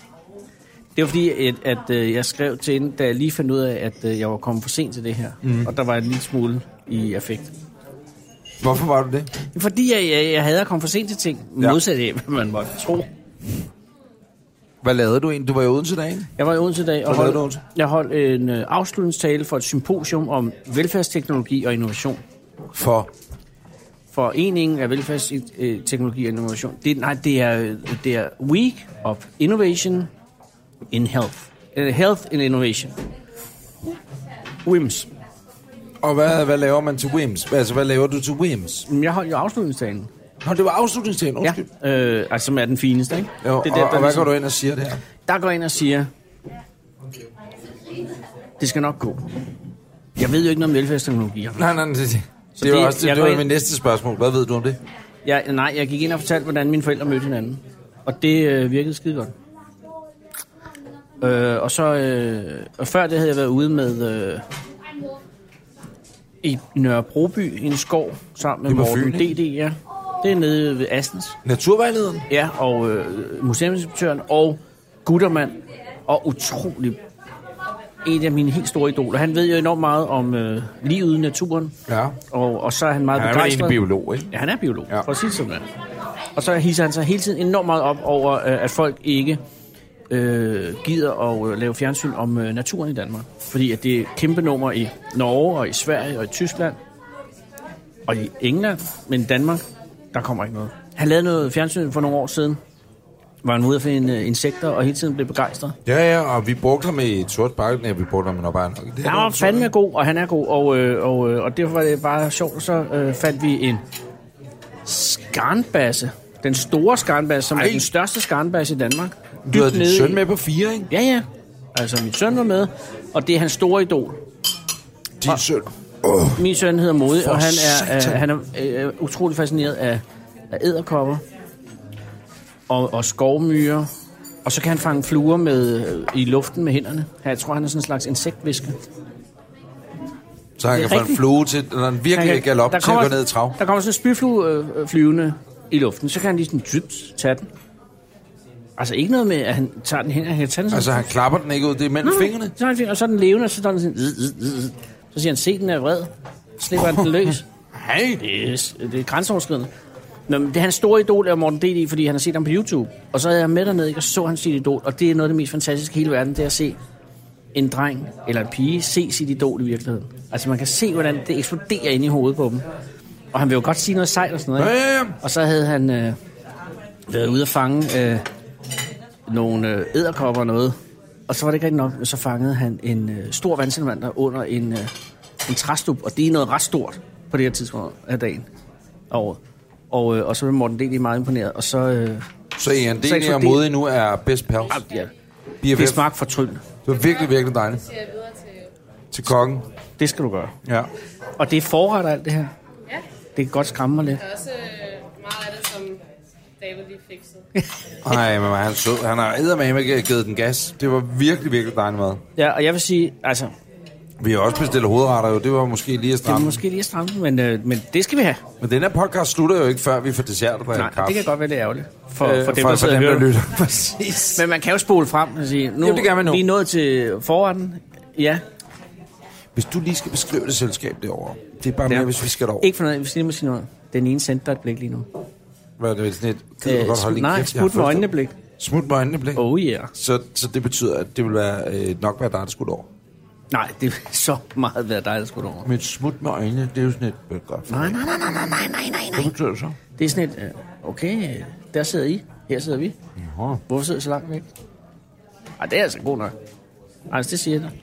[SPEAKER 3] Det var fordi, at, at øh, jeg skrev til hende, da jeg lige fandt ud af, at øh, jeg var kommet for sent til det her.
[SPEAKER 1] Mhm.
[SPEAKER 3] Mm. Og der var en lille smule i affekt.
[SPEAKER 1] Hvorfor var du det?
[SPEAKER 3] Fordi jeg, jeg, jeg havde kommet for sent til ting,
[SPEAKER 1] Ja.
[SPEAKER 3] modsat af, hvad man måtte tro.
[SPEAKER 1] Hvad lavede du egentlig? Du var i Odense dagen.
[SPEAKER 3] Jeg var i Odense i dag, og
[SPEAKER 1] Hvad lavede
[SPEAKER 3] holdt,
[SPEAKER 1] du i Odense?
[SPEAKER 3] jeg holdt en øh, afslutningstale for et symposium om velfærdsteknologi og innovation.
[SPEAKER 1] For
[SPEAKER 3] Foreningen af velfærdsteknologi og innovation. Det, nej, det er, det er Week of Innovation in Health. Uh, health in Innovation. WIMS.
[SPEAKER 1] Og hvad, hvad laver man til WIMS? Altså, hvad laver du til WIMS?
[SPEAKER 3] Men Jeg holdt jo afslutningstalen.
[SPEAKER 1] Nå, det var afslutningstalen.
[SPEAKER 3] Ja,
[SPEAKER 1] Undskyld.
[SPEAKER 3] øh, altså som er den fineste, ikke?
[SPEAKER 1] Jo, og,
[SPEAKER 3] det er der,
[SPEAKER 1] og, hvad
[SPEAKER 3] ligesom,
[SPEAKER 1] går du ind og siger der?
[SPEAKER 3] Der går jeg ind og siger, det skal nok gå. Jeg ved jo ikke noget om velfærdsteknologi.
[SPEAKER 1] Nej, nej, nej. Det,
[SPEAKER 3] Så
[SPEAKER 1] det,
[SPEAKER 3] det-
[SPEAKER 1] var også det, det
[SPEAKER 3] jeg går
[SPEAKER 1] var
[SPEAKER 3] ind-
[SPEAKER 1] min næste spørgsmål. Hvad ved du om det?
[SPEAKER 3] Jeg, nej, jeg gik ind og fortalte, hvordan mine forældre mødte hinanden. Og det øh, virkede skide godt. Øh, og så... Øh, og før det havde jeg været ude med... Øh, I Nørrebroby, i en skov, sammen med
[SPEAKER 1] Det var
[SPEAKER 3] Morten
[SPEAKER 1] Fyn, ikke?
[SPEAKER 3] DD, ja. Det er nede ved Astens.
[SPEAKER 1] Naturvejlederen?
[SPEAKER 3] Ja, og øh, museumsinspektøren og Guttermand. Og utrolig en af mine helt store idoler. Han ved jo enormt meget om øh, livet i naturen,
[SPEAKER 1] Ja.
[SPEAKER 3] og, og så er han meget
[SPEAKER 1] Han er jo
[SPEAKER 3] begejstret.
[SPEAKER 1] egentlig biolog, ikke?
[SPEAKER 3] Ja, han er biolog,
[SPEAKER 1] Ja.
[SPEAKER 3] ja. for at sige det sådan. Og så hisser han sig hele tiden enormt meget op over, øh, at folk ikke øh, gider at øh, lave fjernsyn om øh, naturen i Danmark. Fordi at det er et kæmpe nummer i Norge og i Sverige og i Tyskland og i England, men i Danmark, der kommer ikke noget. Han lavede noget fjernsyn for nogle år siden, hvor han var ude at finde øh, insekter og hele tiden blev begejstret.
[SPEAKER 1] Ja, ja, og vi brugte ham i et sort bakke, nej, vi brugte ham når bare nok. Det
[SPEAKER 3] Han var fandme god, og han er god, og, øh, og, øh, og derfor var det bare sjovt, så øh, fandt vi en skarnbasse. Den store skarnbasse, som Ej.
[SPEAKER 1] Ej.
[SPEAKER 3] er den største skarnbasse i Danmark.
[SPEAKER 1] Du havde
[SPEAKER 3] Dybt nede
[SPEAKER 1] din
[SPEAKER 3] i-
[SPEAKER 1] søn med på fire, ikke?
[SPEAKER 3] Ja, ja. Altså, min søn var med, og det er hans store idol.
[SPEAKER 1] Din søn.
[SPEAKER 3] Min søn hedder Modig, og han er,
[SPEAKER 1] satan.
[SPEAKER 3] øh, han er øh, utrolig fascineret af, af æderkopper og, og skovmyrer. Og så kan han fange fluer med, øh, i luften med hænderne. Jeg tror, han er sådan en slags insektvisker.
[SPEAKER 1] Så han
[SPEAKER 3] Det
[SPEAKER 1] kan
[SPEAKER 3] er
[SPEAKER 1] få en
[SPEAKER 3] rigtigt.
[SPEAKER 1] flue til, eller en virkelig
[SPEAKER 3] Han kan-
[SPEAKER 1] galop til at gå ned i trav.
[SPEAKER 3] Der kommer sådan en spyflue øh, øh, flyvende i luften, så kan han lige sådan dybt tage den. Altså ikke noget med, at han tager den hen, han kan tage den sådan.
[SPEAKER 1] Altså, han klapper den ikke ud, det er mellem Altså,
[SPEAKER 3] Mm.
[SPEAKER 1] fingrene.
[SPEAKER 3] Så har han fingre, og så er den levende, og så, er den sådan, zzz, zzz, zzz. så siger han, se, den er vred. Så slipper han den løs.
[SPEAKER 1] Hej!
[SPEAKER 3] Det er, det er grænseoverskridende. Nå, men det er hans store idol er Morten D.D., fordi han har set ham på YouTube. Og så havde jeg med dernede, ikke, og så så han sit idol. Og det er noget af det mest fantastiske i hele verden, det er at se en dreng eller en pige se sit idol i virkeligheden. Altså man kan se, hvordan det eksploderer inde i hovedet på dem. Og han vil jo godt sige noget sejt og sådan noget.
[SPEAKER 1] Ja,
[SPEAKER 3] ikke?
[SPEAKER 1] ja, ja.
[SPEAKER 3] Og så havde han øh, været ude at fange øh, nogle øh, æderkopper og noget. Og så var det ikke rigtig nok, men så fangede han en øh, stor vandsalamander under en, øh, en træstup. Og det er noget ret stort på det her tidspunkt af dagen og året. Og, øh, og så blev Morten Deli meget imponeret. Og så... Øh,
[SPEAKER 1] Så Ian
[SPEAKER 3] Så
[SPEAKER 1] Dini og
[SPEAKER 3] eksploderer-
[SPEAKER 1] modig nu er best pals.
[SPEAKER 3] ah, ja, det
[SPEAKER 1] BFF.
[SPEAKER 3] smagte fortryllende.
[SPEAKER 1] Det var virkelig, virkelig dejligt. Til kokken.
[SPEAKER 3] Det skal du gøre.
[SPEAKER 1] Ja.
[SPEAKER 3] Og det er forret alt det her.
[SPEAKER 7] Ja.
[SPEAKER 3] Det kan godt skræmme mig lidt.
[SPEAKER 7] Der er også øh, meget af det, som David lige fikset.
[SPEAKER 1] Nej, men han er sød. Han har eddermame ikke givet den gas. Det var virkelig, virkelig dejligt mad.
[SPEAKER 3] Ja, og jeg vil sige, altså, det
[SPEAKER 1] Vi har også bestilt hovedretter jo. Det var måske lige at
[SPEAKER 3] er
[SPEAKER 1] stramme.
[SPEAKER 3] måske lige at stramme, men, øh, men det skal vi have.
[SPEAKER 1] Men den her podcast slutter jo ikke, før vi får dessert på en
[SPEAKER 3] Nej,
[SPEAKER 1] kaffe.
[SPEAKER 3] det kan godt være lidt ærgerligt for,
[SPEAKER 1] Øh,
[SPEAKER 3] øh, for dem, der sidder og hører. det.
[SPEAKER 1] lytter. [LAUGHS] Præcis.
[SPEAKER 3] Men man kan jo spole frem og sige, nu,
[SPEAKER 1] Jo, det kan man nu.
[SPEAKER 3] vi er nået til forretten. Ja,
[SPEAKER 1] Hvis du lige skal beskrive det selskab derovre. Det er bare mere,
[SPEAKER 3] Ja.
[SPEAKER 1] hvis vi skal derover.
[SPEAKER 3] ikke for noget, hvis jeg lige må sige noget. Den ene sendte dig et blik lige nu.
[SPEAKER 1] Hvad er det, sådan et, kan du
[SPEAKER 3] Øh,
[SPEAKER 1] godt
[SPEAKER 3] sm-
[SPEAKER 1] holde din
[SPEAKER 3] nej,
[SPEAKER 1] kæft, jeg har
[SPEAKER 3] smut med
[SPEAKER 1] fået
[SPEAKER 3] øjnene
[SPEAKER 1] det.
[SPEAKER 3] blik.
[SPEAKER 1] Smut med øjnene, blik.
[SPEAKER 3] Oh yeah.
[SPEAKER 1] Så, så det betyder, at det vil være, øh, nok være dig, der skulle over.
[SPEAKER 3] Nej, det er så meget været dig, der skulle over.
[SPEAKER 1] Men et smut med øjnene, det er jo sådan et... Øh, godt.
[SPEAKER 3] Nej, nej, nej, nej, nej, nej, nej, nej, nej.
[SPEAKER 1] Hvad betyder det så?
[SPEAKER 3] Det er sådan et, øh, okay, øh, der sidder I, her sidder vi.
[SPEAKER 1] Nå.
[SPEAKER 3] Hvorfor sidder I så langt væk? Ej, det er altså god nok. Altså, det siger jeg dig.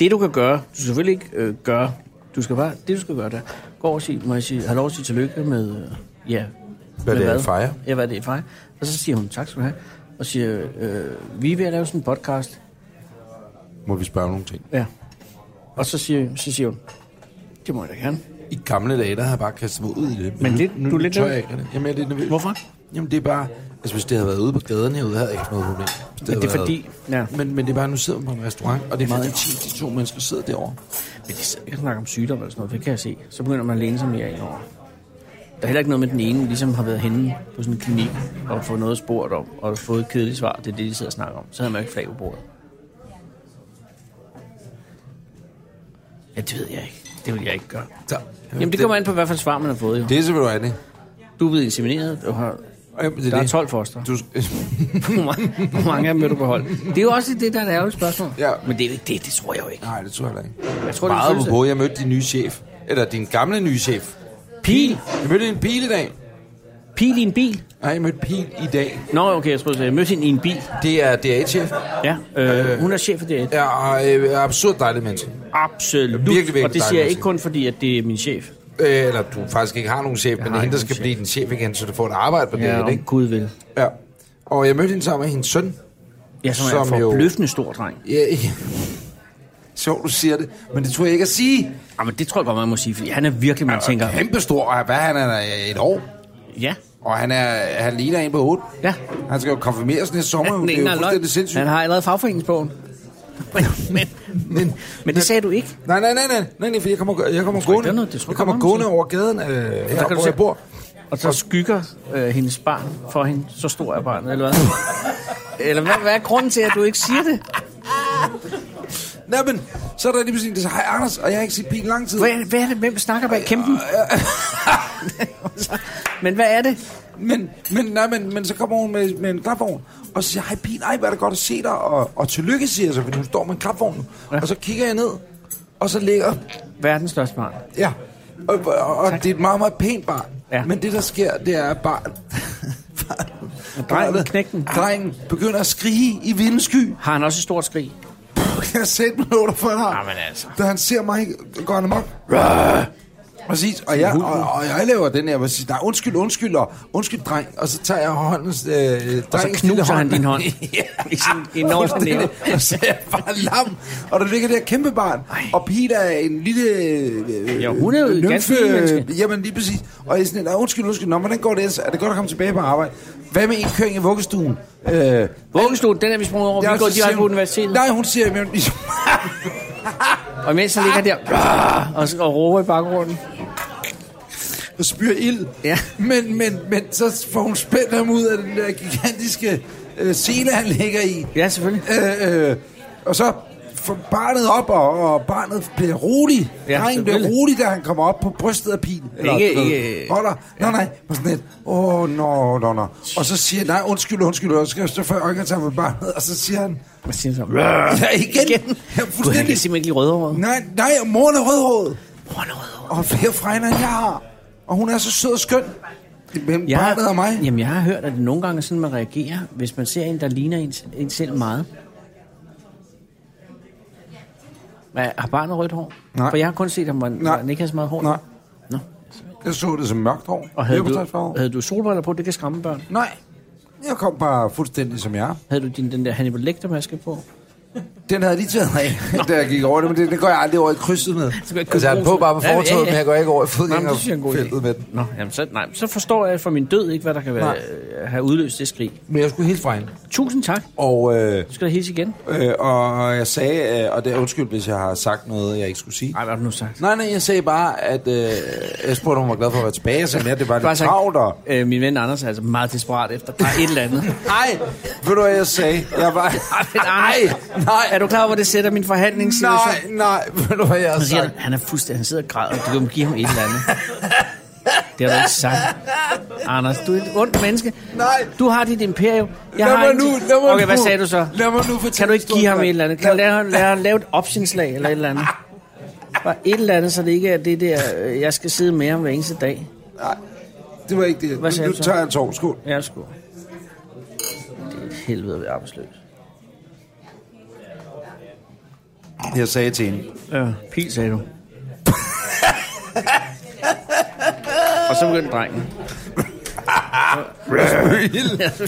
[SPEAKER 3] Det du kan gøre, du skal selvfølgelig ikke øh, gøre, du skal bare, det du skal gøre der, gå over og sige, må jeg sige, have lov at sige tillykke med, øh, ja,
[SPEAKER 1] Hvad
[SPEAKER 3] med
[SPEAKER 1] det er, I fejrer?
[SPEAKER 3] Ja, hvad det er, I fejrer. Og så siger hun, tak skal du have, og siger, øh, vi er ved at lave sådan en podcast,
[SPEAKER 1] Må vi spørge om nogle ting?
[SPEAKER 3] ja. Og så siger, så siger hun, det må jeg da gerne.
[SPEAKER 1] I gamle dage, der havde jeg bare kastet mig ud i det.
[SPEAKER 3] Men
[SPEAKER 1] nu-
[SPEAKER 3] lidt-
[SPEAKER 1] nu,
[SPEAKER 3] du er lidt
[SPEAKER 1] tør jeg
[SPEAKER 3] nervøs.
[SPEAKER 1] ikke. det. Jamen, jeg er lidt nervøs.
[SPEAKER 3] Hvorfor?
[SPEAKER 1] Jamen, det er bare... Altså, hvis det havde været ude på gaden herude, havde jeg ikke noget problem. Hvis
[SPEAKER 3] Men det er
[SPEAKER 1] havde
[SPEAKER 3] fordi-
[SPEAKER 1] Været...
[SPEAKER 3] ja.
[SPEAKER 1] Men, men det er bare, nu sidder man på en restaurant, og det er meget intimt, de to mennesker sidder derovre.
[SPEAKER 3] Men de sidder ikke og snakker om sygdom eller sådan noget, for det kan jeg se. Så begynder man at læne sig mere indover. Der er heller ikke noget med den ene, ligesom har været henne på sådan en klinik og fået noget spurgt om, og fået et kedeligt svar. Det er det, de sidder og snakker om. Så havde man jo ikke flag på bordet. Ja, det ved jeg ikke. Det vil jeg ikke gøre.
[SPEAKER 1] Så,
[SPEAKER 3] Jamen, det kommer an på, hvad for et svar man har fået, jo.
[SPEAKER 1] Det er selvfølgelig rigtigt.
[SPEAKER 3] Du er blevet insemineret, du har... [LAUGHS]
[SPEAKER 1] Jamen, det
[SPEAKER 3] Der er
[SPEAKER 1] det.
[SPEAKER 3] 12 foster.
[SPEAKER 1] Du, [LAUGHS]
[SPEAKER 3] Hvor mange, hvor mange af dem vil du beholde? Det er jo også det, der er et ærgerligt spørgsmål.
[SPEAKER 1] Ja.
[SPEAKER 3] Men det er jo ikke det, det tror jeg jo ikke.
[SPEAKER 1] nej, det tror jeg da ikke.
[SPEAKER 3] Jeg tror, det er en
[SPEAKER 1] Meget
[SPEAKER 3] følelse.
[SPEAKER 1] på, jeg mødte din nye chef. Eller din gamle nye chef.
[SPEAKER 3] Pil!
[SPEAKER 1] Jeg mødte en pil i dag.
[SPEAKER 3] Pil i en bil?
[SPEAKER 1] Nej, jeg mødte pil i dag.
[SPEAKER 3] Nå, okay, jeg troede, at jeg mødte hende i en bil.
[SPEAKER 1] Det er DA-chef.
[SPEAKER 3] Ja, øh, hun er chef for det.
[SPEAKER 1] Ja, og øh, er absurd dejlig menneske.
[SPEAKER 3] Absolut.
[SPEAKER 1] Virkelig, virkelig
[SPEAKER 3] og det
[SPEAKER 1] dejlig
[SPEAKER 3] siger jeg ikke
[SPEAKER 1] musik.
[SPEAKER 3] kun fordi, at det er min chef.
[SPEAKER 1] Øh, eller du faktisk ikke har nogen chef, men hende,
[SPEAKER 3] har
[SPEAKER 1] der
[SPEAKER 3] ikke
[SPEAKER 1] skal
[SPEAKER 3] nogen
[SPEAKER 1] blive din chef igen, så du får et arbejde på
[SPEAKER 3] Ja,
[SPEAKER 1] det,
[SPEAKER 3] om
[SPEAKER 1] ikke?
[SPEAKER 3] Gud vil.
[SPEAKER 1] Ja. Og jeg mødte hende sammen med hendes søn.
[SPEAKER 3] Ja, som, som er en
[SPEAKER 1] Som jo-
[SPEAKER 3] forbløffende stor dreng.
[SPEAKER 1] Ja, ja. [LAUGHS] Sjovt, du siger det, men det tror jeg ikke at sige.
[SPEAKER 3] Jamen, Ah, det tror jeg godt, man må sige, fordi han er virkelig, man tænker...
[SPEAKER 1] Kæmpe stor, og hvad han er et år,
[SPEAKER 3] Ja,
[SPEAKER 1] og han, er, han ligner en på hovedet.
[SPEAKER 3] ja.
[SPEAKER 1] Han skal jo konfirmeres næste sommer,
[SPEAKER 3] Han,
[SPEAKER 1] det er jo fuldstændig sindssygt.
[SPEAKER 3] han har allerede fagforeningsbogen. Men, [LAUGHS] men, men, men det sagde du ikke.
[SPEAKER 1] Nej, nej, nej, nej, nej, nej, for jeg kommer, jeg kommer
[SPEAKER 3] ikke, der
[SPEAKER 1] gående,
[SPEAKER 3] er noget. Det tror
[SPEAKER 1] jeg
[SPEAKER 3] jeg
[SPEAKER 1] kommer
[SPEAKER 3] godt, man må
[SPEAKER 1] gående over gaden, øh, her,
[SPEAKER 3] kan du
[SPEAKER 1] hvor
[SPEAKER 3] se-
[SPEAKER 1] jeg bor.
[SPEAKER 3] Og så skygger øh, hendes barn for hende. Så stor er [LAUGHS] barnet, eller hvad? eller hvad, hvad er grunden til, at du ikke siger det?
[SPEAKER 1] Nej, men så er der lige pludselig, der siger, hej Anders, og jeg har ikke set pigen lang tid. [LAUGHS]
[SPEAKER 3] Hvad er det, hvad er det hvem snakker bag kæmpen? [LAUGHS] Men hvad er det?
[SPEAKER 1] Men, men, nej, men, men så kommer hun med, med en klapvogn, og så siger, hej Pien, ej, hvor er det godt at se dig, og, og tillykke, siger jeg så, fordi hun står med en klapvogn. Ja. Og så kigger jeg ned, og så ligger,
[SPEAKER 3] Verdens største barn.
[SPEAKER 1] ja, og, og, og det er et meget, meget pænt barn.
[SPEAKER 3] Ja.
[SPEAKER 1] Ja. Men det, der sker, det er, at barn,
[SPEAKER 3] Drengen, knægten.
[SPEAKER 1] drengen begynder at skrige i vindensky.
[SPEAKER 3] Har han også et stort skrig?
[SPEAKER 1] Jeg sætter mig noget for dig.
[SPEAKER 3] Jamen altså.
[SPEAKER 1] Da han ser mig, går han amok. Præcis, og jeg, og, og jeg laver den her, hvor jeg siger, nej, undskyld, undskyld, og undskyld, dreng, og så tager jeg håndens... Øh,
[SPEAKER 3] Og så
[SPEAKER 1] drengens lille
[SPEAKER 3] knuser han din hånd
[SPEAKER 1] [LAUGHS] ja,
[SPEAKER 3] i sin enorme
[SPEAKER 1] fuldstændig.
[SPEAKER 3] næve.
[SPEAKER 1] Og så er jeg bare lam, og der ligger det her kæmpe barn, og Peter er en lille... Øh,
[SPEAKER 3] Ja, hun er jo et ganske lille menneske.
[SPEAKER 1] Jamen, lige præcis. Og jeg er sådan, nej, undskyld, undskyld, nå, hvordan går det ellers? Er det godt at komme tilbage på arbejde? Hvad med indkøring i vuggestuen? Øh,
[SPEAKER 3] Vuggestuen, den er vi sprunget over.
[SPEAKER 1] Ja,
[SPEAKER 3] Vi går
[SPEAKER 1] så siger
[SPEAKER 3] direkte på
[SPEAKER 1] hun-
[SPEAKER 3] universitetet.
[SPEAKER 1] Nej, hun siger, men,
[SPEAKER 3] Og imens så ligger han der og, og råber i baggrunden.
[SPEAKER 1] og spyr ild.
[SPEAKER 3] Ja.
[SPEAKER 1] Men, men, men så får hun spændt ham ud af den der gigantiske øh, sele, han ligger i.
[SPEAKER 3] Ja, selvfølgelig.
[SPEAKER 1] Øh, øh, og så får barnet op, og, og barnet bliver rolig.
[SPEAKER 3] Ja,
[SPEAKER 1] Ja, Drengen bliver
[SPEAKER 3] selvfølgelig.
[SPEAKER 1] rolig, da han kommer op på brystet af pigen.
[SPEAKER 3] Ikke- øh,
[SPEAKER 1] du ved,
[SPEAKER 3] ikke-
[SPEAKER 1] Holder. Ja. Nå, nej. Og sådan lidt. Åh, oh, nå, nå, nå. Og så siger jeg, nej, undskyld, undskyld. Og så skal jeg stå for øjenkontakt med barnet. Og så siger han,
[SPEAKER 3] Hvad siger han så?
[SPEAKER 1] ja, igen.
[SPEAKER 3] Øh, Igen.
[SPEAKER 1] Ja,
[SPEAKER 3] Gud, han
[SPEAKER 1] fuldstændig.
[SPEAKER 3] kan simpelthen ikke lide rødhåret.
[SPEAKER 1] Nej, nej, og moren er rødhåret.
[SPEAKER 3] Moren er rødhåret.
[SPEAKER 1] og har flere fregner, end jeg har. Og hun er så sød og skøn. Men ja. barnet og mig.
[SPEAKER 3] Jamen, jeg har hørt, at det nogle gange er sådan, man reagerer, hvis man ser en, der ligner en, en selv meget. Hvad, har barnet rødt hår?
[SPEAKER 1] Nej.
[SPEAKER 3] For jeg har kun set, at man,
[SPEAKER 1] Nej.
[SPEAKER 3] man ikke har så meget hår.
[SPEAKER 1] Nej.
[SPEAKER 3] Nå.
[SPEAKER 1] Jeg så det som mørkt hår.
[SPEAKER 3] Og havde du,
[SPEAKER 1] Leverpostejsfarve.
[SPEAKER 3] havde du solbriller på, det kan skræmme børn.
[SPEAKER 1] Nej. Jeg kom bare fuldstændig som jeg er.
[SPEAKER 3] Havde du din, den der Hannibal Lecter-maske på?
[SPEAKER 1] Den havde jeg lige taget af, [LAUGHS] da jeg gik over det, men det, det går jeg aldrig over i krydset med.
[SPEAKER 3] kan jeg ikke
[SPEAKER 1] Altså, jeg er
[SPEAKER 3] bruge
[SPEAKER 1] på bare på
[SPEAKER 3] den. Ja, ja,
[SPEAKER 1] fortoget, ja, ja,
[SPEAKER 3] ja.
[SPEAKER 1] men jeg går ikke over i
[SPEAKER 3] Nå, men det synes jeg er en god
[SPEAKER 1] fodgængerfeltet
[SPEAKER 3] idé.
[SPEAKER 1] med den.
[SPEAKER 3] Nå, jamen så, nej, så forstår jeg for min død ikke, hvad der kan være, øh, have udløst det skrig.
[SPEAKER 1] Men jeg skulle hilse fra hende.
[SPEAKER 3] Tusind tak.
[SPEAKER 1] Og, øh,
[SPEAKER 3] Du skal da hilse igen.
[SPEAKER 1] øh, og jeg sagde, øh, og det er undskyld, hvis jeg har sagt noget, jeg ikke skulle sige.
[SPEAKER 3] Nej, hvad har du nu sagt?
[SPEAKER 1] Nej, nej, jeg sagde bare, at øh, jeg spurgte, om hun var glad for at være tilbage, så jeg, det var
[SPEAKER 3] Bare
[SPEAKER 1] lidt
[SPEAKER 3] sagt,
[SPEAKER 1] travlt. og-
[SPEAKER 3] øh, min ven Anders er altså meget desperat efter bare et
[SPEAKER 1] [LAUGHS]
[SPEAKER 3] eller andet.
[SPEAKER 1] Nej, ved du, hvad jeg sagde? Jeg var...
[SPEAKER 3] [LAUGHS] Ej,
[SPEAKER 1] Nej, nej,
[SPEAKER 3] Er du klar over, hvor det sætter min forhandlingssituation?
[SPEAKER 1] nej, nej, ved du, hvad jeg har
[SPEAKER 3] Så siger han,
[SPEAKER 1] sagt?
[SPEAKER 3] han er fuldstændig, han sidder og græder, du kan give ham et eller
[SPEAKER 1] [LAUGHS]
[SPEAKER 3] andet. Det har du ikke sagt. Anders, du er et ondt menneske.
[SPEAKER 1] Nej.
[SPEAKER 3] Du har dit imperium. Jeg
[SPEAKER 1] Lad
[SPEAKER 3] har
[SPEAKER 1] mig
[SPEAKER 3] intet-
[SPEAKER 1] nu, lad mig
[SPEAKER 3] Okay,
[SPEAKER 1] nu.
[SPEAKER 3] hvad sagde du så?
[SPEAKER 1] Lad mig nu fortælle
[SPEAKER 3] Kan du ikke
[SPEAKER 1] historien.
[SPEAKER 3] give ham et eller andet? Kan du
[SPEAKER 1] Lad-
[SPEAKER 3] lave, lave, lave et opsindslag eller et eller andet? Bare et eller andet, så det ikke er det der, øh, jeg skal sidde med ham hver eneste dag.
[SPEAKER 1] Det var ikke det.
[SPEAKER 3] Hvad sagde
[SPEAKER 1] Nu, nu
[SPEAKER 3] du så?
[SPEAKER 1] tager jeg en tår. Skål.
[SPEAKER 3] Ja, sgu. Det er et helvede at være arbejdsløs.
[SPEAKER 1] Jeg sagde til [LAUGHS] hende.
[SPEAKER 3] Ja, pil, sagde du. [LAUGHS] og så begyndte drengen.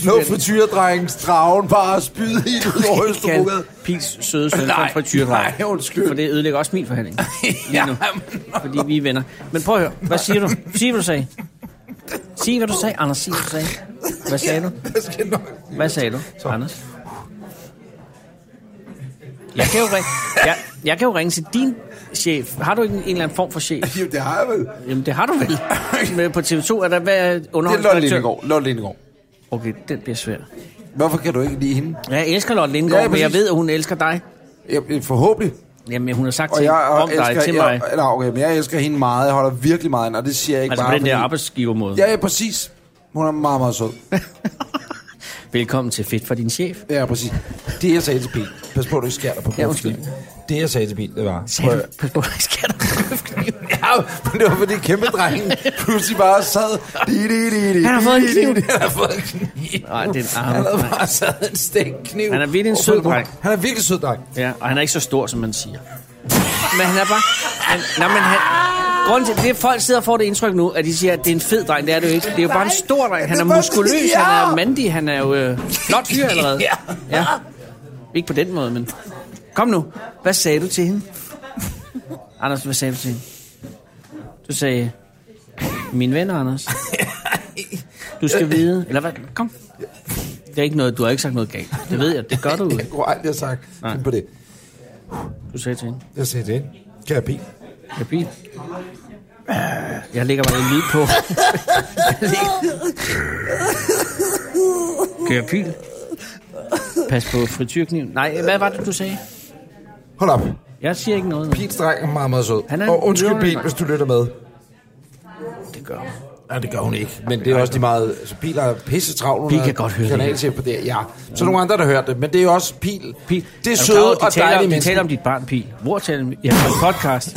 [SPEAKER 1] Nå, frityredrengens traven bare spyde
[SPEAKER 3] [LAUGHS]
[SPEAKER 1] helt ud over
[SPEAKER 3] Kan
[SPEAKER 1] Østerbruget.
[SPEAKER 3] Pils søde søn
[SPEAKER 1] Nej,
[SPEAKER 3] fra frityredrej.
[SPEAKER 1] nej, undskyld.
[SPEAKER 3] For det ødelægger også
[SPEAKER 1] [LAUGHS]
[SPEAKER 3] min forhandling. Lige nu.
[SPEAKER 1] Jamen,
[SPEAKER 3] Fordi vi er venner. Men prøv at høre. Hvad siger du? Sig, hvad du sagde. Sig, hvad du sagde, Anders. Sig, hvad du sagde. Hvad sagde du?
[SPEAKER 1] jeg skal nok...
[SPEAKER 3] Hvad sagde du, så. Anders? Jeg kan, jo ringe, jeg, jeg kan jo ringe til din chef. Har du ikke en, en eller anden form for chef?
[SPEAKER 1] Jamen, det har jeg vel.
[SPEAKER 3] Jamen, det har du vel. Med på TV2 er der hvad
[SPEAKER 1] Det er Lotte
[SPEAKER 3] underholdningsdirektør?
[SPEAKER 1] Lindegård. Lotte Lindegård.
[SPEAKER 3] Okay, den bliver svær.
[SPEAKER 1] Hvorfor kan du ikke lide hende?
[SPEAKER 3] Ja, Jeg elsker Lotte Lindgaard,
[SPEAKER 1] Ja,
[SPEAKER 3] ja, men jeg
[SPEAKER 1] præcis.
[SPEAKER 3] ved, at hun elsker dig.
[SPEAKER 1] Jeg, forhåbentlig.
[SPEAKER 3] Jamen, hun har sagt
[SPEAKER 1] Og
[SPEAKER 3] til,
[SPEAKER 1] jeg
[SPEAKER 3] om
[SPEAKER 1] elsker,
[SPEAKER 3] dig til mig.
[SPEAKER 1] jeg, mig. Okay, men jeg elsker hende meget. Jeg holder virkelig meget af hende, og det siger jeg ikke
[SPEAKER 3] altså på
[SPEAKER 1] bare...
[SPEAKER 3] den der
[SPEAKER 1] fordi-
[SPEAKER 3] arbejdsgivermåde. Ja.
[SPEAKER 1] Ja, ja, præcis. Hun er meget, meget sød.
[SPEAKER 3] Velkommen til Fedt for din chef.
[SPEAKER 1] Ja, præcis. Det, jeg sagde til Pete. Pas på, du ikke skærer dig på
[SPEAKER 3] Ja, undskyld.
[SPEAKER 1] brystkniven. Det, jeg sagde til Pete, det var...
[SPEAKER 3] Sagde
[SPEAKER 1] Prøv [LAUGHS]
[SPEAKER 3] du,
[SPEAKER 1] at-
[SPEAKER 3] [LAUGHS] pas på, jeg skal der
[SPEAKER 1] Ja, men det var fordi kæmpe drengen pludselig bare sad... Di, di, di, di,
[SPEAKER 3] Han har fået en
[SPEAKER 1] di, di,
[SPEAKER 3] kniv.
[SPEAKER 1] di. Han har fået en kniv.
[SPEAKER 3] [LAUGHS] Nej, det er en arm.
[SPEAKER 1] Han havde bare sad en stegt kniv.
[SPEAKER 3] Han er virkelig en
[SPEAKER 1] over
[SPEAKER 3] sød
[SPEAKER 1] på
[SPEAKER 3] dreng.
[SPEAKER 1] Han er virkelig sød dreng.
[SPEAKER 3] Ja, og han er ikke så stor, som man siger. men han er bare... Han, nej, men han, grunden til, det er, folk sidder og får det indtryk nu, at de siger, at det er en fed dreng. Det er det jo ikke. Det er jo bare en stor dreng. Han er
[SPEAKER 1] Det var-
[SPEAKER 3] muskuløs,
[SPEAKER 1] Ja!
[SPEAKER 3] han er mandig, han er jo øh, flot fyr allerede.
[SPEAKER 1] Ja.
[SPEAKER 3] ja. Ikke på den måde, men... Kom nu. Hvad sagde du til hende? Anders, hvad sagde du til hende? Du sagde... Min ven, Anders. Du skal vide... Eller hvad? Kom. Det er ikke noget, du har ikke sagt noget galt. Det ved jeg, det gør du. jo
[SPEAKER 1] Jeg
[SPEAKER 3] ikke.
[SPEAKER 1] kunne aldrig have sagt sådan på det.
[SPEAKER 3] Du sagde til hende.
[SPEAKER 1] Jeg sagde det. Kære Pete.
[SPEAKER 3] Jeg bil. Øh, Jeg lægger bare en lyd
[SPEAKER 1] [LAUGHS]
[SPEAKER 3] på. Kør pil. Pas på frityrkniven. Nej, hvad var det, du sagde?
[SPEAKER 1] Hold op.
[SPEAKER 3] Jeg siger ikke noget.
[SPEAKER 1] Pils dreng er meget, meget sød.
[SPEAKER 3] Han er en
[SPEAKER 1] og undskyld,
[SPEAKER 3] vidunderlig
[SPEAKER 1] Pil, hvis du lytter med.
[SPEAKER 3] Det gør
[SPEAKER 1] Nej, det gør hun ikke. Men det er også de meget... Altså, Pil er pisse travl.
[SPEAKER 3] Pil kan godt høre det.
[SPEAKER 1] det. på det, ja. Så nogle andre, der hørte det. Men det er jo også Pil.
[SPEAKER 3] Pil.
[SPEAKER 1] Det er,
[SPEAKER 3] du
[SPEAKER 1] søde
[SPEAKER 3] klar over,
[SPEAKER 1] og
[SPEAKER 3] de taler,
[SPEAKER 1] dejlige
[SPEAKER 3] de
[SPEAKER 1] mennesker.
[SPEAKER 3] taler om dit barn, Pil. Hvor taler de? Ja, på en
[SPEAKER 1] [LAUGHS]
[SPEAKER 3] podcast.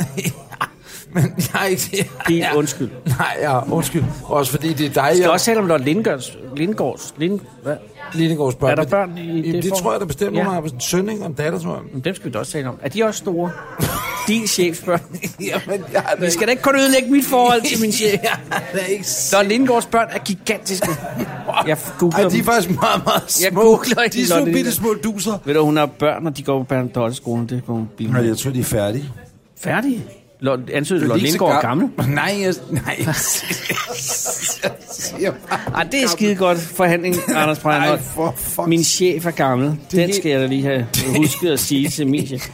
[SPEAKER 1] Men jeg er ikke...
[SPEAKER 3] Pil,
[SPEAKER 1] Ja.
[SPEAKER 3] undskyld.
[SPEAKER 1] Nej, ja, undskyld. Også fordi det er dig,
[SPEAKER 3] Vi skal
[SPEAKER 1] jeg...
[SPEAKER 3] også tale om Lotte Lindgårds... Lindgårds... Lind... Hvad?
[SPEAKER 1] Lindegårds børn.
[SPEAKER 3] Er der
[SPEAKER 1] Men-
[SPEAKER 3] børn i
[SPEAKER 1] Jamen,
[SPEAKER 3] det
[SPEAKER 1] det?
[SPEAKER 3] forhold?
[SPEAKER 1] tror jeg, der bestemt.
[SPEAKER 3] Ja.
[SPEAKER 1] Nogen har en søn, ikke? En datter, tror jeg.
[SPEAKER 3] Dem skal vi da også tale om. Er de også
[SPEAKER 1] [LAUGHS]
[SPEAKER 3] store? Din chefsbørn.
[SPEAKER 1] Jamen, jeg er da
[SPEAKER 3] Vi skal da ikke kun ødelægge mit forhold til
[SPEAKER 1] [LAUGHS]
[SPEAKER 3] min chef.
[SPEAKER 1] Jeg er da ikke... s-
[SPEAKER 3] Lotte Lindgårds børn er gigantiske. [LAUGHS] Jeg googler
[SPEAKER 1] Ej, de er
[SPEAKER 3] dem.
[SPEAKER 1] faktisk meget, meget små.
[SPEAKER 3] Jeg googler ikke
[SPEAKER 1] de er sådan nogle
[SPEAKER 3] Lotte
[SPEAKER 1] bitte små
[SPEAKER 3] Lindegård.
[SPEAKER 1] duser.
[SPEAKER 3] Ved du, hun har børn, og de går på Bernadotte-skolen. Det er på en bil.
[SPEAKER 1] jeg tror, de er færdige.
[SPEAKER 3] Færdige? Lotte, ansøgte Lotte Lindgaard er [LAUGHS] gammel?
[SPEAKER 1] Nej, [LAUGHS] jeg... Nej.
[SPEAKER 3] Ej, det er skide godt
[SPEAKER 1] [LAUGHS]
[SPEAKER 3] forhandling, Anders
[SPEAKER 1] Nej,
[SPEAKER 3] Breinholt.
[SPEAKER 1] for fuck.
[SPEAKER 3] Min chef er gammel. Den
[SPEAKER 1] helt-
[SPEAKER 3] skal jeg da lige have husket at sige til
[SPEAKER 1] [LAUGHS]
[SPEAKER 3] min chef.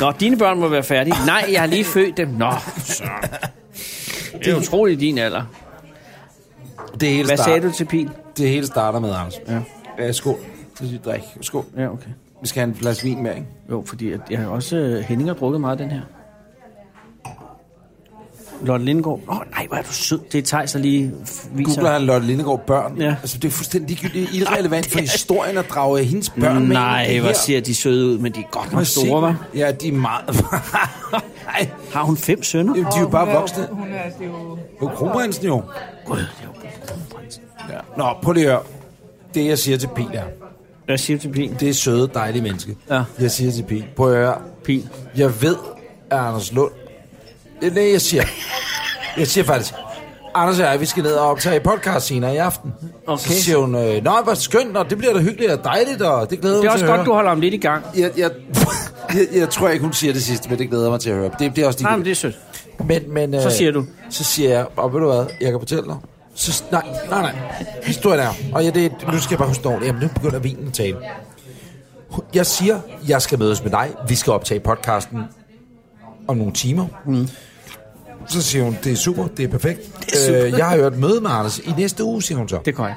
[SPEAKER 3] Nå, dine børn må være færdige. Nej, jeg har lige født dem. Nå, så.
[SPEAKER 1] [LAUGHS]
[SPEAKER 3] Det er utroligt din alder.
[SPEAKER 1] Det hele,
[SPEAKER 3] Hvad
[SPEAKER 1] start,
[SPEAKER 3] sagde du til Pil?
[SPEAKER 1] det hele starter med, Anders.
[SPEAKER 3] Ja.
[SPEAKER 1] Ja. Skål. Det er dit drik. Skål.
[SPEAKER 3] Ja, okay.
[SPEAKER 1] Vi skal have en glas vin med, ikke?
[SPEAKER 3] Jo, fordi at jeg har også øh, Henning har drukket meget af den her. Lotte Lindgaard. Åh, oh, nej, hvor er du sød. Det er Thijs, der lige f- viser.
[SPEAKER 1] Googler han Lotte Lindegård børn.
[SPEAKER 3] Ja.
[SPEAKER 1] Altså, det er fuldstændig ligegyldigt irrelevant
[SPEAKER 3] [LAUGHS]
[SPEAKER 1] for historien at drage hendes børn med. ind i
[SPEAKER 3] Nej,
[SPEAKER 1] det
[SPEAKER 3] hvor
[SPEAKER 1] her.
[SPEAKER 3] ser de søde ud, men de er godt
[SPEAKER 1] Prøv
[SPEAKER 3] nok
[SPEAKER 1] at se.
[SPEAKER 3] store, hva'?
[SPEAKER 1] Ja, de er meget... [LAUGHS] Nej,
[SPEAKER 3] Har hun fem sønner?
[SPEAKER 1] de er jo bare voksne.
[SPEAKER 8] Hun er, det er jo...
[SPEAKER 1] Det er jo kronprinsen jo.
[SPEAKER 3] Gud, det er jo kronprinsen.
[SPEAKER 1] Ja. Nå, prøv lige at høre. Det, jeg siger til Pil er,
[SPEAKER 3] Hvad siger du til Pil?
[SPEAKER 1] det er søde, dejlige menneske.
[SPEAKER 3] Ja.
[SPEAKER 1] Jeg siger til Pil, prøv at høre.
[SPEAKER 3] Pil.
[SPEAKER 1] Jeg ved, at Anders Lund... Eh, Nej, jeg siger... Jeg siger faktisk... Anders og jeg, vi skal ned og optage podcast senere i aften.
[SPEAKER 3] Okay.
[SPEAKER 1] Så siger hun, øh, Nå, hvor skønt, og det bliver da hyggeligt og dejligt, og det glæder
[SPEAKER 3] Det er
[SPEAKER 1] mig til
[SPEAKER 3] også
[SPEAKER 1] at
[SPEAKER 3] godt, du
[SPEAKER 1] høre.
[SPEAKER 3] holder ham lidt i gang.
[SPEAKER 1] Jeg, jeg, [LAUGHS] jeg, jeg, tror ikke, hun siger det sidste, men det glæder jeg mig til at høre. Det, det er også
[SPEAKER 3] Nej, men
[SPEAKER 1] ligegyldigt.
[SPEAKER 3] det er sødt.
[SPEAKER 1] Men, men, øh,
[SPEAKER 3] Så siger du.
[SPEAKER 1] Så siger jeg, og ved du hvad, jeg kan fortælle dig. Så, nej, nej, nej. Historien er, og ja, det, nu skal jeg bare huske noget. Jamen, nu begynder vinen at tale. Jeg siger, jeg skal mødes med dig. Vi skal optage podcasten om nogle timer. Mm. Så siger hun, det er super, det er perfekt. Det er super. Øh, jeg har hørt møde med Anders i næste uge, siger hun så.
[SPEAKER 3] Det er korrekt.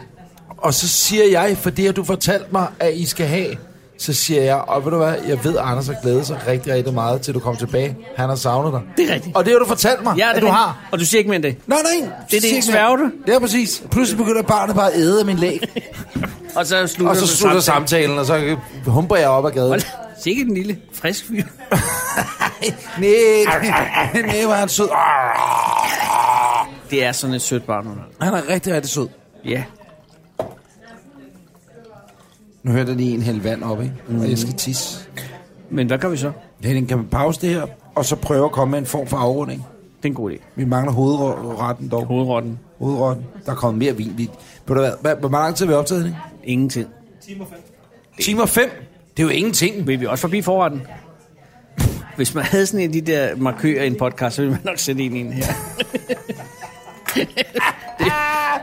[SPEAKER 1] Og så siger jeg, for det har du fortalt mig, at I skal have, så siger jeg, og ved du hvad, jeg ved, at Anders har glædet sig rigtig, rigtig meget, til du kom tilbage. Han har savnet dig.
[SPEAKER 3] Det er rigtigt.
[SPEAKER 1] Og det har du fortalt mig,
[SPEAKER 3] Ja, det
[SPEAKER 1] at
[SPEAKER 3] er
[SPEAKER 1] du
[SPEAKER 3] rigtigt.
[SPEAKER 1] har.
[SPEAKER 3] Og du siger ikke mere end det.
[SPEAKER 1] Nå, nej. siger
[SPEAKER 3] det,
[SPEAKER 1] ikke
[SPEAKER 3] en
[SPEAKER 1] mere.
[SPEAKER 3] sværge.
[SPEAKER 1] Ja, præcis. Pludselig begynder barnet bare at æde af min
[SPEAKER 3] [LAUGHS]
[SPEAKER 1] læg.
[SPEAKER 3] Og så slutter,
[SPEAKER 1] og så slutter samtalen, og så humper jeg op ad gaden. [LAUGHS]
[SPEAKER 3] Hold- Sikke den lille, frisk fyr.
[SPEAKER 1] Nej, nej, hvor er han sød.
[SPEAKER 3] Det er sådan et sødt barn, hun er.
[SPEAKER 1] Han er rigtig, rigtig sød.
[SPEAKER 3] Ja.
[SPEAKER 1] Nu hørte jeg lige en hælde vand op, ikke? Mm. Og jeg skal tisse.
[SPEAKER 3] Men hvad gør vi så?
[SPEAKER 1] Henning, kan vi pause det her? Og så prøve at komme med en form for afrunding.
[SPEAKER 3] Det er en god idé.
[SPEAKER 1] Vi mangler hovedretten dog.
[SPEAKER 3] Hovedrotten.
[SPEAKER 1] Hovedrotten. Der er kommet mere vin. Vi... Ved du hvad? Hvad- Hvor lang tid har vi optaget det?
[SPEAKER 3] Ingenting.
[SPEAKER 1] Timer 5. Det er jo ingenting.
[SPEAKER 3] Vil vi også forbi forretten? Hvis man havde sådan en af de der markører i en podcast, så ville man nok sætte en ind her. [LAUGHS] det,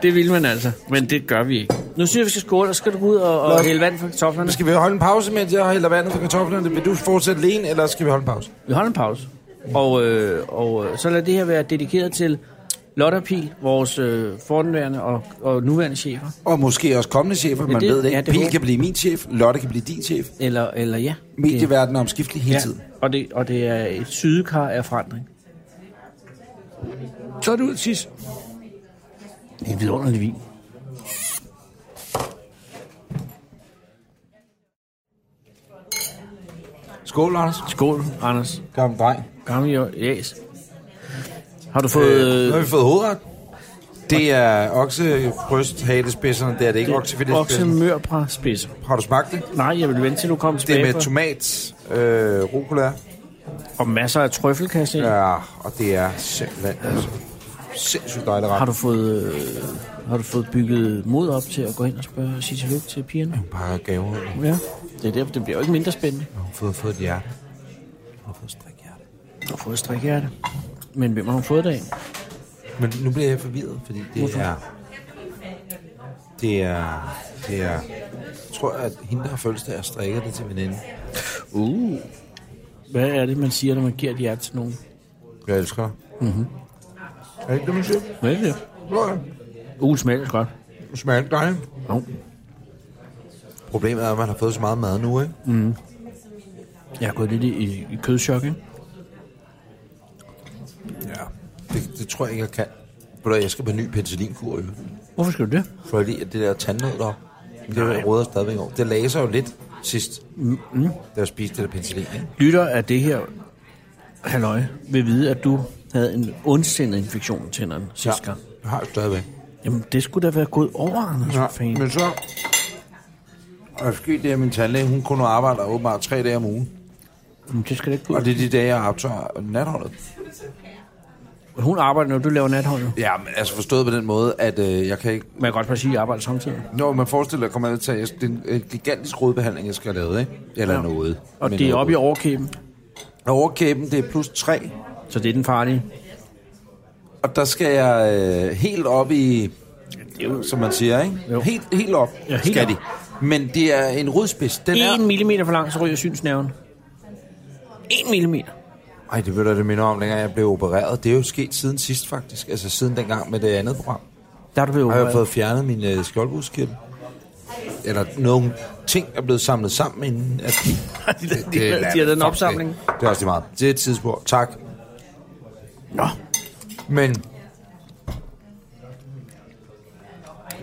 [SPEAKER 3] det ville man altså, men det gør vi ikke. Nu synes jeg, vi skal skåle, og så skal du gå ud og, og
[SPEAKER 1] Lad-
[SPEAKER 3] hælde vand fra kartoflerne.
[SPEAKER 1] Skal vi holde en pause, mens jeg hælder vandet fra kartoflerne? Vil du fortsætte alene, eller skal vi holde en pause?
[SPEAKER 3] Vi holder en pause. Og, øh, og øh, så lad det her være dedikeret til Lotte Pil, vores øh, fornværende og, og nuværende chefer.
[SPEAKER 1] Og måske også kommende chefer, man
[SPEAKER 3] det-
[SPEAKER 1] ved det ikke.
[SPEAKER 3] ja,
[SPEAKER 1] Ja,
[SPEAKER 3] det
[SPEAKER 1] Pil
[SPEAKER 3] håber-
[SPEAKER 1] kan blive min chef, Lotte kan blive din chef.
[SPEAKER 3] Eller, eller ja.
[SPEAKER 1] Medieverdenen er omskiftelig hele
[SPEAKER 3] ja.
[SPEAKER 1] tiden.
[SPEAKER 3] Og det, og det er et sydekar af forandring.
[SPEAKER 1] Så er det ud sidst.
[SPEAKER 3] Det er en vidunderlig vin.
[SPEAKER 1] Skål, Anders.
[SPEAKER 3] Skål, Anders.
[SPEAKER 1] Kom, dreng.
[SPEAKER 3] Gammel og yes. Har du fået...
[SPEAKER 1] Nu har
[SPEAKER 3] Øh,
[SPEAKER 1] vi fået hovedret. Det er oksebryst, halespidserne. Det er det ikke oksefiletspidserne.
[SPEAKER 3] oksemørbra spidser.
[SPEAKER 1] Har du smagt det?
[SPEAKER 3] Nej, jeg vil vente til du kommer
[SPEAKER 1] Det
[SPEAKER 3] tilbage
[SPEAKER 1] er
[SPEAKER 3] fra-
[SPEAKER 1] med tomat, øh, rucola,
[SPEAKER 3] og masser af trøffel, kan jeg se. Ja.
[SPEAKER 1] Ja, og det er simpelthen altså, sindssygt dejligt ret.
[SPEAKER 3] Har du fået... Øh, har du fået bygget mod op til at gå hen og spørge og sige tillykke til pigerne?
[SPEAKER 1] bare gaver? Jeg
[SPEAKER 3] Ja. Det er derfor, det bliver jo ikke mindre spændende.
[SPEAKER 1] har fået, fået et hjerte. Jeg har fået strik hjerte.
[SPEAKER 3] Du har fået strikhjerte. Men hvem har hun fået det af?
[SPEAKER 1] Men nu bliver jeg forvirret, fordi det Hvorfor? er... Det er... Det er... Jeg tror, at hende, der har følelse af, strikker det til veninde.
[SPEAKER 3] Uh. Hvad er det, man siger, når man giver et hjerte til nogen?
[SPEAKER 1] Jeg elsker dig. Mm-hmm. Er det ikke det, man siger?
[SPEAKER 3] Hvad er det?
[SPEAKER 1] Nå ja.
[SPEAKER 3] Uh, smager godt.
[SPEAKER 1] Det smager ikke dejligt.
[SPEAKER 3] Jo.
[SPEAKER 1] Problemet er, at man har fået så meget mad nu, ikke? Mm.
[SPEAKER 3] Jeg er gået lidt i, i, i kødschok, ikke?
[SPEAKER 1] Ja. Det, det tror jeg ikke, jeg kan. Ved du hvad, jeg skal på en ny penicillinkur, jo.
[SPEAKER 3] Hvorfor skal du det?
[SPEAKER 1] Fordi at det der tandnød der, det er råder stadigvæk over. Det lagde sig jo lidt sidst, mm-hmm. da jeg spiste det der penicillin. ikke?
[SPEAKER 3] Lytter af det her halløj vil vide, at du havde en ondsindet infektion i tænderne sidste gang.
[SPEAKER 1] Jeg har jeg stadigvæk.
[SPEAKER 3] Jamen, det skulle da være gået over, Anders. Ja,
[SPEAKER 1] Ja, men så er der sket det, at min tandlæge, hun kun arbejder åbenbart tre dage om ugen.
[SPEAKER 3] men... det skal da ikke gå.
[SPEAKER 1] Og det er de dage, jeg optager natholdet.
[SPEAKER 3] Hun arbejder, når du laver natholdet.
[SPEAKER 1] Ja, men altså forstået på den måde, at øh, jeg kan ikke...
[SPEAKER 3] Man kan godt bare sige, at jeg arbejder samtidig.
[SPEAKER 1] Når man forestiller sig, kommer jeg til at det er en øh, gigantisk rodbehandling, jeg skal have lavet, ikke? Eller
[SPEAKER 3] Ja.
[SPEAKER 1] ja. noget.
[SPEAKER 3] Og
[SPEAKER 1] Men
[SPEAKER 3] det er
[SPEAKER 1] noget.
[SPEAKER 3] oppe i overkæben,
[SPEAKER 1] Og Overkæben, det er plus 3.
[SPEAKER 3] så det er den farlige.
[SPEAKER 1] Og der skal jeg øh, helt op i... Som man siger, ikke?
[SPEAKER 3] Jo.
[SPEAKER 1] Helt, helt op
[SPEAKER 3] Ja, helt
[SPEAKER 1] skal
[SPEAKER 3] op.
[SPEAKER 1] de. Men det er en rodspids. Den er...
[SPEAKER 3] En millimeter for langt, så ryger synsnerven. En millimeter.
[SPEAKER 1] Ej, det ved du, det minder om, dengang jeg blev opereret. Det er jo sket siden sidst, faktisk. Altså siden dengang med det andet program.
[SPEAKER 3] Der er du blevet
[SPEAKER 1] Og jeg har
[SPEAKER 3] opereret.
[SPEAKER 1] fået fjernet min øh, skjoldbuskirtel. Eller nogle ting er blevet samlet sammen inden. Altså, At,
[SPEAKER 3] [LAUGHS] de, de, de, de, har lavet en
[SPEAKER 1] fuck
[SPEAKER 3] opsamling.
[SPEAKER 1] Det. det er også lige meget. Det er et tidsspur. Tak.
[SPEAKER 3] Nå,
[SPEAKER 1] Men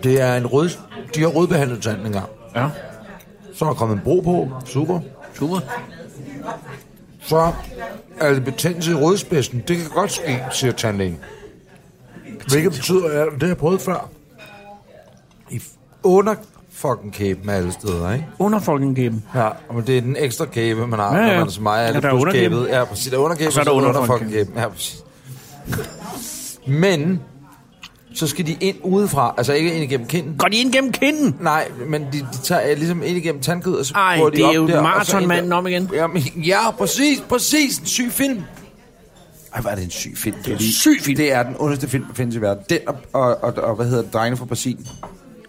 [SPEAKER 1] det er en rød... De har rødbehandlet tanden engang.
[SPEAKER 3] ja.
[SPEAKER 1] Så er der kommet en bro på. Super.
[SPEAKER 3] Super.
[SPEAKER 1] Så er det betændelse i rødspidsen. Det kan godt ske, siger tandlægen. Hvilket betyder, at det har jeg prøvet før. I under fucking kæben alle steder, ikke?
[SPEAKER 3] Under folkekæben.
[SPEAKER 1] Ja, men det er den ekstra kæbe, man har,
[SPEAKER 3] Ja,
[SPEAKER 1] ja, ja.
[SPEAKER 3] ja.
[SPEAKER 1] når man er som mig. Er
[SPEAKER 3] Ja,
[SPEAKER 1] det
[SPEAKER 3] der er
[SPEAKER 1] plus
[SPEAKER 3] underkæben.
[SPEAKER 1] kæbet. Ja, præcis. Der er underkæben, og så er der under fucking kæben. Ja, præcis. men så skal de ind udefra, altså ikke ind igennem kinden.
[SPEAKER 3] Går de ind gennem kinden?
[SPEAKER 1] Nej, men de, de tager øh, ligesom ind igennem tandkød, og så
[SPEAKER 3] Ej,
[SPEAKER 1] bruger de
[SPEAKER 3] det er
[SPEAKER 1] op
[SPEAKER 3] jo
[SPEAKER 1] der, og så
[SPEAKER 3] maratonmanden
[SPEAKER 1] ind der.
[SPEAKER 3] om igen.
[SPEAKER 1] Jamen, ja, præcis, præcis. En syg film. Ej, hvor er det en syg film. Det er, lige-
[SPEAKER 3] syg film.
[SPEAKER 1] Det er den ondeste film, der findes i verden. Den og, og, og, og hvad hedder det? Drengene fra Brasilien.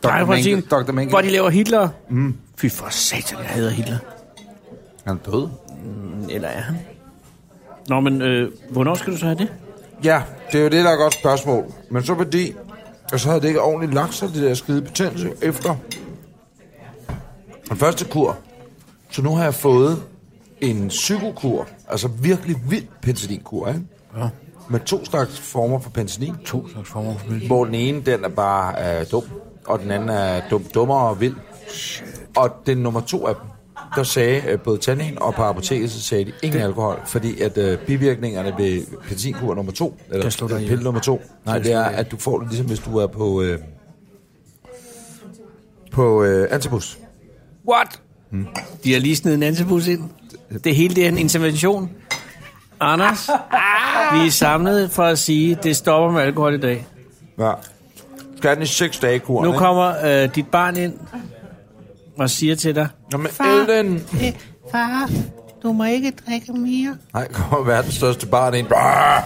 [SPEAKER 1] Dr.
[SPEAKER 3] Nej, for at sige,
[SPEAKER 1] Mengele- Dr. Mengele.
[SPEAKER 3] Hvor de laver Hitler. Mm. Fy for satan, jeg hader Hitler.
[SPEAKER 1] Han er død.
[SPEAKER 3] Eller er han? Nå, men øh, hvornår skal du så have det?
[SPEAKER 1] Ja, det er jo det, der er et godt spørgsmål. Men så fordi, og så havde det ikke ordentligt lagt sig, det der skide betændelse, efter den første kur. Så nu har jeg fået en psykokur, altså virkelig vild penicillinkur, ikke? Ja. Med to slags former for penicillin.
[SPEAKER 3] To slags former for mælk.
[SPEAKER 1] Hvor den ene, den er bare øh, dum, og den anden er dum, dummere og vild. Og den nummer to af dem, der sagde øh, både tandlægen og på apoteket, så sagde de ingen alkohol, fordi at øh, bivirkningerne ved penicillinkur nummer to, eller
[SPEAKER 3] Der slår dig
[SPEAKER 1] øh,
[SPEAKER 3] ihjel.
[SPEAKER 1] pille nummer to, nej,
[SPEAKER 3] Der
[SPEAKER 1] det er,
[SPEAKER 3] slår dig
[SPEAKER 1] at du får det ligesom, hvis du er på, øh, på øh, antibus.
[SPEAKER 3] What? Mm. De har lige snedet en antibus ind. Det hele det er en intervention. Anders, vi er samlet for at sige, det stopper med alkohol i dag.
[SPEAKER 1] Ja. Skal den i seks dage kuren,
[SPEAKER 3] Nu kommer øh, dit barn ind og siger til dig,
[SPEAKER 1] Nå, men Elden...
[SPEAKER 8] øh, Far, du må ikke drikke mere.
[SPEAKER 1] Nej, kommer verdens største barn ind. Brrr!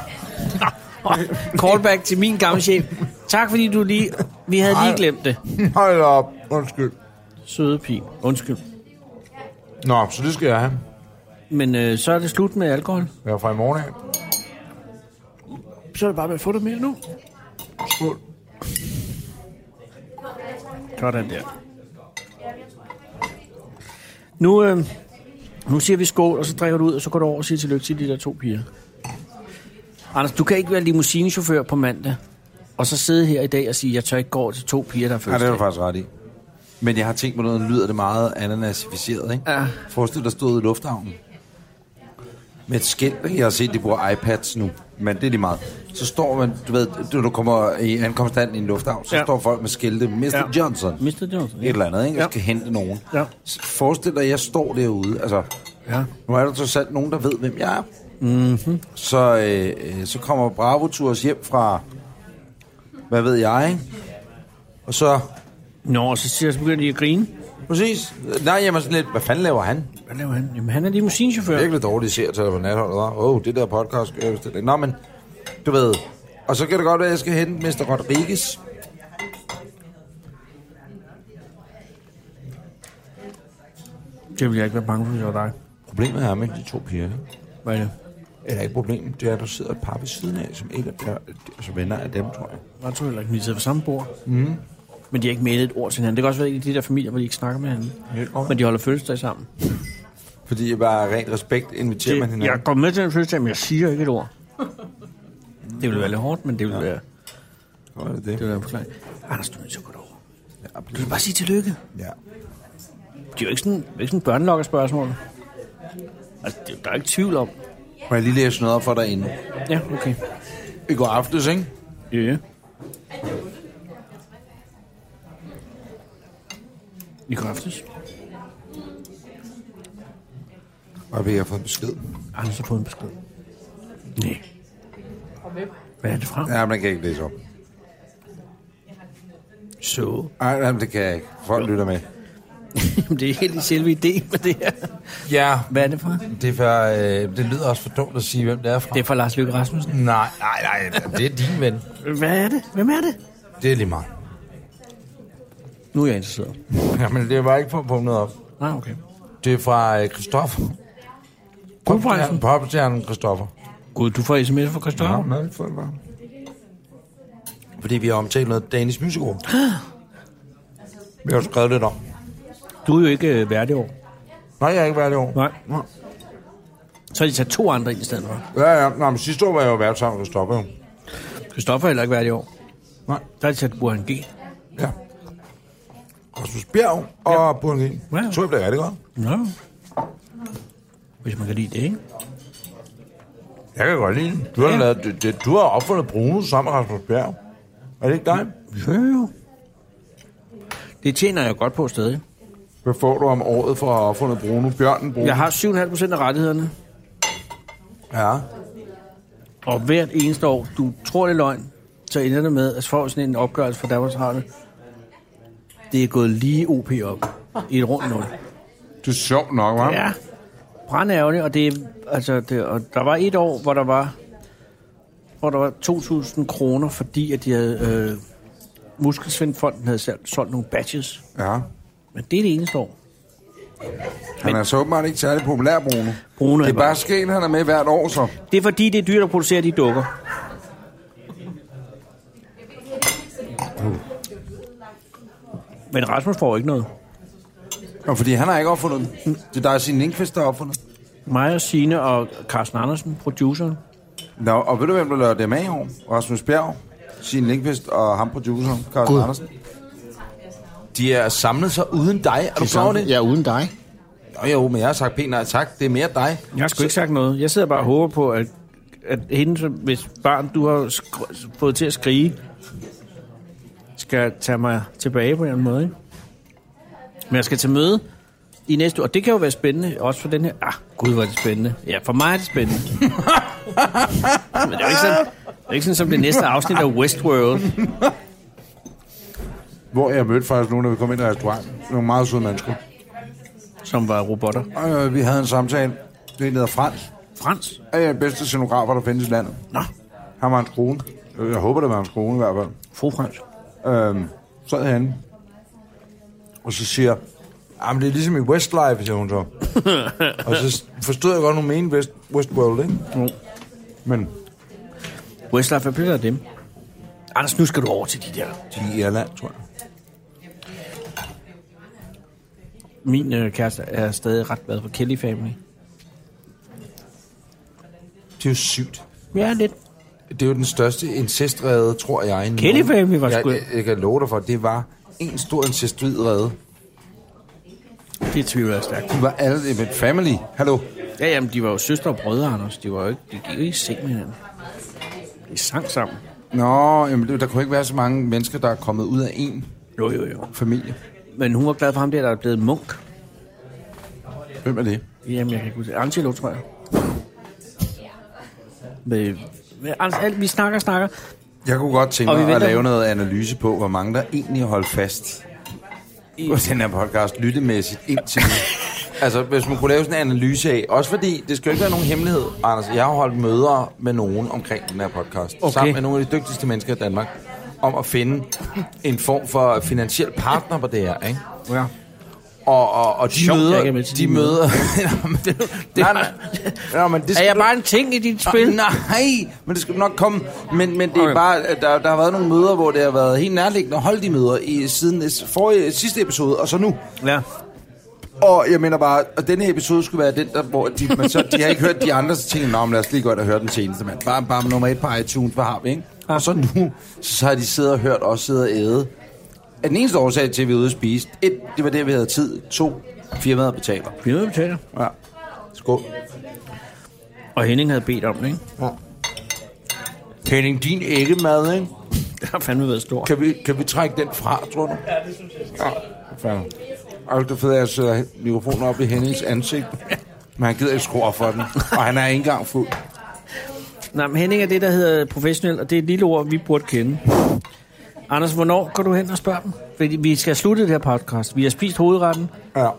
[SPEAKER 3] callback til min gamle chef. Tak fordi du lige... Vi havde lige glemt det.
[SPEAKER 1] Hold op. Undskyld.
[SPEAKER 3] Søde pige. Undskyld.
[SPEAKER 1] Nå, så det skal jeg have.
[SPEAKER 3] Men øh, så er det slut med alkohol.
[SPEAKER 1] Jeg er fra i morgen af.
[SPEAKER 3] Så er det bare med at få det mere nu.
[SPEAKER 1] Skål.
[SPEAKER 3] Sådan der. Nu, øh, nu siger vi skål, og så drikker du ud, og så går du over og siger tillykke til de der to piger. Anders, du kan ikke være limousinechauffør på mandag, og så sidde her i dag og sige, jeg tør ikke gå over til to piger, der er
[SPEAKER 1] Ja, det er du
[SPEAKER 3] fødselsdag.
[SPEAKER 1] faktisk ret i. Men jeg har tænkt på noget, der lyder det meget ananasificeret, ikke?
[SPEAKER 3] Ja.
[SPEAKER 1] Forestil dig, der stod i lufthavnen. Med et skilt, ikke? Jeg har set, de bruger iPads nu, men det er lige meget. Så står man, du ved, når du kommer i ankomstanden i en lufthavn, så
[SPEAKER 3] Ja.
[SPEAKER 1] ja. står folk med skilte, Mr.
[SPEAKER 3] Ja.
[SPEAKER 1] Ja. Johnson, et
[SPEAKER 3] Mr. Johnson. ja.
[SPEAKER 1] eller andet, ikke? Jeg
[SPEAKER 3] Ja.
[SPEAKER 1] skal hente nogen.
[SPEAKER 3] Ja.
[SPEAKER 1] Så Forestil dig, jeg står derude, altså
[SPEAKER 3] Ja. Mhm.
[SPEAKER 1] nu er der trods alt nogen, der ved, hvem jeg er. Mm-hmm. Så, øh, øh, så kommer Bravo Tours hjem fra, hvad ved jeg, ikke? Og så,
[SPEAKER 3] Nå, og så, siger, så begynder de at grine.
[SPEAKER 1] præcis, nej, jamen sådan lidt, hvad fanden laver han?
[SPEAKER 3] Hvad laver han? Jamen, han er limousinechauffør.
[SPEAKER 1] Virkelig dårligt ser til på natholdet, hva'? Åh, oh, det der podcast, skal jeg bestille. Nå, men, du ved, og så kan det godt være, at jeg skal hente Mr. Rodriguez.
[SPEAKER 3] Det vil jeg ikke være bange for, hvis jeg var dig.
[SPEAKER 1] Problemet er med de to piger, ikke?
[SPEAKER 3] Hvad er det?
[SPEAKER 1] Eller ikke problemet, det er, at der sidder et par ved siden af, som ikke er, altså venner af dem, tror jeg.
[SPEAKER 3] Jeg tror heller ikke, vi sidder på samme bord. Mm. Men de har ikke mailet et ord til hinanden. Det kan også være i de der familier, hvor de ikke snakker med hinanden.
[SPEAKER 1] Det kan godt være.
[SPEAKER 3] Men de holder fødselsdag sammen.
[SPEAKER 1] Fordi jeg bare af rent respekt inviterer man
[SPEAKER 3] Det,
[SPEAKER 1] hinanden.
[SPEAKER 3] jeg går med til den fødselsdag, men jeg siger ikke et ord. Det ville være lidt hårdt, men det ville være, det
[SPEAKER 1] Hvor er det det?
[SPEAKER 3] ville være en forklaring. Anders, du er nødt til at gå derover. Du kan bare sige tillykke.
[SPEAKER 1] Ja.
[SPEAKER 3] Det er jo ikke sådan, det er jo ikke sådan børnelokkerspørgsmål. Altså, det, er- der er ikke tvivl om.
[SPEAKER 1] Må jeg lige læse noget op for dig inden?
[SPEAKER 3] Ja, okay.
[SPEAKER 1] I går aftes, ikke?
[SPEAKER 3] Ja. I går aftes.
[SPEAKER 1] Og vi har fået besked.
[SPEAKER 3] Anders har fået en besked. Nej. Hvad er det fra?
[SPEAKER 1] Ja, men den kan jeg ikke læse op.
[SPEAKER 3] Så. [LAUGHS]
[SPEAKER 1] Ej, jamen, det kan jeg ikke. Folk lytter med.
[SPEAKER 3] Jamen, det er helt i selve ideen med det her.
[SPEAKER 1] Ja,
[SPEAKER 3] Hvad er det fra?
[SPEAKER 1] det, er for, øh, det lyder også for dumt at sige, hvem det er fra.
[SPEAKER 3] Det er fra Lars Løkke Rasmussen.
[SPEAKER 1] Nej, nej, nej. Det er din ven.
[SPEAKER 3] Hvad er det? Hvem er det?
[SPEAKER 1] Det er lige meget.
[SPEAKER 3] Nu er jeg interesseret.
[SPEAKER 1] Jamen, det var ikke på at pumpe noget op.
[SPEAKER 3] Ah, okay.
[SPEAKER 1] Det er fra øh, Christoffer.
[SPEAKER 3] Guldbranchen.
[SPEAKER 1] Popstjernen Christoffer.
[SPEAKER 3] Gud, du får sms fra
[SPEAKER 1] Ja,
[SPEAKER 3] Christoffer.
[SPEAKER 1] hun havde ikke fået det varmt. Fordi vi har omtalt noget Danish Musical. [GASPS] vi har jo skrevet lidt om.
[SPEAKER 3] Du er jo ikke øh, værdig år.
[SPEAKER 1] Nej, jeg har ikke været i år.
[SPEAKER 3] Nej. Så har de sat to andre ind i stedet for.
[SPEAKER 1] Ja, ja. Nå, men sidste år var jeg jo været sammen med Christoffer. jo.
[SPEAKER 3] Christoffer er heller ikke værdig år.
[SPEAKER 1] Nej.
[SPEAKER 3] Der har de sat Burhan G.
[SPEAKER 1] Ja. Rasmus Bjerg og ja. Burhan G.
[SPEAKER 3] Ja, ja.
[SPEAKER 1] Ja. Tror jeg, det er rigtig godt.
[SPEAKER 3] Nå. Hvis man kan lide det, ikke?
[SPEAKER 1] Jeg kan godt lide den. Du har,
[SPEAKER 3] Ja.
[SPEAKER 1] ja. lavet, det, det, du har opfundet Bruno sammen med Rasmus Bjerg. Er det ikke dig?
[SPEAKER 3] Jo, jo. Det tjener jeg godt på stadig.
[SPEAKER 1] Hvad får du om året for at have opfundet Bruno? Bjørnen Bruno?
[SPEAKER 3] Jeg har 7,5 procent af rettighederne.
[SPEAKER 1] Ja.
[SPEAKER 3] Og hvert eneste år, du tror det er løgn, så ender det med, at får sådan en opgørelse fra Danmarks Radio. Det er gået lige OP op i et rundt nul.
[SPEAKER 1] Det er sjovt nok, hva'?
[SPEAKER 3] Ja. Brandærgerligt, og det, er- altså, det, og der var et år, hvor der var, hvor der var 2.000 kroner, fordi at de havde, øh, Muskelsvindfonden havde solgt, solgt nogle badges.
[SPEAKER 1] ja.
[SPEAKER 3] Men det er det eneste år.
[SPEAKER 1] Han er så åbenbart ikke særlig populær, Bruno.
[SPEAKER 3] Bruno
[SPEAKER 1] Det
[SPEAKER 3] er
[SPEAKER 1] er bare skæn, han er med hvert år, så.
[SPEAKER 3] det er fordi, det er dyrt at producere de dukker. Men Rasmus får ikke noget.
[SPEAKER 1] Og fordi han har ikke opfundet den. Mm. Det er dig, sin Lindqvist, der har opfundet den.
[SPEAKER 3] Mig og Signe og Carsten Andersen, produceren.
[SPEAKER 1] Nå, og ved du, hvem der laver dem af i år? Rasmus Bjerg, sin Lindqvist og ham produceren, Carsten Andersen. De er samlet sig uden dig. Er du klar over det?
[SPEAKER 6] Ja, uden dig.
[SPEAKER 1] Nå, jo, men jeg har sagt pænt nej tak. Det er mere dig.
[SPEAKER 3] Jeg har sgu ikke sagt noget. Jeg sidder bare og håber på, at, at hende, som- hvis barn du har skr- fået til at skrige, skal tage mig tilbage på en eller anden måde. Ikke? Men jeg skal til møde i næste uge, og det kan jo være spændende, også for den her. Ah, gud, hvor er det spændende. Ja, for mig er det spændende. Men det er jo ikke sådan, det er ikke sådan som det næste afsnit af Westworld.
[SPEAKER 1] Hvor jeg mødte faktisk nogen, der vi kom ind i restauranten. Nogle meget søde mennesker.
[SPEAKER 3] som var robotter.
[SPEAKER 1] Og øh, vi havde en samtale. Det er en, der hedder Frans.
[SPEAKER 3] Frans?
[SPEAKER 1] Er jeg den bedste scenografer, der findes i landet?
[SPEAKER 3] Nå,
[SPEAKER 1] Han var en skrone. Øh, Jeg håber, det var en skrone i hvert fald.
[SPEAKER 3] fru Frans.
[SPEAKER 1] øhm, sad han og så siger, jamen det er ligesom i Westlife, siger hun
[SPEAKER 3] [LAUGHS]
[SPEAKER 1] så. og så forstod jeg godt, hun mente West, Westworld, ikke?
[SPEAKER 3] Jo.
[SPEAKER 1] Men
[SPEAKER 3] Westlife er blevet af dem. Anders, nu skal du over til de der.
[SPEAKER 1] de er i Irland, tror jeg.
[SPEAKER 3] Min øh, kæreste er stadig ret glad for Kelly Family.
[SPEAKER 1] Det er jo sygt.
[SPEAKER 3] Ja, lidt.
[SPEAKER 1] Det er jo den største incestrede, tror jeg. nogen-
[SPEAKER 3] Kelly Family var
[SPEAKER 1] jeg,
[SPEAKER 3] sgu-
[SPEAKER 1] jeg, jeg, kan love dig for, det var en stor incestrid rede.
[SPEAKER 3] Det tvivler jeg stærkt.
[SPEAKER 1] De var alle med family. Hallo.
[SPEAKER 3] Ja, jamen, de var jo søstre og brødre, Anders. De var jo ikke, de gik jo ikke i seng med hinanden. De sang sammen.
[SPEAKER 1] Nå, jamen, det- der kunne ikke være så mange mennesker, der er kommet ud af en
[SPEAKER 3] Jo, jo, jo.
[SPEAKER 1] familie.
[SPEAKER 3] Men hun var glad for ham der, der er blevet munk.
[SPEAKER 1] Hvem er det?
[SPEAKER 3] Jamen, jeg kan ikke huske det. Angelo, tror jeg. Men, men Anders, alt, vi snakker og snakker.
[SPEAKER 1] Jeg kunne godt tænke
[SPEAKER 3] Og vi
[SPEAKER 1] mig at
[SPEAKER 3] venter-
[SPEAKER 1] lave noget analyse på, hvor mange der egentlig holdt fast
[SPEAKER 3] I-
[SPEAKER 1] på den her podcast lyttemæssigt indtil nu. altså, hvis man kunne lave sådan en analyse af, også fordi, det skal jo ikke være nogen hemmelighed, Anders, jeg har holdt møder med nogen omkring den her podcast,
[SPEAKER 3] Okay.
[SPEAKER 1] sammen med nogle af de dygtigste mennesker i Danmark, om at finde en form for finansiel partner på det her, ikke?
[SPEAKER 3] Ja.
[SPEAKER 1] Og, og, og de
[SPEAKER 3] Sjovt, jeg
[SPEAKER 1] møder...
[SPEAKER 3] ikke er med til
[SPEAKER 1] de
[SPEAKER 3] de
[SPEAKER 1] møder... [LAUGHS] Nå, men det, det, nej, nej. Nå, men det
[SPEAKER 3] Er
[SPEAKER 1] skal
[SPEAKER 3] jeg
[SPEAKER 1] du-
[SPEAKER 3] bare en ting i dit spil?
[SPEAKER 1] Ah, Nej, men det skal nok komme. Men, men det okay.
[SPEAKER 3] Okay.
[SPEAKER 1] er bare, at der, der har været nogle møder, hvor det har været helt nærliggende at holde de møder i, siden s- forrige, sidste episode, og så nu.
[SPEAKER 3] Ja.
[SPEAKER 1] Og jeg mener bare, og denne episode skulle være den, der, hvor de, man så, de har ikke hørt de andre, så tænker jeg, lad os lige godt at høre den seneste, mand. Bare, bare nummer et på iTunes, hvad har vi, ikke? Og så nu, så har de siddet og hørt os sidde og æde. Af den eneste årsag til, at vi er ude at spise, et, det var det, vi havde tid. To, firmaet betaler.
[SPEAKER 3] Vi er nødt til det.
[SPEAKER 1] Ja. Skål.
[SPEAKER 3] Og Henning havde bedt om det, ikke?
[SPEAKER 1] Henning, din æggemad, ikke?
[SPEAKER 3] Det har fandme været stort.
[SPEAKER 1] Kan vi, kan vi trække den fra, tror du? Ja, det synes jeg. Ja, det er fedt, at jeg sætter mikrofonen op i Hennings ansigt. Men han gider ikke skrue op for den. Og han er ikke engang fuld.
[SPEAKER 3] Nej, men Henning er det, der hedder professionel, og det er et lille ord, vi burde kende. Anders, hvornår går du hen og spørger dem? Fordi vi skal slutte det her podcast. Vi har spist hovedretten.
[SPEAKER 1] Ja,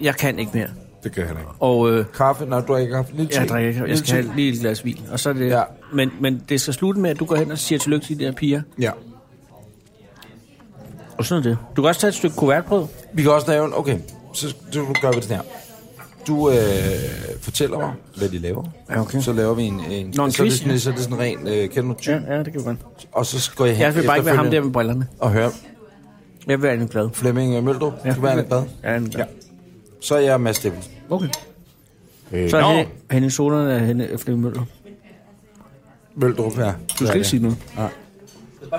[SPEAKER 3] Jeg kan ikke mere.
[SPEAKER 1] det kan han ikke.
[SPEAKER 3] Og øh,
[SPEAKER 1] Kaffe? Nej, du har ikke haft lidt
[SPEAKER 3] jeg drikker ikke. Jeg skal have lige et glas vin. Og så er det,
[SPEAKER 1] Ja.
[SPEAKER 3] ja. men, men det skal slutte med, at du går hen og siger tillykke til de der piger.
[SPEAKER 1] Ja.
[SPEAKER 3] Og sådan er det. Du kan også tage et stykke kuvertbrød.
[SPEAKER 1] Vi kan også lave en... Okay, så, så gør vi det her. Du øh, fortæller mig, hvad de laver.
[SPEAKER 3] Ja, okay.
[SPEAKER 1] Så laver vi en... en,
[SPEAKER 3] Nå, en
[SPEAKER 1] så, er det
[SPEAKER 3] quiz,
[SPEAKER 1] sådan,
[SPEAKER 3] ja.
[SPEAKER 1] så er det sådan ren... Øh, kender du typen?
[SPEAKER 3] Ja, ja det kan vi godt.
[SPEAKER 1] Og så går jeg hen
[SPEAKER 3] Jeg vil bare ikke være ham der
[SPEAKER 1] efterfølgende
[SPEAKER 3] med brillerne.
[SPEAKER 1] Og høre
[SPEAKER 3] Jeg vil være en glad.
[SPEAKER 1] Flemming øh, Møldrup. Ja.
[SPEAKER 3] Ja.
[SPEAKER 1] Du vil være bad.
[SPEAKER 3] Jeg er en glad.
[SPEAKER 1] Så er jeg Mads Steffensen.
[SPEAKER 3] Okay. Så er Henning, Henning Solerne og Henning Flemming Møller.
[SPEAKER 1] Møldrup, ja.
[SPEAKER 3] Du skal ikke sige noget.
[SPEAKER 1] Nej.
[SPEAKER 3] Du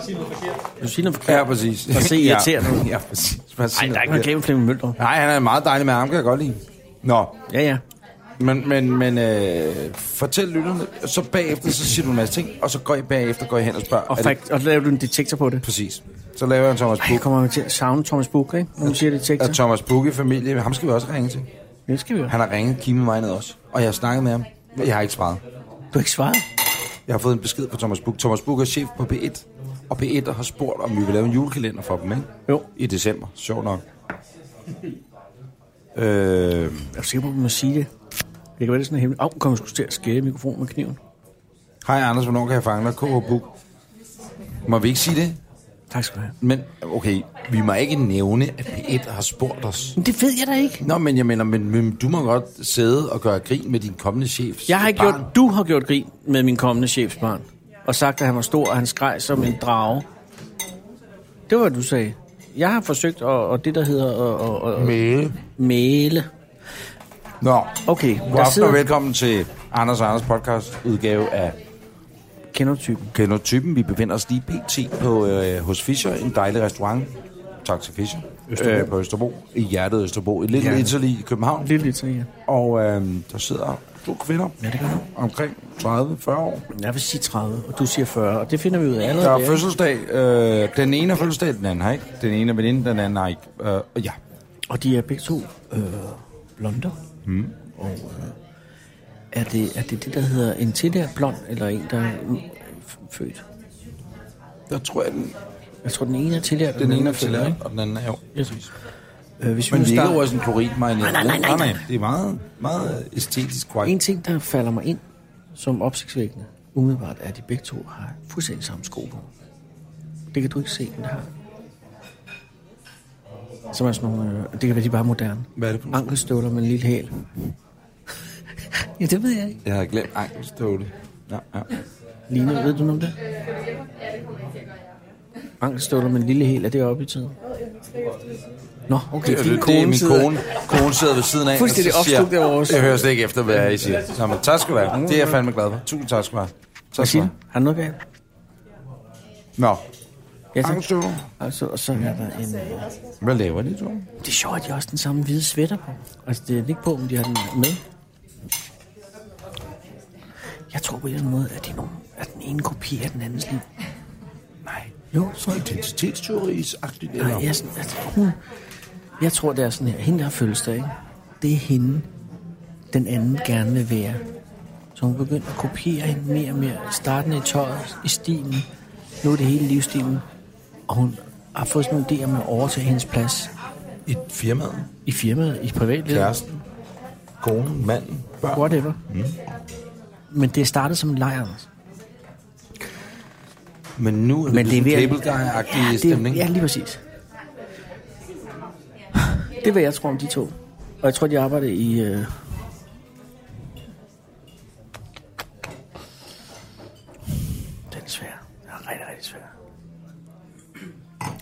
[SPEAKER 3] siger noget
[SPEAKER 1] [LAUGHS]
[SPEAKER 3] forkert.
[SPEAKER 1] Ja, præcis.
[SPEAKER 3] Og se irriterende ud.
[SPEAKER 1] Ja, præcis. Man siger
[SPEAKER 3] Nej, der er ikke noget
[SPEAKER 1] noget.
[SPEAKER 3] glemt Flemming Møller.
[SPEAKER 1] Nej, han er meget dejlig med ham, kan jeg godt lide. Nå,
[SPEAKER 3] Ja, ja.
[SPEAKER 1] men, men, men øh, fortæl lytterne, og så bagefter, så siger du en masse ting, og så går I bagefter, går I hen og spørger.
[SPEAKER 3] Og,
[SPEAKER 1] er det-
[SPEAKER 3] fakt, og så laver du en detektor på det.
[SPEAKER 1] Præcis. Så laver jeg en Thomas
[SPEAKER 3] Jeg
[SPEAKER 1] Buk.
[SPEAKER 3] kommer til at savne Thomas Buk, ikke? Når man siger detektor.
[SPEAKER 1] Og Thomas Buk i familie, ham skal vi også ringe til.
[SPEAKER 3] Det skal vi jo.
[SPEAKER 1] Han har ringet Kimi mig ned også, og jeg har snakket med ham. men Jeg har ikke svaret.
[SPEAKER 3] Du har ikke svaret.
[SPEAKER 1] Jeg har fået en besked fra Thomas Buk. Thomas Buk er chef på P1, og P1 har spurgt, om vi vil lave en julekalender for dem, ikke?
[SPEAKER 3] Jo.
[SPEAKER 1] I december, sjovt nok. [LAUGHS] øh,
[SPEAKER 3] Jeg er sikker på, at man må sige det. Det kan være, det er sådan en hemmelig... Åh, oh, kommer sgu til at skære i mikrofonen med kniven.
[SPEAKER 1] Hej Anders, hvornår kan jeg fange dig? KH Buk. Må vi ikke sige det?
[SPEAKER 3] Tak skal du have.
[SPEAKER 1] Men okay, vi må ikke nævne, at P1 har spurgt os.
[SPEAKER 3] Men det ved jeg da ikke.
[SPEAKER 1] Nå, men jeg mener, men, men du må godt sidde og gøre grin med din kommende chef.
[SPEAKER 3] Jeg har ikke gjort... Du har gjort grin med min kommende chefsbarn. Og sagt, at han var stor, og han skreg som en drage. Det var, hvad du sagde. Jeg har forsøgt at, og det, der hedder at, at, at
[SPEAKER 1] Mæle.
[SPEAKER 3] mæle.
[SPEAKER 1] Nå,
[SPEAKER 3] Okay,
[SPEAKER 1] god
[SPEAKER 3] der
[SPEAKER 1] aften og
[SPEAKER 3] sidder...
[SPEAKER 1] velkommen til Anders og Anders podcast udgave af
[SPEAKER 3] Kender du typen?
[SPEAKER 1] Kender du typen. Vi befinder os lige pt. På, øh, hos Fischer, en dejlig restaurant. Tak til Fischer. Østerbro. Øh, på Østerbro. I hjertet af Østerbro. I Little Italy i København.
[SPEAKER 3] Lidt lidt sådan, ja.
[SPEAKER 1] Og øh, der sidder to kvinder
[SPEAKER 3] Ja, det gør du.
[SPEAKER 1] omkring 30-40 år.
[SPEAKER 3] Jeg vil sige 30, og du siger 40, og det finder vi ud af allerede.
[SPEAKER 1] Der er
[SPEAKER 3] der.
[SPEAKER 1] fødselsdag. Øh, den ene har fødselsdag, den anden har ikke. Den ene er veninde, den anden har ikke. Øh, og ja.
[SPEAKER 3] Og de er begge to øh, blonder. Mm. Og øh, er, det, er det det, der hedder en tillært blond, eller en, der er mm, f- født?
[SPEAKER 1] Der tror jeg, den,
[SPEAKER 3] Jeg tror, den ene er tillært, og
[SPEAKER 1] den ene er
[SPEAKER 3] født,
[SPEAKER 1] fødselsdag, og den anden er jo.
[SPEAKER 3] Yes. Øh, hvis vi
[SPEAKER 1] Men
[SPEAKER 3] nu
[SPEAKER 1] det er ikke
[SPEAKER 3] starter...
[SPEAKER 1] over sådan en klorid, nej, nej,
[SPEAKER 3] nej, nej, nej.
[SPEAKER 1] Det er meget, meget øh, æstetisk korrekt.
[SPEAKER 3] En ting, der falder mig ind som opsigtsvækkende, umiddelbart, er, at de begge to har fuldstændig samme sko på. Det kan du ikke se, den har. Som er sådan nogle, øh, det kan være, de er bare moderne.
[SPEAKER 1] Hvad er det for nogle sko?
[SPEAKER 3] Ankelstøvler med en lille hæl. [LAUGHS] ja, det ved jeg ikke.
[SPEAKER 1] Jeg havde glemt ankelstøvle. Ja, ja.
[SPEAKER 3] Line, ved du noget om det? Ankelstøvler med en lille hæl, er det oppe i tiden? Nå, okay,
[SPEAKER 1] Det, det,
[SPEAKER 3] din
[SPEAKER 1] det er
[SPEAKER 3] kone
[SPEAKER 1] min
[SPEAKER 3] sidder-
[SPEAKER 1] kone. Kone sidder ved siden af.
[SPEAKER 3] Fuldstændig
[SPEAKER 1] og så siger,
[SPEAKER 3] opslugt af vores-
[SPEAKER 1] Jeg hører slet ikke efter, hvad I siger. Så, men, tak skal du have. Det er jeg fandme glad for. Tusind tak skal du have. Tak
[SPEAKER 3] Hvad
[SPEAKER 1] skal
[SPEAKER 3] siger
[SPEAKER 1] du
[SPEAKER 3] du?
[SPEAKER 1] have.
[SPEAKER 3] Har du noget galt?
[SPEAKER 1] Nå,
[SPEAKER 3] Ja, så.
[SPEAKER 1] ankelstøvle.
[SPEAKER 3] Altså, og så er der en... øh,
[SPEAKER 1] Hvad laver de, tror du?
[SPEAKER 3] Det er sjovt, at de har også den samme hvide sweater på. Altså, det er ikke på, om de har den med. Jeg tror på en eller anden måde, at, de er nogen, at den ene kopi af den andens liv. Nej. Jo, tror jeg det.
[SPEAKER 1] Identitetsteorisagtigt,
[SPEAKER 3] Nej, jeg, er sådan, altså, hun, jeg tror, det er sådan her. Hende, der har fødselsdag, ikke? det er hende, den anden gerne vil være. Så hun begyndte at kopiere hende mere og mere. Startende i tøjet, i stilen. Nu er det hele livsstilen. Og hun har fået sådan nogle idéer med at overtage hendes plads
[SPEAKER 1] I firmaet.
[SPEAKER 3] i firmaet, i privatlivet.
[SPEAKER 1] Kæresten. Konen. Manden. Børn.
[SPEAKER 3] Whatever. Mm. Men det startede som en leg, Anders.
[SPEAKER 1] Men nu er det,
[SPEAKER 3] Men det er ved at-
[SPEAKER 1] cable guy-agtig
[SPEAKER 3] det,
[SPEAKER 1] stemning.
[SPEAKER 3] Ja, lige præcis. Det er, hvad jeg tror om de to. Og jeg tror, de arbejder i... Øh... Den er svær. Den er rigtig, rigtig svær.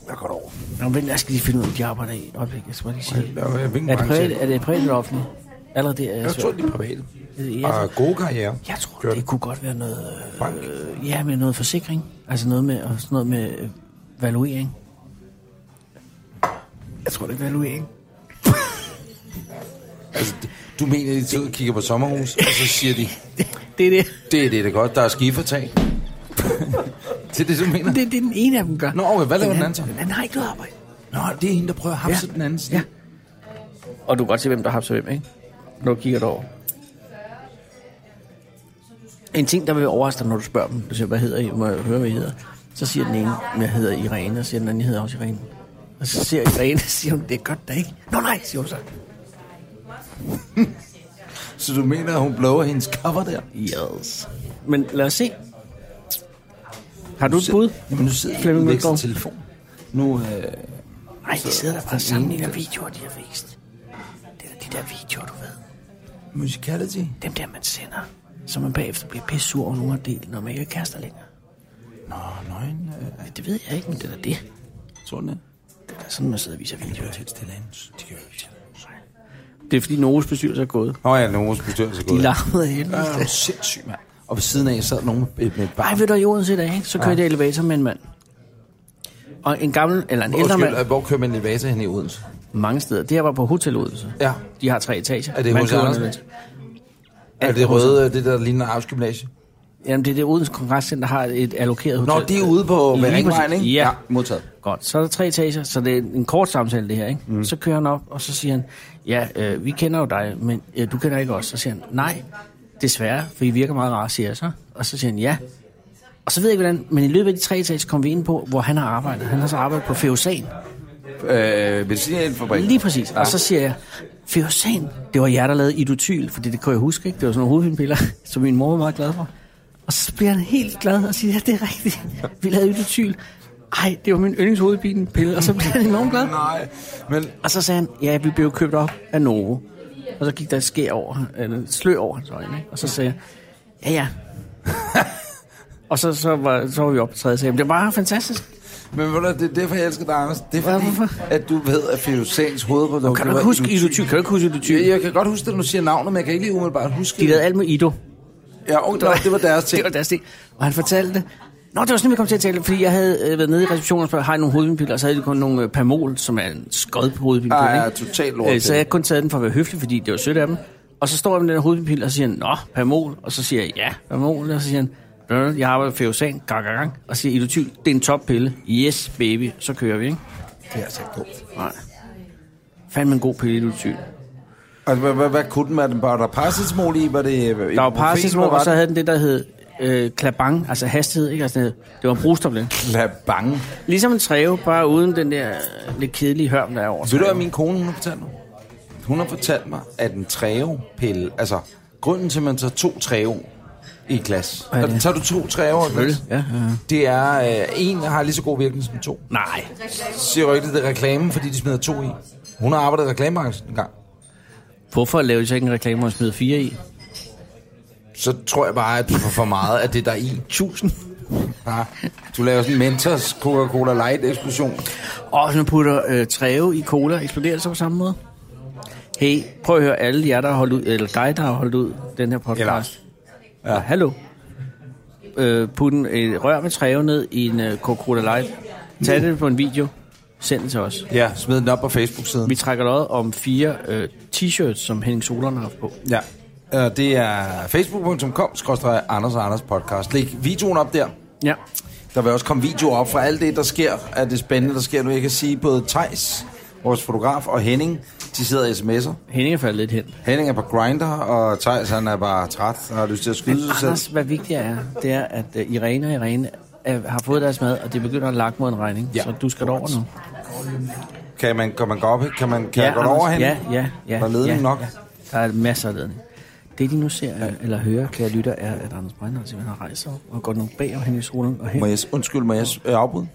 [SPEAKER 1] jeg godt over.
[SPEAKER 3] Nå, men jeg skal lige finde ud af, om de arbejder i et øjeblik. Jeg skal bare lige sige.
[SPEAKER 1] Der er, hvilken
[SPEAKER 3] Er det
[SPEAKER 1] branche?
[SPEAKER 3] privat, er det privat eller offentligt? Allerede det er
[SPEAKER 1] Jeg tror,
[SPEAKER 3] svært.
[SPEAKER 1] det er privat.
[SPEAKER 3] Jeg tror-
[SPEAKER 1] Og gode karriere.
[SPEAKER 3] Jeg tror,
[SPEAKER 1] Gør
[SPEAKER 3] det kunne godt være noget...
[SPEAKER 1] Bank.
[SPEAKER 3] Øh, ja, med noget forsikring. Altså noget med, og sådan noget med øh, valuering. Jeg tror, det er valuering.
[SPEAKER 1] Altså, du mener, de sidder og kigger på sommerhus, og så siger de,
[SPEAKER 3] [LAUGHS] Det er det. [LAUGHS]
[SPEAKER 1] det er det, der er godt, der er skifertag. [LAUGHS] det er det, du mener?
[SPEAKER 3] Det er det, den ene af dem gør.
[SPEAKER 1] Nå, okay, hvad laver den anden så?
[SPEAKER 3] Han, han har ikke noget arbejde.
[SPEAKER 1] Nå, det er hende, der prøver at hamse den anden.
[SPEAKER 3] Ja. Og du kan godt se, hvem der har hvem, ikke? Når du kigger derover. En ting, der vil overraske dig, når du spørger dem, du siger, hvad hedder I? Må jeg høre, hvad I hedder? Så siger den ene, jeg hedder Irene, og siger den anden, jeg hedder også Irene. Og så ser Irene, [LAUGHS] og siger hun, det er godt, der ikke. Nå nej, siger hun så.
[SPEAKER 1] Så du mener, at hun blower hendes cover der?
[SPEAKER 3] Yes. Men lad os se. Har du et bud?
[SPEAKER 1] Jamen, nu sidder
[SPEAKER 3] Flemming
[SPEAKER 1] Flemming væk
[SPEAKER 3] Mølgaard.
[SPEAKER 1] telefon. Nu, øh,
[SPEAKER 3] Nej, de sidder der bare og sammenligner videoer, de har vist. Det er da de der videoer, du ved.
[SPEAKER 1] musicality.
[SPEAKER 3] Dem der, man sender. Så man bagefter bliver pisse sur over nogen af delen, når man ikke er kærester længere.
[SPEAKER 1] Nå, nøgen. Øh,
[SPEAKER 3] Men det ved jeg ikke, men det er da det.
[SPEAKER 1] tror du det?
[SPEAKER 3] Det er da sådan, man sidder og viser videoer til.
[SPEAKER 1] Helt stille hans. De kan jo ikke
[SPEAKER 3] Det er fordi Norges bestyrelse er gået.
[SPEAKER 1] Nå ja, Norges bestyrelse er
[SPEAKER 3] De
[SPEAKER 1] gået.
[SPEAKER 3] larmede af helvede.
[SPEAKER 1] Ja, du er sindssyg, mand. Og ved siden af sad nogen med, med et barn.
[SPEAKER 3] Ej, ved du, i Odense i dag, ikke?
[SPEAKER 1] Ah.
[SPEAKER 3] så kørte jeg elevator med en mand. Og en gammel, eller en ældre
[SPEAKER 1] Undskyld,
[SPEAKER 3] mand,
[SPEAKER 1] øh, hvor kører man elevator hen i Odense?
[SPEAKER 3] mange steder. Det her var på Hotel Odense.
[SPEAKER 1] Ja.
[SPEAKER 3] De har tre etager.
[SPEAKER 1] Er det
[SPEAKER 3] Man
[SPEAKER 1] hos
[SPEAKER 3] kører
[SPEAKER 1] Andersen?
[SPEAKER 3] ned.
[SPEAKER 1] Er det røde, øh, det der ligner Aarhus Gymnasie?
[SPEAKER 3] Jamen, det er det Odense Kongresscenter har et allokeret hotel.
[SPEAKER 1] Nå, det er ude på
[SPEAKER 3] Lige
[SPEAKER 1] ved Ringvejen,
[SPEAKER 3] præcis.
[SPEAKER 1] ikke?
[SPEAKER 3] Ja.
[SPEAKER 1] modtaget.
[SPEAKER 3] Godt, så er der tre etager, så det er en kort samtale det her, ikke? Mm. Så kører han op, og så siger han, ja, øh, vi kender jo dig, men øh, du kender ikke os. Så siger han, nej, desværre, for I virker meget rare, siger jeg så. Og så siger han, ja. Og så ved jeg ikke hvordan, men i løbet af de tre etager kom vi ind på, hvor han har arbejdet. Han har så arbejdet på Feosan.
[SPEAKER 1] Øh, ved siden af en fabrik.
[SPEAKER 3] Lige præcis. Og så siger jeg, Feosan, det var jer, der lavede idotyl, fordi det kunne jeg huske, ikke? Det var sådan nogle hovedpinepiller, [LAUGHS] som min mor var meget glad for. Og så bliver han helt glad og siger, ja, det er rigtigt. Vi lavede idotyl. Ej, det var min yndlingshovedpinepille, og så bliver han enormt glad.
[SPEAKER 1] Nej, men
[SPEAKER 3] Og så sagde han, ja, vi blev købt op af Novo. Og så gik der et skær over, eller et slør over hans øjne, ikke? Og så sagde jeg, ja, ja. og så, så, var, så var vi oppe på tredje sal. Det var bare fantastisk.
[SPEAKER 1] Men ved du, det er derfor, jeg elsker dig, Anders. Det er
[SPEAKER 3] Hvad,
[SPEAKER 1] fordi,
[SPEAKER 3] hvorfor?
[SPEAKER 1] at du ved, at Filosans hovedprodukt...
[SPEAKER 3] Kan du ikke huske Ido Ty? Kan du ikke huske Ido Ty?
[SPEAKER 1] Ja, jeg kan godt huske det, når du siger navnet, men jeg kan ikke lige umiddelbart huske
[SPEAKER 3] De
[SPEAKER 1] det.
[SPEAKER 3] lavede alt med Ido.
[SPEAKER 1] Ja, oh, nej, det var deres ting.
[SPEAKER 3] Det var deres ting. Og han fortalte det. Nå, det var sådan, vi kom til at tale, fordi jeg havde øh, været nede i receptionen og spurgt, har I nogle hovedpinepiller? Og så havde de kun nogle øh, Pamol, som er en skod på hovedpinepiller.
[SPEAKER 1] Ah, ja,
[SPEAKER 3] ikke?
[SPEAKER 1] totalt lortepille.
[SPEAKER 3] Øh, så jeg havde kun taget den for at være høflig, fordi det var sødt af dem. Og så står jeg med den her hovedpinepille og siger, nå, Pamol. Og så siger jeg, ja, Pamol. Og så siger han, "Øh, jeg arbejder på Feosan, gang, gang, gang. Og så siger Idotyl, det er en toppille. Yes, baby. Så kører vi, ikke?
[SPEAKER 1] Det er altså ikke godt.
[SPEAKER 3] Nej. Fandme en god pille, Idotyl.
[SPEAKER 1] Altså, hvad, hvad, hvad kunne den være? Den var der parselsmål i? Var det, øh,
[SPEAKER 3] Der var parasismo, og så havde den det, der hed øh, klabang, altså hastighed, ikke? Altså, det det var en brugstopling.
[SPEAKER 1] La bange.
[SPEAKER 3] Ligesom en træve, bare uden den der øh, lidt kedelige hørm, der er over.
[SPEAKER 1] Ved du, hvad min kone hun har fortalt mig? Hun har fortalt mig, at en trævepille... Altså, grunden til, at man tager to træve i et glas.
[SPEAKER 3] er det?
[SPEAKER 1] Når tager du to træve i et glas,
[SPEAKER 3] Ja, ja, ja.
[SPEAKER 1] det er... Øh, en har lige så god virkning som to.
[SPEAKER 3] Nej.
[SPEAKER 1] siger rygtet, det er reklame, fordi de smider to i. Hun har arbejdet i reklamebranchen en gang.
[SPEAKER 3] Hvorfor lavede jeg ikke en reklame og smed fire i?
[SPEAKER 1] Så tror jeg bare, at du får for meget af det, der er i.
[SPEAKER 3] Tusind.
[SPEAKER 1] Ja. Du laver sådan en Mentos Coca-Cola Light eksplosion.
[SPEAKER 3] Og hvis man putter øh, træve i cola, eksploderer det så på samme måde? Hey, prøv at høre alle jer, der har holdt ud, eller dig, der har holdt ud den her podcast. Ja. ja hallo. Øh, put en øh, rør med træve ned i en øh, Coca-Cola Light. Tag det på en video. Send det til os.
[SPEAKER 1] Ja, smid den op på Facebook-siden.
[SPEAKER 3] Vi trækker lod om fire øh, t-shirts, som Henning Solon har haft på.
[SPEAKER 1] Ja. Øh, Det er facebook.com, skorstræk Anders og Anders podcast. Læg videoen op der.
[SPEAKER 3] Ja.
[SPEAKER 1] Der vil også komme videoer op fra alt det, der sker. Er det spændende, der sker nu? Jeg kan sige, både Tejs, vores fotograf, og Henning, de sidder i sms'er.
[SPEAKER 3] Henning er faldet lidt hen.
[SPEAKER 1] Henning er på grinder, og Tejs han er bare træt og har lyst til at skyde sig selv.
[SPEAKER 3] Anders, hvad vigtigt er, det er, at øh, Irene og Irene øh, har fået deres mad, og det begynder at lakke mod en regning.
[SPEAKER 1] Ja.
[SPEAKER 3] Så du skal over nu.
[SPEAKER 1] Kan man, kan man gå op? Kan man kan ja, gå over hen?
[SPEAKER 3] Ja, ja, ja.
[SPEAKER 1] Der er ledning
[SPEAKER 3] ja,
[SPEAKER 1] nok.
[SPEAKER 3] Ja. Der er masser af ledning. Det, de nu ser ja. eller hører, kære lytter, er, at Anders Breinholt simpelthen har rejst sig op og går nu bag om Henning Solon og hen.
[SPEAKER 1] Må jeg, undskyld, må jeg øh, afbryde?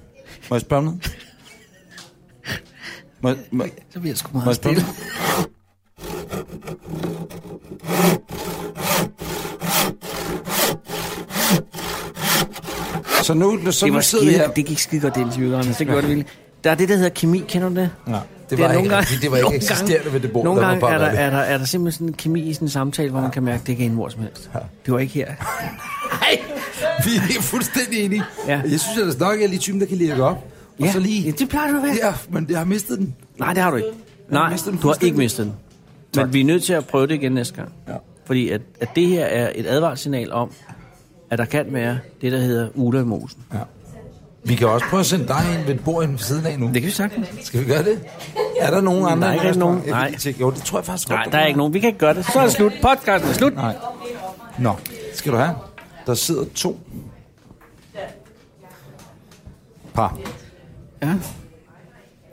[SPEAKER 1] Må jeg spørge om noget? Må, må,
[SPEAKER 3] Så bliver jeg sgu
[SPEAKER 1] må jeg
[SPEAKER 3] meget
[SPEAKER 1] spørge om
[SPEAKER 3] stille.
[SPEAKER 1] noget? Så nu, så
[SPEAKER 3] Det
[SPEAKER 1] nu
[SPEAKER 3] var
[SPEAKER 1] sidder vi
[SPEAKER 3] skide,
[SPEAKER 1] her.
[SPEAKER 3] det gik skide godt, det interview, Anders. Det gjorde det virkelig. Der er det, der hedder kemi, kender du det?
[SPEAKER 1] Nej, det
[SPEAKER 3] Det er
[SPEAKER 1] var,
[SPEAKER 3] nogle
[SPEAKER 1] ikke,
[SPEAKER 3] gange-
[SPEAKER 1] rigtigt. det var ikke
[SPEAKER 3] [LAUGHS] nogle
[SPEAKER 1] eksisterende ved det bord,
[SPEAKER 3] Nogle
[SPEAKER 1] der var
[SPEAKER 3] gange
[SPEAKER 1] bare
[SPEAKER 3] er der,
[SPEAKER 1] rigtigt.
[SPEAKER 3] er, der, er der simpelthen sådan en kemi i sådan en samtale, hvor man kan mærke, at det ikke er en mor som helst. Det var ikke
[SPEAKER 1] [LAUGHS]
[SPEAKER 3] her.
[SPEAKER 1] Vi er fuldstændig enige.
[SPEAKER 3] Ja.
[SPEAKER 1] Jeg synes ellers nok, at jeg er lige typen, der kan lide at gå op. Og så lige...
[SPEAKER 3] ja, det plejer du at være.
[SPEAKER 1] Ja, men jeg har mistet den.
[SPEAKER 3] Nej, det har du ikke.
[SPEAKER 1] har
[SPEAKER 3] Nej,
[SPEAKER 1] mistet den
[SPEAKER 3] du har ikke
[SPEAKER 1] fuldstændig.
[SPEAKER 3] mistet den. Men vi er nødt til at prøve det igen næste gang. Ja. Fordi at, at det her er et advarsignal om, at der kan være det, der hedder uler i mosen.
[SPEAKER 1] Vi kan også prøve at sende dig ind ved et bord inde ved siden af nu.
[SPEAKER 3] Det kan vi sagtens.
[SPEAKER 1] Skal vi gøre det? Er der nogen andre?
[SPEAKER 3] er
[SPEAKER 1] i
[SPEAKER 3] ikke rigtig
[SPEAKER 1] restauranten?
[SPEAKER 3] nogen.
[SPEAKER 1] Jeg vil lige tjekke. Jo, det tror jeg faktisk
[SPEAKER 3] Nej,
[SPEAKER 1] godt,
[SPEAKER 3] der er ikke nogen. Vi kan ikke gøre det. Så er det slut. Podcasten er slut.
[SPEAKER 1] Nej. Nå, skal du have? Der sidder to. Par.
[SPEAKER 3] Ja.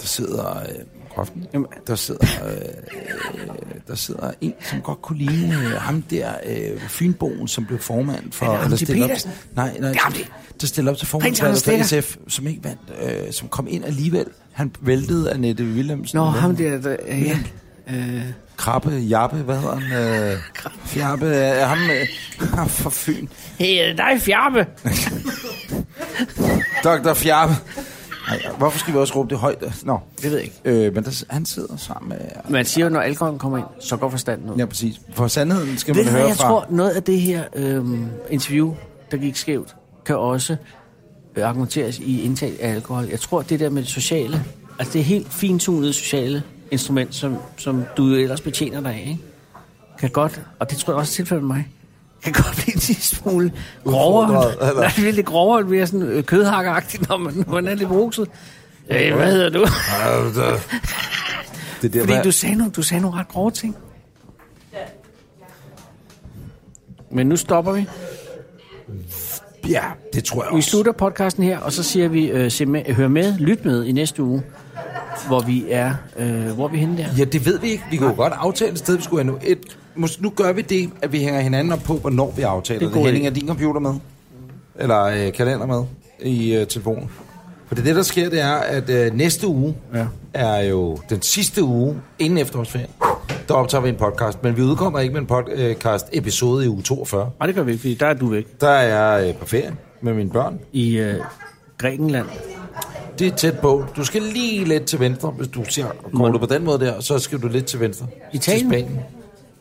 [SPEAKER 1] Der sidder øh, Kroften.
[SPEAKER 3] Jamen.
[SPEAKER 1] Der sidder, øh, der sidder en, som godt kunne ligne øh, ham der øh, Fynboen, som blev formand for...
[SPEAKER 3] Er det ham
[SPEAKER 1] der
[SPEAKER 3] til
[SPEAKER 1] stiller op,
[SPEAKER 3] Petersen?
[SPEAKER 1] nej, nej,
[SPEAKER 3] Det er ham, det-
[SPEAKER 1] der stiller op til
[SPEAKER 3] Prins Anders
[SPEAKER 1] formand for SF, som ikke vandt, øh, som kom ind alligevel. Han væltede Annette Willemsen.
[SPEAKER 3] Nå,
[SPEAKER 1] Men-
[SPEAKER 3] ham der... der øh, ja.
[SPEAKER 1] Krabbe, Jappe, hvad hedder han? Øh, Fjappe, øh, ham, øh, [LAUGHS] ham fra Fyn.
[SPEAKER 3] Hey, er det dig, [LAUGHS] Fjarpe?
[SPEAKER 1] Dr. Fjappe. Ej, hvorfor skal vi også råbe det højt? Nå,
[SPEAKER 3] Det ved jeg ikke.
[SPEAKER 1] øh, men der, han sidder sammen med...
[SPEAKER 3] Man siger jo, når alkoholen kommer ind, så går forstanden ud.
[SPEAKER 1] Ja, præcis. For sandheden skal
[SPEAKER 3] Ved
[SPEAKER 1] man
[SPEAKER 3] du hvad,
[SPEAKER 1] høre
[SPEAKER 3] jeg
[SPEAKER 1] fra...
[SPEAKER 3] tror, noget af det her øhm, interview, der gik skævt, kan også øh, argumenteres i indtag af alkohol. Jeg tror, det der med det sociale, altså det helt fintunede sociale instrument, som, som du jo ellers betjener dig af, ikke? kan godt, og det tror jeg også er tilfældet med mig, kan [LAUGHS] godt blive en lille smule grovere.
[SPEAKER 1] Udfordret, eller?
[SPEAKER 3] Nej, det bliver lidt grovere, det bliver sådan øh, kødhakkeragtigt, når man, når man er lidt bruset. Øh, hvad hedder du?
[SPEAKER 1] Det er der,
[SPEAKER 3] Fordi
[SPEAKER 1] hvad,
[SPEAKER 3] du sagde, nogle, du sagde nogle ret grove ting. Men nu stopper vi.
[SPEAKER 1] Ja, det tror jeg
[SPEAKER 3] Vi
[SPEAKER 1] også.
[SPEAKER 3] slutter podcasten her, og så siger vi, øh, se med, hør med, lyt med i næste uge, hvor vi er, øh, hvor er vi henne der.
[SPEAKER 1] Ja, det ved vi ikke. Vi kunne jo godt aftale et sted, vi skulle have nu. Et, mås- nu gør vi det, at vi hænger hinanden op på, hvornår vi aftaler
[SPEAKER 3] Det er
[SPEAKER 1] det.
[SPEAKER 3] god
[SPEAKER 1] det. Henning,
[SPEAKER 3] idé.
[SPEAKER 1] er din computer med? Eller øh, kalender med i øh, telefonen? For det, det, der sker, det er, at øh, næste uge
[SPEAKER 3] Ja.
[SPEAKER 1] ja. er jo den sidste uge inden efterårsferien. Der optager vi en podcast, men vi udkommer ikke med en podcast-episode i uge 42.
[SPEAKER 3] Nej, det gør vi ikke, fordi der er du væk.
[SPEAKER 1] Der er jeg øh, på ferie med mine børn.
[SPEAKER 3] I øh, Grækenland.
[SPEAKER 1] Det er tæt på. Du skal lige lidt til venstre, hvis du ser kortet på den måde der, så skal du lidt til venstre.
[SPEAKER 3] Italien?
[SPEAKER 1] Til Spanien.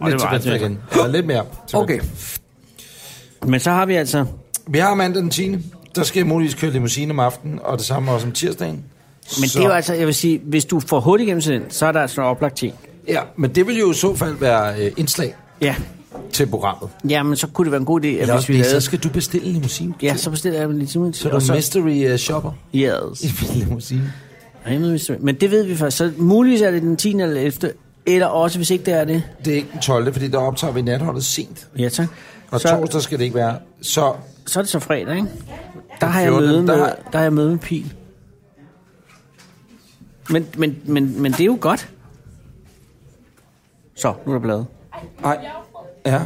[SPEAKER 3] var
[SPEAKER 1] Lidt til venstre
[SPEAKER 3] altså-
[SPEAKER 1] igen. Ja, lidt
[SPEAKER 3] [LAUGHS]
[SPEAKER 1] mere. til venstre.
[SPEAKER 3] Men så har vi altså...
[SPEAKER 1] Vi har mandag den 10. Der skal jeg muligvis køre limousine om aftenen, og det samme også om tirsdagen.
[SPEAKER 3] Men så. det er jo altså, jeg vil sige, hvis du får hurtigt igennem til den, så er der altså en oplagt ting.
[SPEAKER 1] Ja, men det vil jo i så fald være øh, indslag
[SPEAKER 3] Ja.
[SPEAKER 1] til programmet.
[SPEAKER 3] ja, men så kunne det være en god idé, at hvis vi
[SPEAKER 1] Hvis
[SPEAKER 3] lavede...
[SPEAKER 1] så skal du bestille en limousine.
[SPEAKER 3] Ja, så bestiller jeg lidt til.
[SPEAKER 1] Så er du mystery uh,
[SPEAKER 3] [LAUGHS]
[SPEAKER 1] shopper
[SPEAKER 3] Yes.
[SPEAKER 1] i min limousine.
[SPEAKER 3] Ej, men hvis- Men det ved vi først. Så muligvis er det den 10. eller 11. Eller også, hvis ikke det er det.
[SPEAKER 1] Det er ikke den 12., fordi der optager vi natholdet sent.
[SPEAKER 3] Ja, tak.
[SPEAKER 1] Og
[SPEAKER 3] så,
[SPEAKER 1] så... torsdag skal det ikke være. Så
[SPEAKER 3] så er det så fredag, ikke? Der har jeg
[SPEAKER 1] 14.,
[SPEAKER 3] møde med,
[SPEAKER 1] der
[SPEAKER 3] der...
[SPEAKER 1] har-
[SPEAKER 3] har jeg møde med Pil. Men, men, men, men det er jo godt. Så, nu er der bladet.
[SPEAKER 1] Nej. Ja.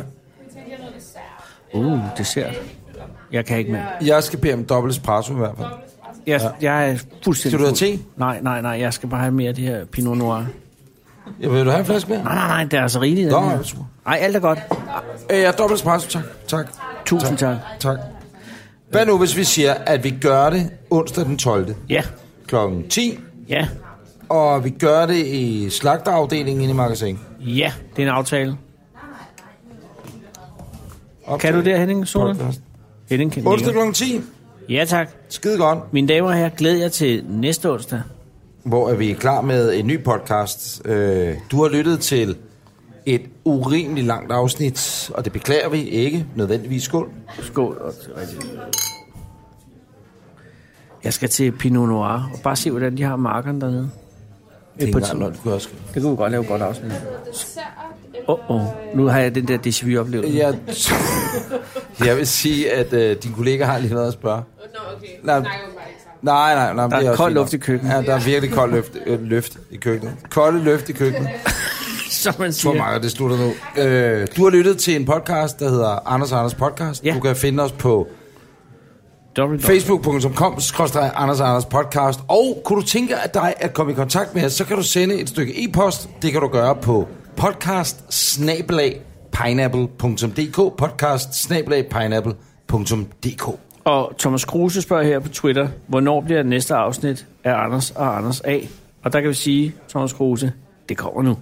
[SPEAKER 3] Uh, dessert. Jeg kan ikke mere.
[SPEAKER 1] Jeg skal bede om dobbelt espresso i hvert fald.
[SPEAKER 3] Jeg, jeg er fuldstændig
[SPEAKER 1] Skal du have
[SPEAKER 3] fuld.
[SPEAKER 1] te?
[SPEAKER 3] Nej, nej, nej. Jeg skal bare have mere af det her Pinot Noir. Nej,
[SPEAKER 1] Ja, vil du have en flaske mere?
[SPEAKER 3] nej, nej. Det er altså rigeligt.
[SPEAKER 1] Nå,
[SPEAKER 3] den her.
[SPEAKER 1] jeg er sur.
[SPEAKER 3] Ej, alt er godt.
[SPEAKER 1] Øh, ja, dobbelt espresso, tak. Tak.
[SPEAKER 3] Tusind tak.
[SPEAKER 1] Tak. Hvad nu, hvis vi siger, at vi gør det onsdag den 12.
[SPEAKER 3] Ja,
[SPEAKER 1] klokken 10,
[SPEAKER 3] ja,
[SPEAKER 1] og vi gør det i slagterafdelingen inde i magasin?
[SPEAKER 3] ja. Det er en aftale.
[SPEAKER 1] Op
[SPEAKER 3] Kan
[SPEAKER 1] til
[SPEAKER 3] du det, Henning Solen?
[SPEAKER 1] podcast.
[SPEAKER 3] Henning kan
[SPEAKER 1] Onsdag
[SPEAKER 3] nikke.
[SPEAKER 1] klokken 10.
[SPEAKER 3] Ja, tak.
[SPEAKER 1] Skide godt.
[SPEAKER 3] Mine damer og herrer, glæder jeg til næste onsdag.
[SPEAKER 1] Hvor er vi klar med en ny podcast. Øh, du har lyttet til et urimelig langt afsnit, og det beklager vi ikke nødvendigvis skuld.
[SPEAKER 3] Skål. og til rigtig- Jeg skal til Pinot Noir og bare se, hvordan de har markeren dernede.
[SPEAKER 1] Det er
[SPEAKER 3] på
[SPEAKER 1] ikke engang
[SPEAKER 3] tide.
[SPEAKER 1] noget, du også
[SPEAKER 3] Det kunne vi godt lave et godt afsnit. Åh, oh, oh. nu har jeg den der déjà vu oplevelse.
[SPEAKER 1] Jeg, [LAUGHS] jeg vil sige, at øh, din kollega har lige noget at spørge.
[SPEAKER 7] Nå, okay.
[SPEAKER 1] Nej.
[SPEAKER 7] Snakker jo bare ikke sammen.
[SPEAKER 1] Nej, nej, nej. Der
[SPEAKER 3] er kold luft i køkkenet.
[SPEAKER 1] Ja, der er virkelig kold luft, øh, løft i køkkenet. Kolde løft i køkkenet.
[SPEAKER 3] Som man
[SPEAKER 1] Hvor
[SPEAKER 3] siger.
[SPEAKER 1] meget det slutter nu. Øh, du har lyttet til en podcast, der hedder Anders og Anders Podcast.
[SPEAKER 3] Ja.
[SPEAKER 1] Du kan finde os på
[SPEAKER 3] Dobbelt dog.
[SPEAKER 1] facebook.com skråstreg Anders og Anders Podcast. Og kunne du tænke at dig at komme i kontakt med os, så kan du sende et stykke e-post. Det kan du gøre på podcast pineapple.dk podcast pineapple.dk
[SPEAKER 3] Og Thomas Kruse spørger her på Twitter, hvornår bliver det næste afsnit af Anders og Anders A? Og der kan vi sige, Thomas Kruse, det kommer nu.